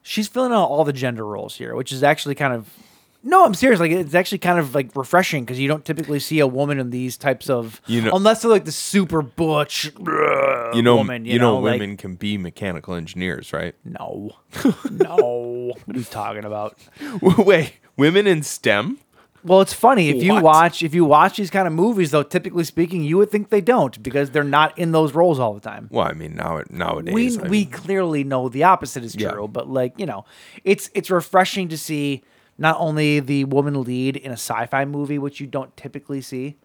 she's filling out all the gender roles here, which is actually kind of no, I'm serious. Like it's actually kind of like refreshing because you don't typically see a woman in these types of
You know-
unless they're like the super butch
you know,
woman. You,
you know,
like-
women can be mechanical engineers, right?
no, no. What are you talking about?
Wait, women in STEM?
Well, it's funny if you
What?
watch if you watch these kind of movies, though. Typically speaking, you would think they don't because they're not in those roles all the time.
Well, I mean, now nowadays,
we
I mean,
we clearly know the opposite is
Yeah.
true, but like you know, it's it's refreshing to see not only the woman lead in a sci-fi movie, which you don't typically see.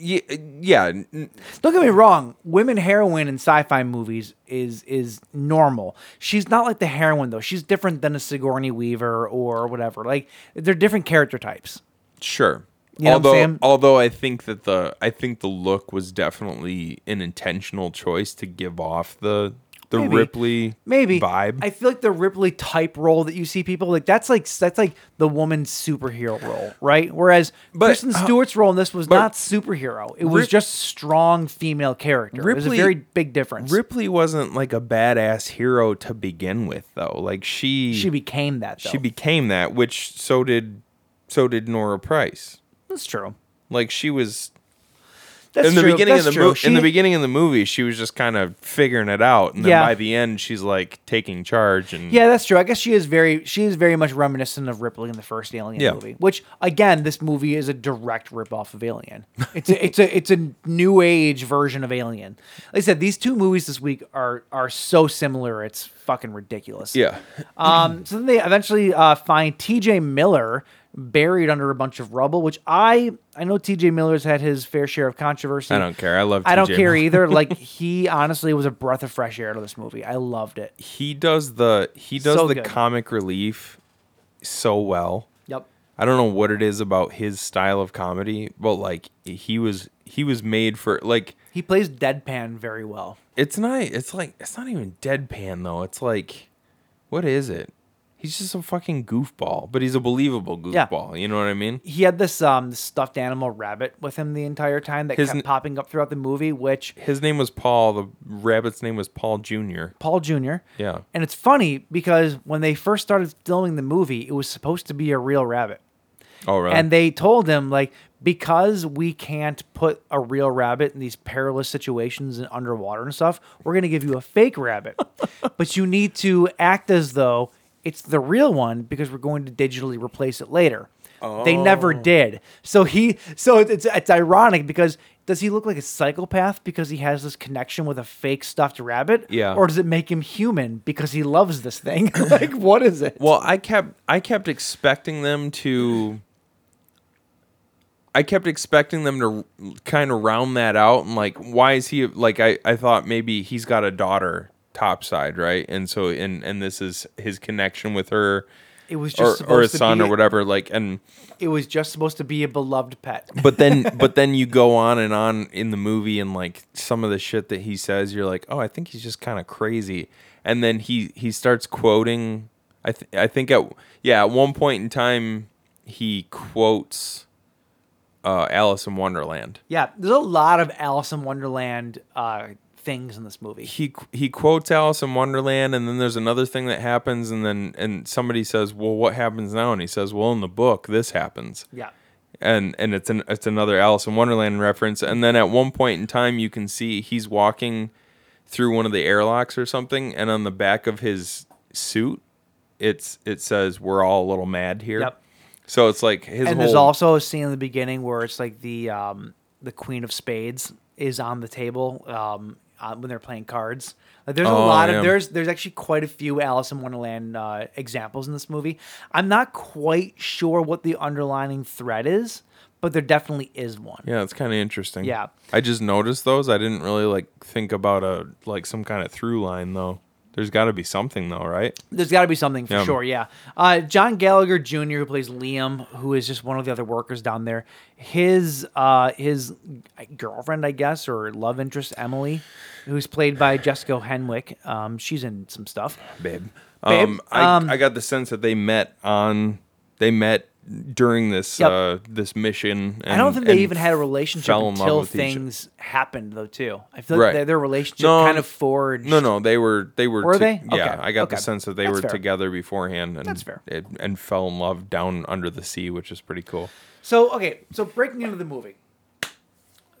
yeah, yeah, n-
Don't get me wrong, women heroine in sci-fi movies is is normal. She's not like the heroine though. She's different than a Sigourney Weaver or whatever. Like they're different character types.
sure.
You know what I'm
although,
saying?
although I think that the I think the look was definitely an intentional choice to give off the the
Maybe.
Ripley
maybe
vibe.
I feel like the Ripley type role that you see people like that's like that's like the woman's superhero role, right? Whereas
But,
Kristen
uh,
Stewart's role in this was
but-
not superhero; it was
Rip-
just strong female character. There's a
Ripley-
very big difference.
Ripley wasn't like a badass hero to begin with, though. Like she
she became that. Though.
she became that, which so did so did Nora Price.
that's true.
Like she was
That's
in the
true.
beginning of
That's
the
true.
movie, in the
She-
beginning of the movie, she was just kind of figuring it out, and then
Yeah.
by the end, she's like taking charge. And
Yeah, that's true. I guess she is very she is very much reminiscent of Ripley in the first Alien
Yeah.
movie, which again, this movie is a direct ripoff of Alien. It's a, it's a it's a new age version of Alien. Like I said, these two movies this week are are so similar. It's fucking ridiculous.
yeah,
Um. So then they eventually uh, find T.J. Miller buried under a bunch of rubble, which I I know T.J. Miller's had his fair share of controversy.
I don't care. I love
I don't
T.J.
care
Miller.
either. Like he honestly was a breath of fresh air to this movie. I loved it.
he does the he does
So
the
good.
comic relief so well.
Yep.
I don't know what it is about his style of comedy, but like he was he was made for like
He plays deadpan very well.
it's not it's like it's not even deadpan though. It's like what is it? He's just a fucking goofball, but he's a believable
Yeah.
goofball. You know what I mean?
He had this um this stuffed animal rabbit with him the entire time that
His
kept
n-
popping up throughout the movie, which
His name was Paul. The rabbit's name was Paul Jr.
Paul Jr.
Yeah.
And it's funny because when they first started filming the movie, it was supposed to be a real rabbit.
Oh, really?
And they told him like because we can't put a real rabbit in these perilous situations and underwater and stuff, we're going to give you a fake rabbit. but you need to act as though it's the real one because we're going to digitally replace it later. They never
Oh.
did. So he so it- it's it's ironic because does he look like a psychopath because he has this connection with a fake stuffed rabbit?
Yeah.
Or does it make him human because he loves this thing? like what is it?
Well, I kept I kept expecting them to I kept expecting them to kind of round that out and like why is he like I I thought maybe he's got a daughter topside, right? And so and and this is his connection with her
It was just
or,
supposed
or his
to
son
be
or whatever like and
It was just supposed to be a beloved pet.
but then but then you go on and on in the movie and like some of the shit that he says you're like oh i think he's just kind of crazy and then he he starts quoting i th- i think at yeah at one point in time he quotes uh alice in wonderland
Yeah, there's a lot of Alice in Wonderland uh, things in this movie.
he he quotes Alice in Wonderland, and then there's another thing that happens, and then and somebody says, "Well, what happens now?" And he says, "Well, in the book, this happens."
Yeah.
and and it's an it's another Alice in Wonderland reference. And then at one point in time, you can see he's walking through one of the airlocks or something, and on the back of his suit, it's it says, "We're all a little mad here."
Yep.
So it's like his
and
whole
there's also a scene in the beginning where it's like the um, the Queen of Spades is on the table, um, uh, when they're playing cards. Like there's a
Oh,
lot
yeah.
of there's there's actually quite a few Alice in Wonderland uh, examples in this movie. I'm not quite sure what the underlining thread is, but there definitely is one.
Yeah, it's kind of interesting.
Yeah.
I just noticed those. I didn't really like think about a like some kind of through line though. There's got to be something though, right?
There's got to be something for
Yeah.
sure, yeah. Uh, John Gallagher Jr., who plays Liam, who is just one of the other workers down there, his uh, his girlfriend, I guess, or love interest, Emily, who's played by Jessica Henwick. Um, she's in some stuff.
Babe.
Babe,
Um, I,
um,
I got the sense that they met on they met during this
Yep.
uh this mission. And,
I don't think they
and
even had a relationship
fell in love
until
with each-
things happened, though. Too, I feel like
Right.
their, their relationship
No,
kind of forged.
No, no, they were they were
Were they?
Yeah,
Okay,
I got the
okay.
sense that they
That's
were
fair.
together beforehand and
That's fair.
It, and fell in love down under the sea, which is pretty cool.
So okay, so breaking into the movie,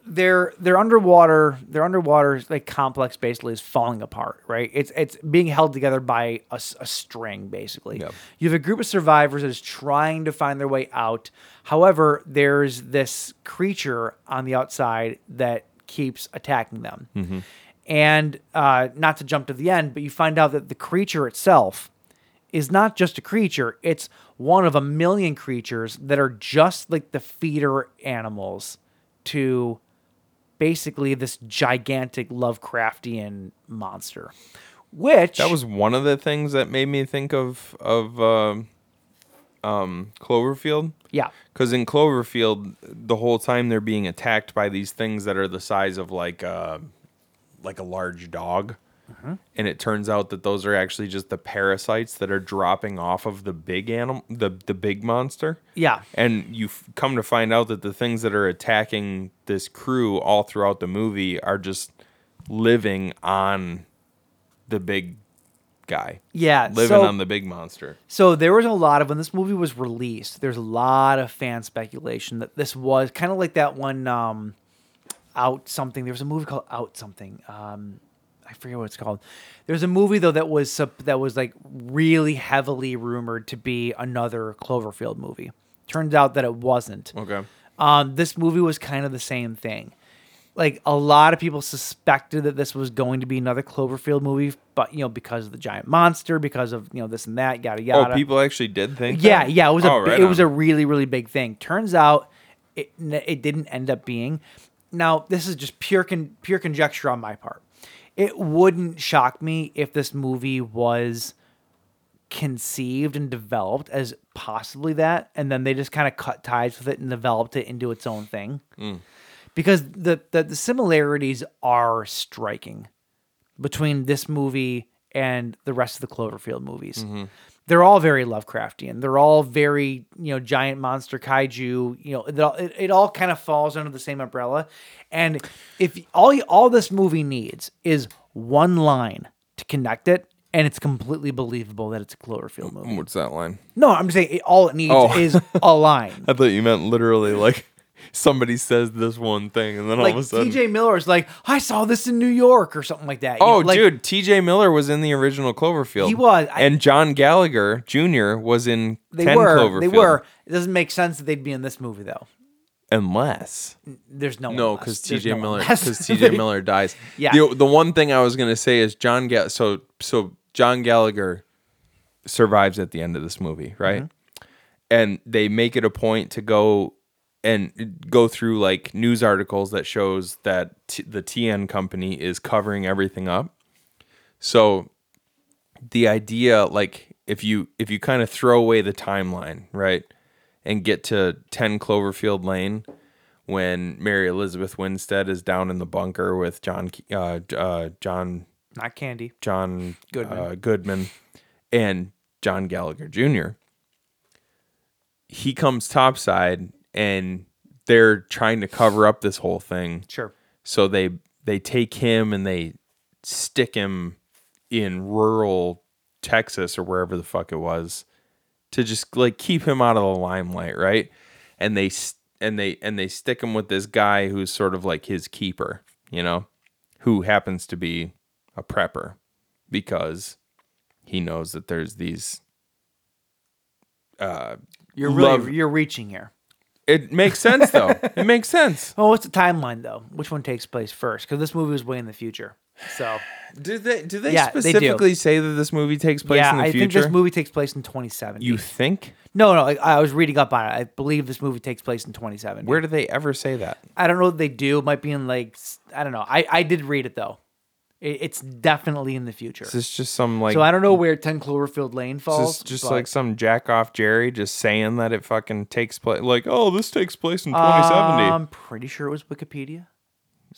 their their underwater their underwater like complex basically is falling apart. Right, it's it's being held together by a, s- a string basically.
Yep.
You have a group of survivors that is trying to find their way out. However, there's this creature on the outside that keeps attacking them. And uh, not to jump to the end, but you find out that the creature itself is not just a creature, it's one of a million creatures that are just like the feeder animals to basically this gigantic Lovecraftian monster. Which
That was one of the things that made me think of of um um, Cloverfield.
yeah.
Because in Cloverfield, the whole time they're being attacked by these things that are the size of like a, like a large dog,
Uh-huh.
and it turns out that those are actually just the parasites that are dropping off of the big animal, the the big monster.
Yeah.
And you f- come to find out that the things that are attacking this crew all throughout the movie are just living on the big guy.
Yeah.
Living
so-
on the big monster.
So there was a lot of when this movie was released. There's a lot of fan speculation that this was kind of like that one um, out something. There was a movie called Out Something. Um, I forget what it's called. There's a movie though that was sup- that was like really heavily rumored to be another Cloverfield movie. Turns out that it wasn't.
Okay.
Um, this movie was kind of the same thing. Like a lot of people suspected that this was going to be another Cloverfield movie, but you know because of the giant monster, because of you know this and that, yada yada.
Oh, people actually did think.
Yeah,
that?
yeah, it was a
Oh, right
it was
on.
a really really big thing. Turns out it n- it didn't end up being. Now this is just pure con- pure conjecture on my part. It wouldn't shock me if this movie was conceived and developed as possibly that, and then they just kind of cut ties with it and developed it into its own thing. Because the, the the similarities are striking between this movie and the rest of the Cloverfield movies. They're all very Lovecraftian. They're all very, you know, giant monster kaiju. You know, it all, it, it all kind of falls under the same umbrella. And if all you- all this movie needs is one line to connect it, and it's completely believable that it's a Cloverfield movie.
What's that line?
No, I'm just saying it, all it needs
Oh.
is a line.
I thought you meant literally like somebody says this one thing and then
like
all of a sudden.
TJ Miller's like, I saw this in New York or something like that. you
oh,
know, like-
dude, TJ Miller was in the original Cloverfield.
He was, I-
and John Gallagher Jr. was in
They
10
were.
Cloverfield.
They were. It doesn't make sense that they'd be in this movie though.
Unless.
There's no
No,
one less.
because
There's
TJ
no
Miller,
one less.
because TJ Miller dies.
Yeah.
The, the one thing I was gonna say is John Gall. So so John Gallagher survives at the end of this movie, right?
Mm-hmm.
And they make it a point to go and go through like news articles that shows that t- the TN company is covering everything up. So the idea, like, if you if you kind of throw away the timeline, right, and get to ten Cloverfield Lane when Mary Elizabeth Winstead is down in the bunker with John uh, uh, John
not Candy.
John
Goodman.
uh, Goodman and John Gallagher Jr. He comes topside and they're trying to cover up this whole thing.
Sure.
So they they take him and they stick him in rural Texas or wherever the fuck it was to just like keep him out of the limelight, right? And they s- and they and they stick him with this guy who's sort of like his keeper, you know, who happens to be a prepper because he knows that there's these uh
You're really
Love-
you're reaching here.
it makes sense though. it makes sense.
Well, what's the timeline though? Which one takes place first? Because this movie was way in the future. So
Do they do they
Yeah, they do.
specifically say that this movie takes place
yeah,
in the
I think
future?
this movie takes place in 2070.
you think?
no, no, like, I was reading up on it. I believe this movie takes place in 2070.
Where do they ever say that?
I don't know what they do. It might be in like s- I don't know. I I did read it though. It, it's definitely in the future.
Is this just some like
so I don't know where 10 Cloverfield Lane falls.
Is this just
but-
like some jack off Jerry just saying that it fucking takes place like, oh, this takes place in
Um,
twenty seventy.
I'm pretty sure it was Wikipedia.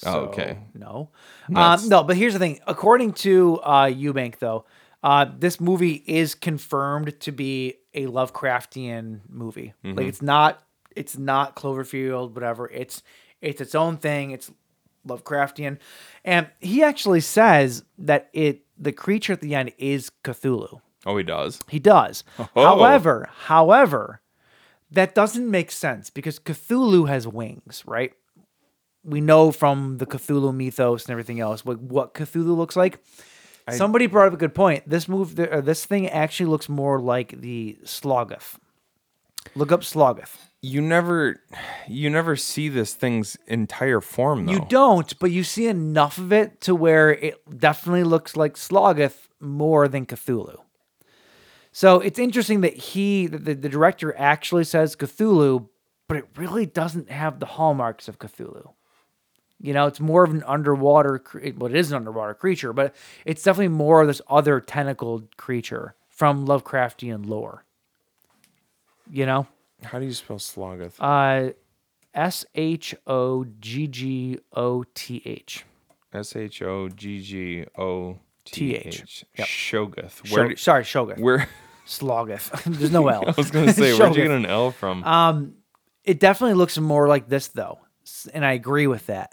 Oh,
So,
okay.
No.
That's-
Um, no, but here's the thing. According to uh, Eubank, though, uh, this movie is confirmed to be a Lovecraftian movie.
Mm-hmm.
Like it's not, it's not Cloverfield, whatever. It's it's its own thing. It's Lovecraftian, and he actually says that it the creature at the end is Cthulhu.
oh, he does.
He does. However, however, that doesn't make sense because Cthulhu has wings, right? We know from the Cthulhu mythos and everything else like what Cthulhu looks like. Somebody brought up a good point. This move, or this thing, actually looks more like the Slogoth. Look up Slogoth.
You never you never see this thing's entire form though.
You don't, but you see enough of it to where it definitely looks like Slogoth more than Cthulhu. So it's interesting that he, that the, the director, actually says Cthulhu, but it really doesn't have the hallmarks of Cthulhu. You know, it's more of an underwater, cre- well, it is an underwater creature, but it's definitely more of this other tentacled creature from Lovecraftian lore. You know?
How do you spell Slogoth?
Uh, S H O G G O T H.
S H O G G O T H.
T-H. Yep.
Shogoth.
Shog-
Where? do-
sorry, Shogun.
where?
Slogoth. There's no L.
I was gonna say, where'd you
Shogun.
get an L
Uh,
from?
It definitely looks more like this though, S- and I agree with that.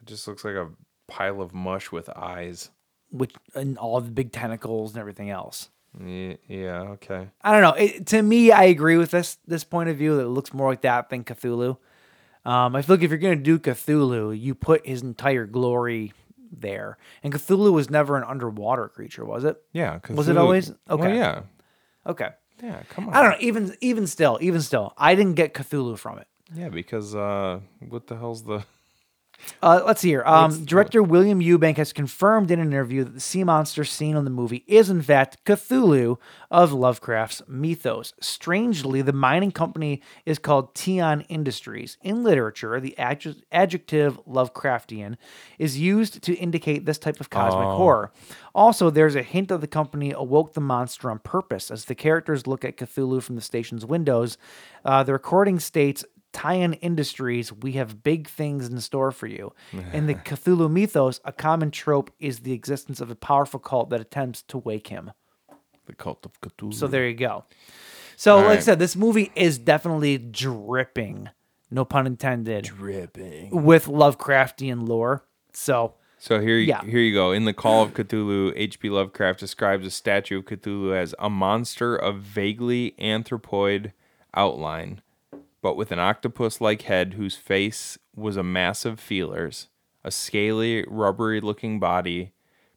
it just looks like a pile of mush with eyes.
Which and all the big tentacles and everything else.
Yeah. yeah okay.
I don't know. It, to me, I agree with this this point of view that it looks more like that than Cthulhu. Um, I feel like if you're gonna do Cthulhu, you put his entire glory there. And Cthulhu was never an underwater creature, was it?
Yeah.
Was it
Cthulhu-
always?
Well,
Okay.
yeah.
Okay.
Yeah. Come on.
I don't know. Even even still, even still, I didn't get Cthulhu from it.
Yeah, because uh, what the hell's the?
Uh, let's see here. Um, director William Eubank has confirmed in an interview that the sea monster seen on the movie is, in fact, Cthulhu of Lovecraft's mythos. Strangely, the mining company is called Teon Industries. In literature, the adj- adjective Lovecraftian is used to indicate this type of cosmic horror. Also, there's a hint that the company awoke the monster on purpose. As the characters look at Cthulhu from the station's windows, uh, the recording states Tyan Industries, we have big things in store for you. In the Cthulhu mythos, a common trope is the existence of a powerful cult that attempts to wake him.
The cult of Cthulhu.
So there you go. So, like I
right.
said, this movie is definitely dripping, no pun intended, dripping with Lovecraftian lore. So,
So here, you,
Yeah.
here you go. In the Call of Cthulhu, H.P. Lovecraft describes a statue of Cthulhu as a monster of vaguely anthropoid outline, but with an octopus-like head whose face was a mass of feelers, a scaly, rubbery-looking body,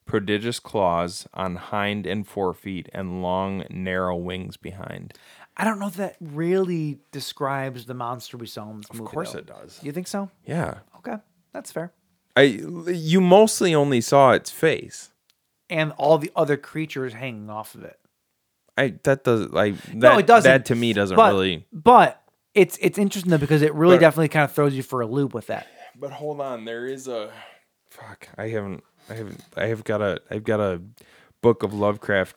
prodigious claws on hind and forefeet, and long, narrow wings behind.
I don't know if that really describes the monster we saw in this movie.
course
though.
it does.
You think so?
Yeah,
Okay, that's fair.
I you mostly only saw its face.
And all the other creatures hanging off of it.
I that does like that,
no, it doesn't.
that to me doesn't
But-
really.
But it's it's interesting though because it really
But-
definitely kind of throws you for a loop with that.
But hold on, there is a fuck. I haven't. I haven't. I have got a. I've got a book of Lovecraft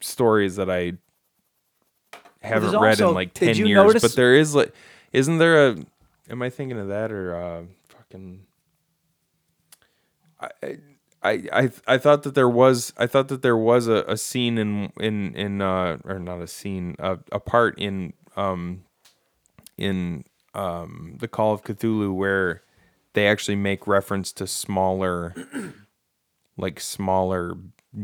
stories that I haven't
there's
read in
also-
like
did
ten
you
years.
notice-
But there is like, isn't there a? Am I thinking of that or uh, fucking? I I I I thought that there was I thought that there was a, a scene in in in uh or not a scene a, a part in um in um the Call of Cthulhu where they actually make reference to smaller like smaller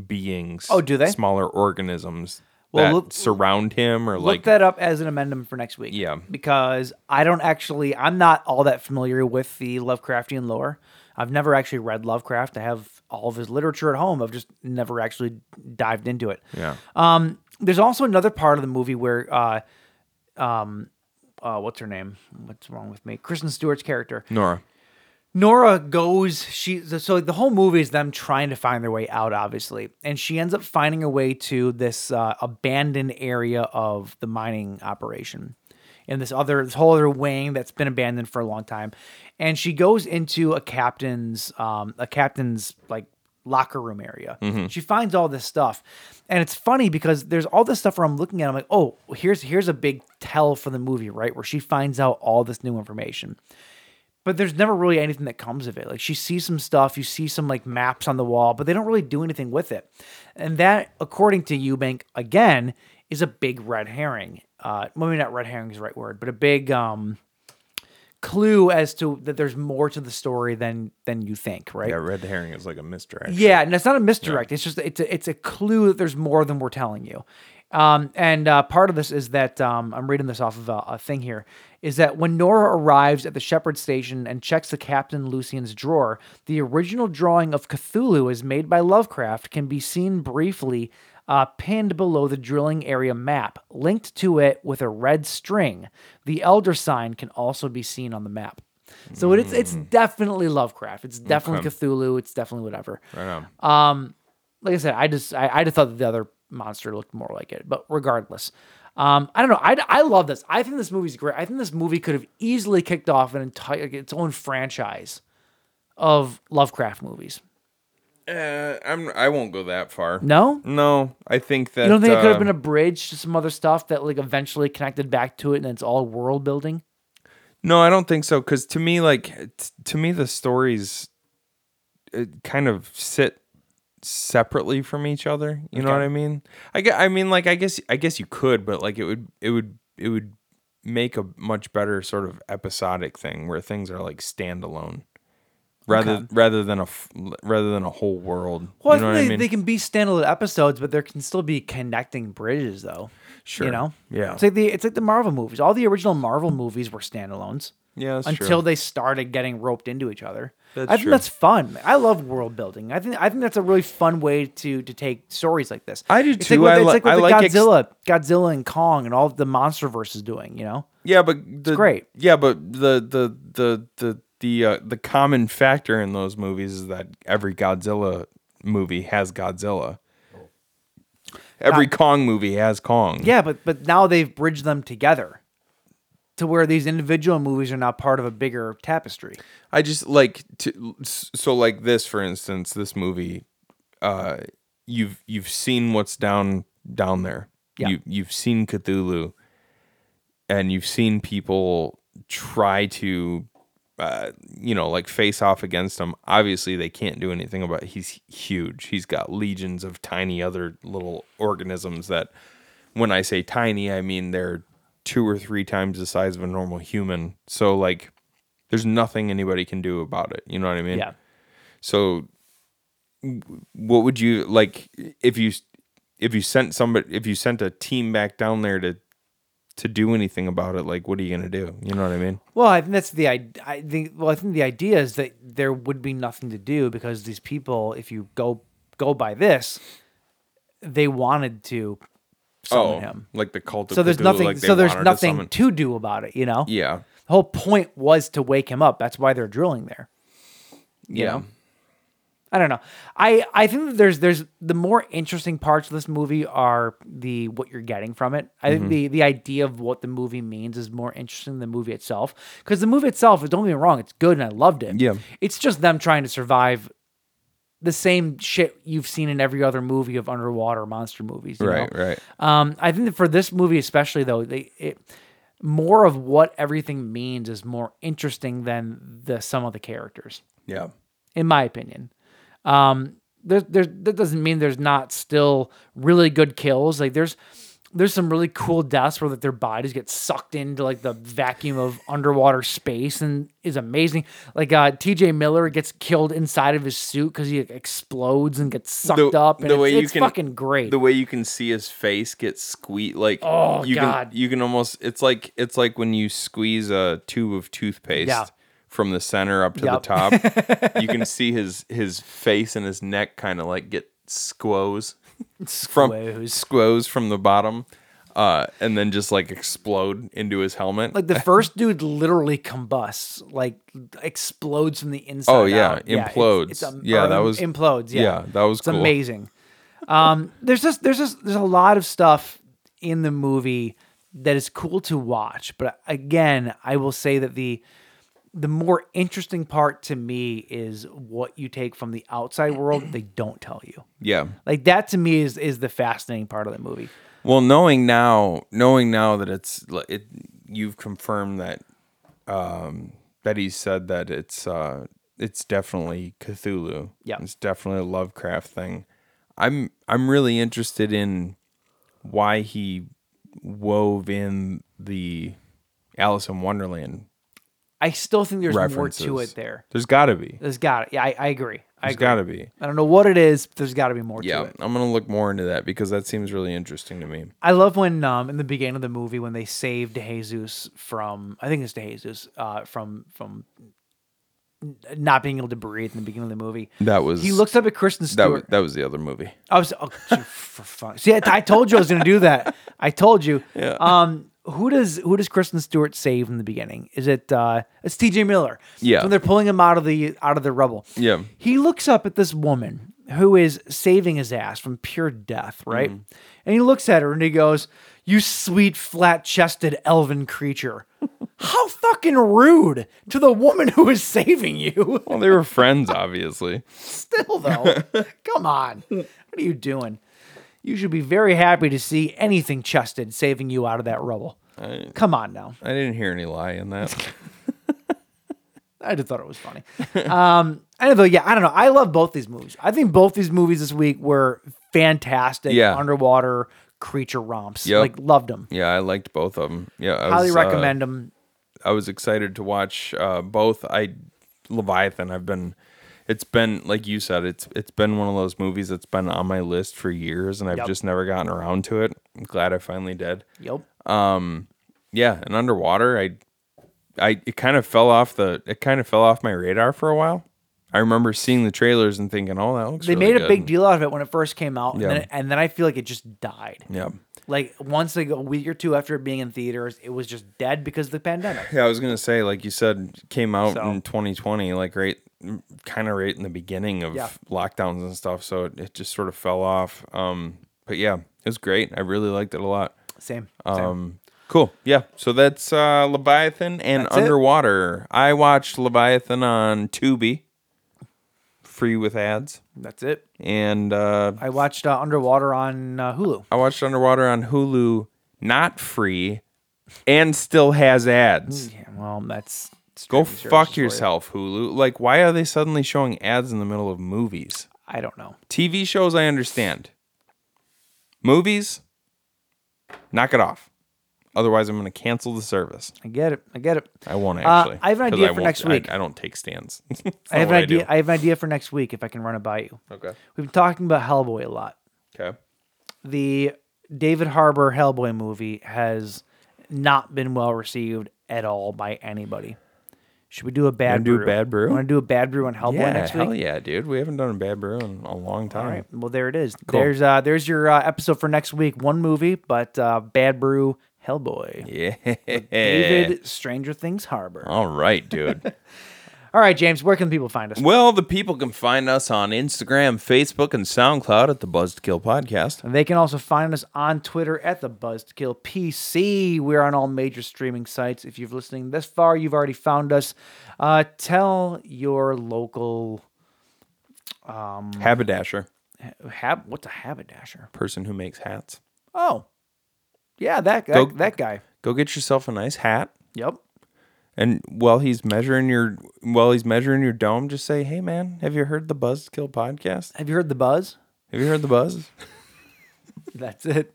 beings
Oh, do they?
smaller organisms
Well,
that
look-
surround him or like
Look that up as an amendment for next week.
Yeah.
Because I don't actually I'm not all that familiar with the Lovecraftian lore. I've never actually read Lovecraft. I have all of his literature at home. I've just never actually dived into it.
yeah
Um, there's also another part of the movie where, uh, um, uh, what's her name? What's wrong with me? Kristen Stewart's character.
Nora
Nora goes, she so the whole movie is them trying to find their way out, obviously. And she ends up finding a way to this uh, abandoned area of the mining operation in this other this whole other wing that's been abandoned for a long time. And she goes into a captain's um a captain's like locker room area. She finds all this stuff. And it's funny because there's all this stuff where I'm looking at I'm like, "Oh, here's here's a big tell for the movie, right? Where she finds out all this new information." but there's never really anything that comes of it. Like she sees some stuff, you see some like maps on the wall, but they don't really do anything with it. And that, according to Eubank, again, is a big red herring. Uh, maybe not red herring is the right word, but a big um, clue as to that there's more to the story than than you think, right?
Yeah, red herring is like a misdirect.
Yeah, and it's not a misdirect. It's just it's a, it's a clue that there's more than we're telling you. Um, and uh, part of this is that um, I'm reading this off of a, a thing here is that when Nora arrives at the Shepherd station and checks the Captain Lucian's drawer, the original drawing of Cthulhu as made by Lovecraft can be seen briefly uh, pinned below the drilling area map, linked to it with a red string. The Elder sign can also be seen on the map. So it's it's definitely Lovecraft. It's definitely Cthulhu. It's definitely whatever like I said, I just I, I just thought that the other monster looked more like it. But regardless, um, I don't know. I, I love this. I think this movie's great. I think this movie could have easily kicked off an entire like, its own franchise of Lovecraft movies.
Uh, I'm. I won't go that far.
No,
No, I think that.
you don't think it could have
uh,
been a bridge to some other stuff that like eventually connected back to it, and it's all world building.
No, I don't think so. Because to me, like t- to me, the stories uh kind of sit separately from each other. You know what I mean? I gue- I mean, like I guess I guess you could, but like it would it would it would make a much better sort of episodic thing where things are like standalone. Rather, rather than a f- rather than a whole world.
Well,
you know
I
what I
think they,
mean?
they can be standalone episodes, but there can still be connecting bridges, though. Sure. You know.
Yeah.
It's like the it's like the Marvel movies. All the original Marvel movies were standalones.
Yeah, that's true.
until they started getting roped into each other.
That's
I think
true.
that's fun. I love world building. I think I think that's a really fun way to to take stories like this.
I do
It's
too.
Like what-
I
it's
li-
like what
I
the
like ex-
Godzilla, Godzilla and Kong, and all the MonsterVerse is doing. You know,
Yeah, but the,
great.
Yeah, but the the the the the uh, the common factor in those movies is that every Godzilla movie has Godzilla. Every Kong movie has Kong.
yeah, but but now they've bridged them together to where these individual movies are now part of a bigger tapestry.
I just like to so like this for instance, this movie uh you've you've seen what's down down there.
Yeah.
You you've seen Cthulhu and you've seen people try to uh, you know, like face off against him. Obviously, they can't do anything about. He's huge. He's got legions of tiny other little organisms that, when I say tiny, I mean they're two or three times the size of a normal human. So like, there's nothing anybody can do about it. You know what I mean?
Yeah.
So, w- what would you like if you if you sent somebody if you sent a team back down there to to do anything about it? Like, what are you gonna do? You know what I mean?
Well, I think that's the I, I think well I think the idea is that there would be nothing to do because these people, if you go go by this, they wanted to summon him.
Oh, Like the cult of
So there's
Cthulhu,
nothing.
like they
so there's
wanted to
nothing
summon-
to, do about it. You know.
yeah.
The whole point was to wake him up. That's why they're drilling there.
Yeah.
I don't know. I I think that there's there's the more interesting parts of this movie are the what you're getting from it. I
Mm-hmm.
think the the idea of what the movie means is more interesting than the movie itself because the movie itself is don't get me wrong, it's good and I loved it.
Yeah.
it's just them trying to survive the same shit you've seen in every other movie of underwater monster movies. you know?
Right, right.
Um, I think that for this movie especially though, they it more of what everything means is more interesting than the sum of the characters
Yeah.
in my opinion. Um, there's, there's, that doesn't mean there's not still really good kills. Like there's, there's some really cool deaths where like their bodies get sucked into like the vacuum of underwater space and is amazing. Like uh, T.J. Miller gets killed inside of his suit because he explodes and gets sucked up. And it's, it's fucking great.
The way you can see his face get squeezed, like
Oh,
you
God.
Can, you can almost. It's like it's like when you squeeze a tube of toothpaste
Yeah.
from the center up to
Yup.
the top. you can see his his face and his neck kind of like get squoze from
Squoze.
squoze from the bottom. uh, and then just like explode into his helmet.
Like the first dude literally combusts, like explodes from the inside.
oh yeah,
out.
implodes.
it's- it's am-
yeah,
or
that was
implodes. Yeah,
that was
it's
cool.
amazing. Um, there's just there's just there's a lot of stuff in the movie that is cool to watch, but again, I will say that the the more interesting part to me is what you take from the outside world that they don't tell you.
Yeah.
Like that to me is is the fascinating part of the movie.
Well, knowing now, knowing now that it's li- it, you've confirmed that um, Betty said that it's uh, it's definitely Cthulhu.
Yeah.
it's definitely a Lovecraft thing. I'm I'm really interested in why he wove in the Alice in Wonderland
I still think there's
references.
more to it there.
There's got to be.
There's got it. Yeah, I, I agree. I
There's
agree.
got to be.
I don't know what it is. But there's got to be more
Yeah,
to it.
I'm gonna look more into that because that seems really interesting to me.
I love when um in the beginning of the movie when they saved Jesus from I think it's Jesus uh from from n- not being able to breathe in the beginning of the movie.
That was
He looks up at Kristen
that was,
Stewart.
that was the other movie.
I was oh, gee, for fun. See, I, I told you I was going to do that. I told you. Yeah. Um, who does who does Kristen Stewart save in the beginning? Is it uh, it's T.J. Miller?
Yeah.
When they're pulling him out of the out of the rubble.
Yeah.
He looks up at this woman who is saving his ass from pure death, right?
Mm-hmm.
And he looks at her and he goes, "You sweet, flat-chested elven creature." How fucking rude to the woman who is saving you.
Well, they were friends, obviously.
Still though, come on. What are you doing? You should be very happy to see anything chested saving you out of that rubble. come on now.
I didn't hear any lie in that.
I just thought it was funny. um, I know, yeah, I don't know. I love both these movies. I think both these movies this week were fantastic
Yeah.
underwater creature romps.
Yep.
Like loved them.
yeah, I liked both of them. Yeah, I
Highly
was, uh,
recommend them.
I was excited to watch uh, both. I Leviathan. I've been. It's been like you said. It's it's been one of those movies that's been on my list for years, and I've
Yep.
just never gotten around to it. I'm glad I finally did.
Yep.
Yeah, and underwater, I, I it kind of fell off the it kind of fell off my radar for a while. I remember seeing the trailers and thinking, "Oh, that looks."
They
really
made a
good.
big deal out of it when it first came out,
Yeah.
and, then, and then I feel like it just died.
Yeah.
Like once like a week or two after it being in theaters, it was just dead because of the pandemic.
Yeah, I was gonna say, like you said, came out
So-
in 2020, like right, kind of right in the beginning of
Yeah.
lockdowns and stuff. So it, it just sort of fell off. Um, but yeah, it was great. I really liked it a lot.
Same. same.
Um, cool. Yeah. So that's uh, Leviathan and
That's it.
Underwater. I watched Leviathan on Tubi, free with ads,
That's it.
and uh,
I watched uh, Underwater on uh, Hulu.
I watched Underwater on Hulu, not free, and still has ads.
Yeah, well, that's
Go
streaming services
fuck
for you.
yourself, Hulu. Like, why are they suddenly showing ads in the middle of movies?
I don't know.
TV shows, I understand. Movies, knock it off. Otherwise, I'm going to cancel the service.
I get it. I get it.
I won't
Uh,
actually.
I have an
'cause
idea for
won't-
next
I-
week.
I, don't take stands. It's
I
not
have an
what
idea.
do.
I, have an idea for next week if I can run it by you.
okay.
We've been talking about Hellboy a lot.
Okay.
The David Harbour Hellboy movie has not been well received at all by anybody. Should we do a bad
Wanna do a
brew?
bad brew?
Want to do a bad brew on Hellboy
Yeah,
next week?
hell yeah, dude. We haven't done a bad brew in a long time.
All right. Well, there it is. There's uh, there's your uh, episode for next week. One movie, but uh, bad brew Hellboy.
Yeah. Eh.
David Stranger Things Harbor.
All right, dude.
All right, James, where can people find us?
well, the people can find us on Instagram, Facebook, and SoundCloud at the Buzz to Kill Podcast.
They can also find us on Twitter at the Buzzkill PC. We're on all major streaming sites. If you're listening this far, you've already found us. Uh, tell your local Mm-hmm.
Haberdasher,
hab- what's a haberdasher?
person who makes hats.
Oh, yeah, that that,
Go-
that guy.
Go get yourself a nice hat,
Yep.
and while he's measuring your while he's measuring your dome, just say, "Hey, man, have you heard the Buzzkill podcast?
Have you heard the buzz?
Have you heard the buzz?"
That's it.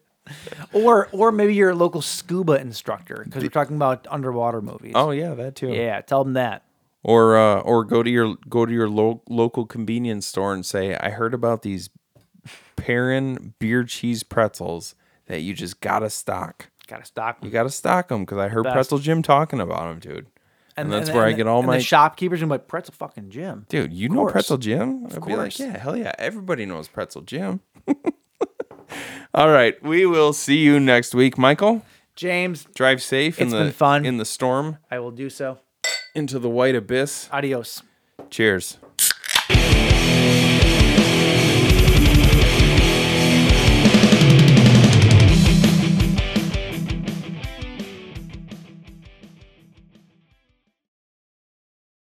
or or maybe your local scuba instructor because we're talking about underwater movies.
Oh yeah, that too.
yeah, tell them that.
Or uh, or go to your go to your lo- local convenience store and say, "I heard about these Perrin beer cheese pretzels that you just gotta stock.
Got to stock.
You gotta stock them because I heard
Best.
Pretzel Jim talking about them, dude." And, that's
the-
where I
the-
get all
and
my
The shopkeepers and like pretzel fucking Jim.
Dude, you know
course.
Pretzel Jim? Of I'd be like,
course.
yeah, hell yeah. Everybody knows Pretzel Jim. All right. We will see you next week, Michael.
James,
Drive safe in
It's
the
been fun.
in the storm
I will do so.
into the white abyss.
Adios.
Cheers.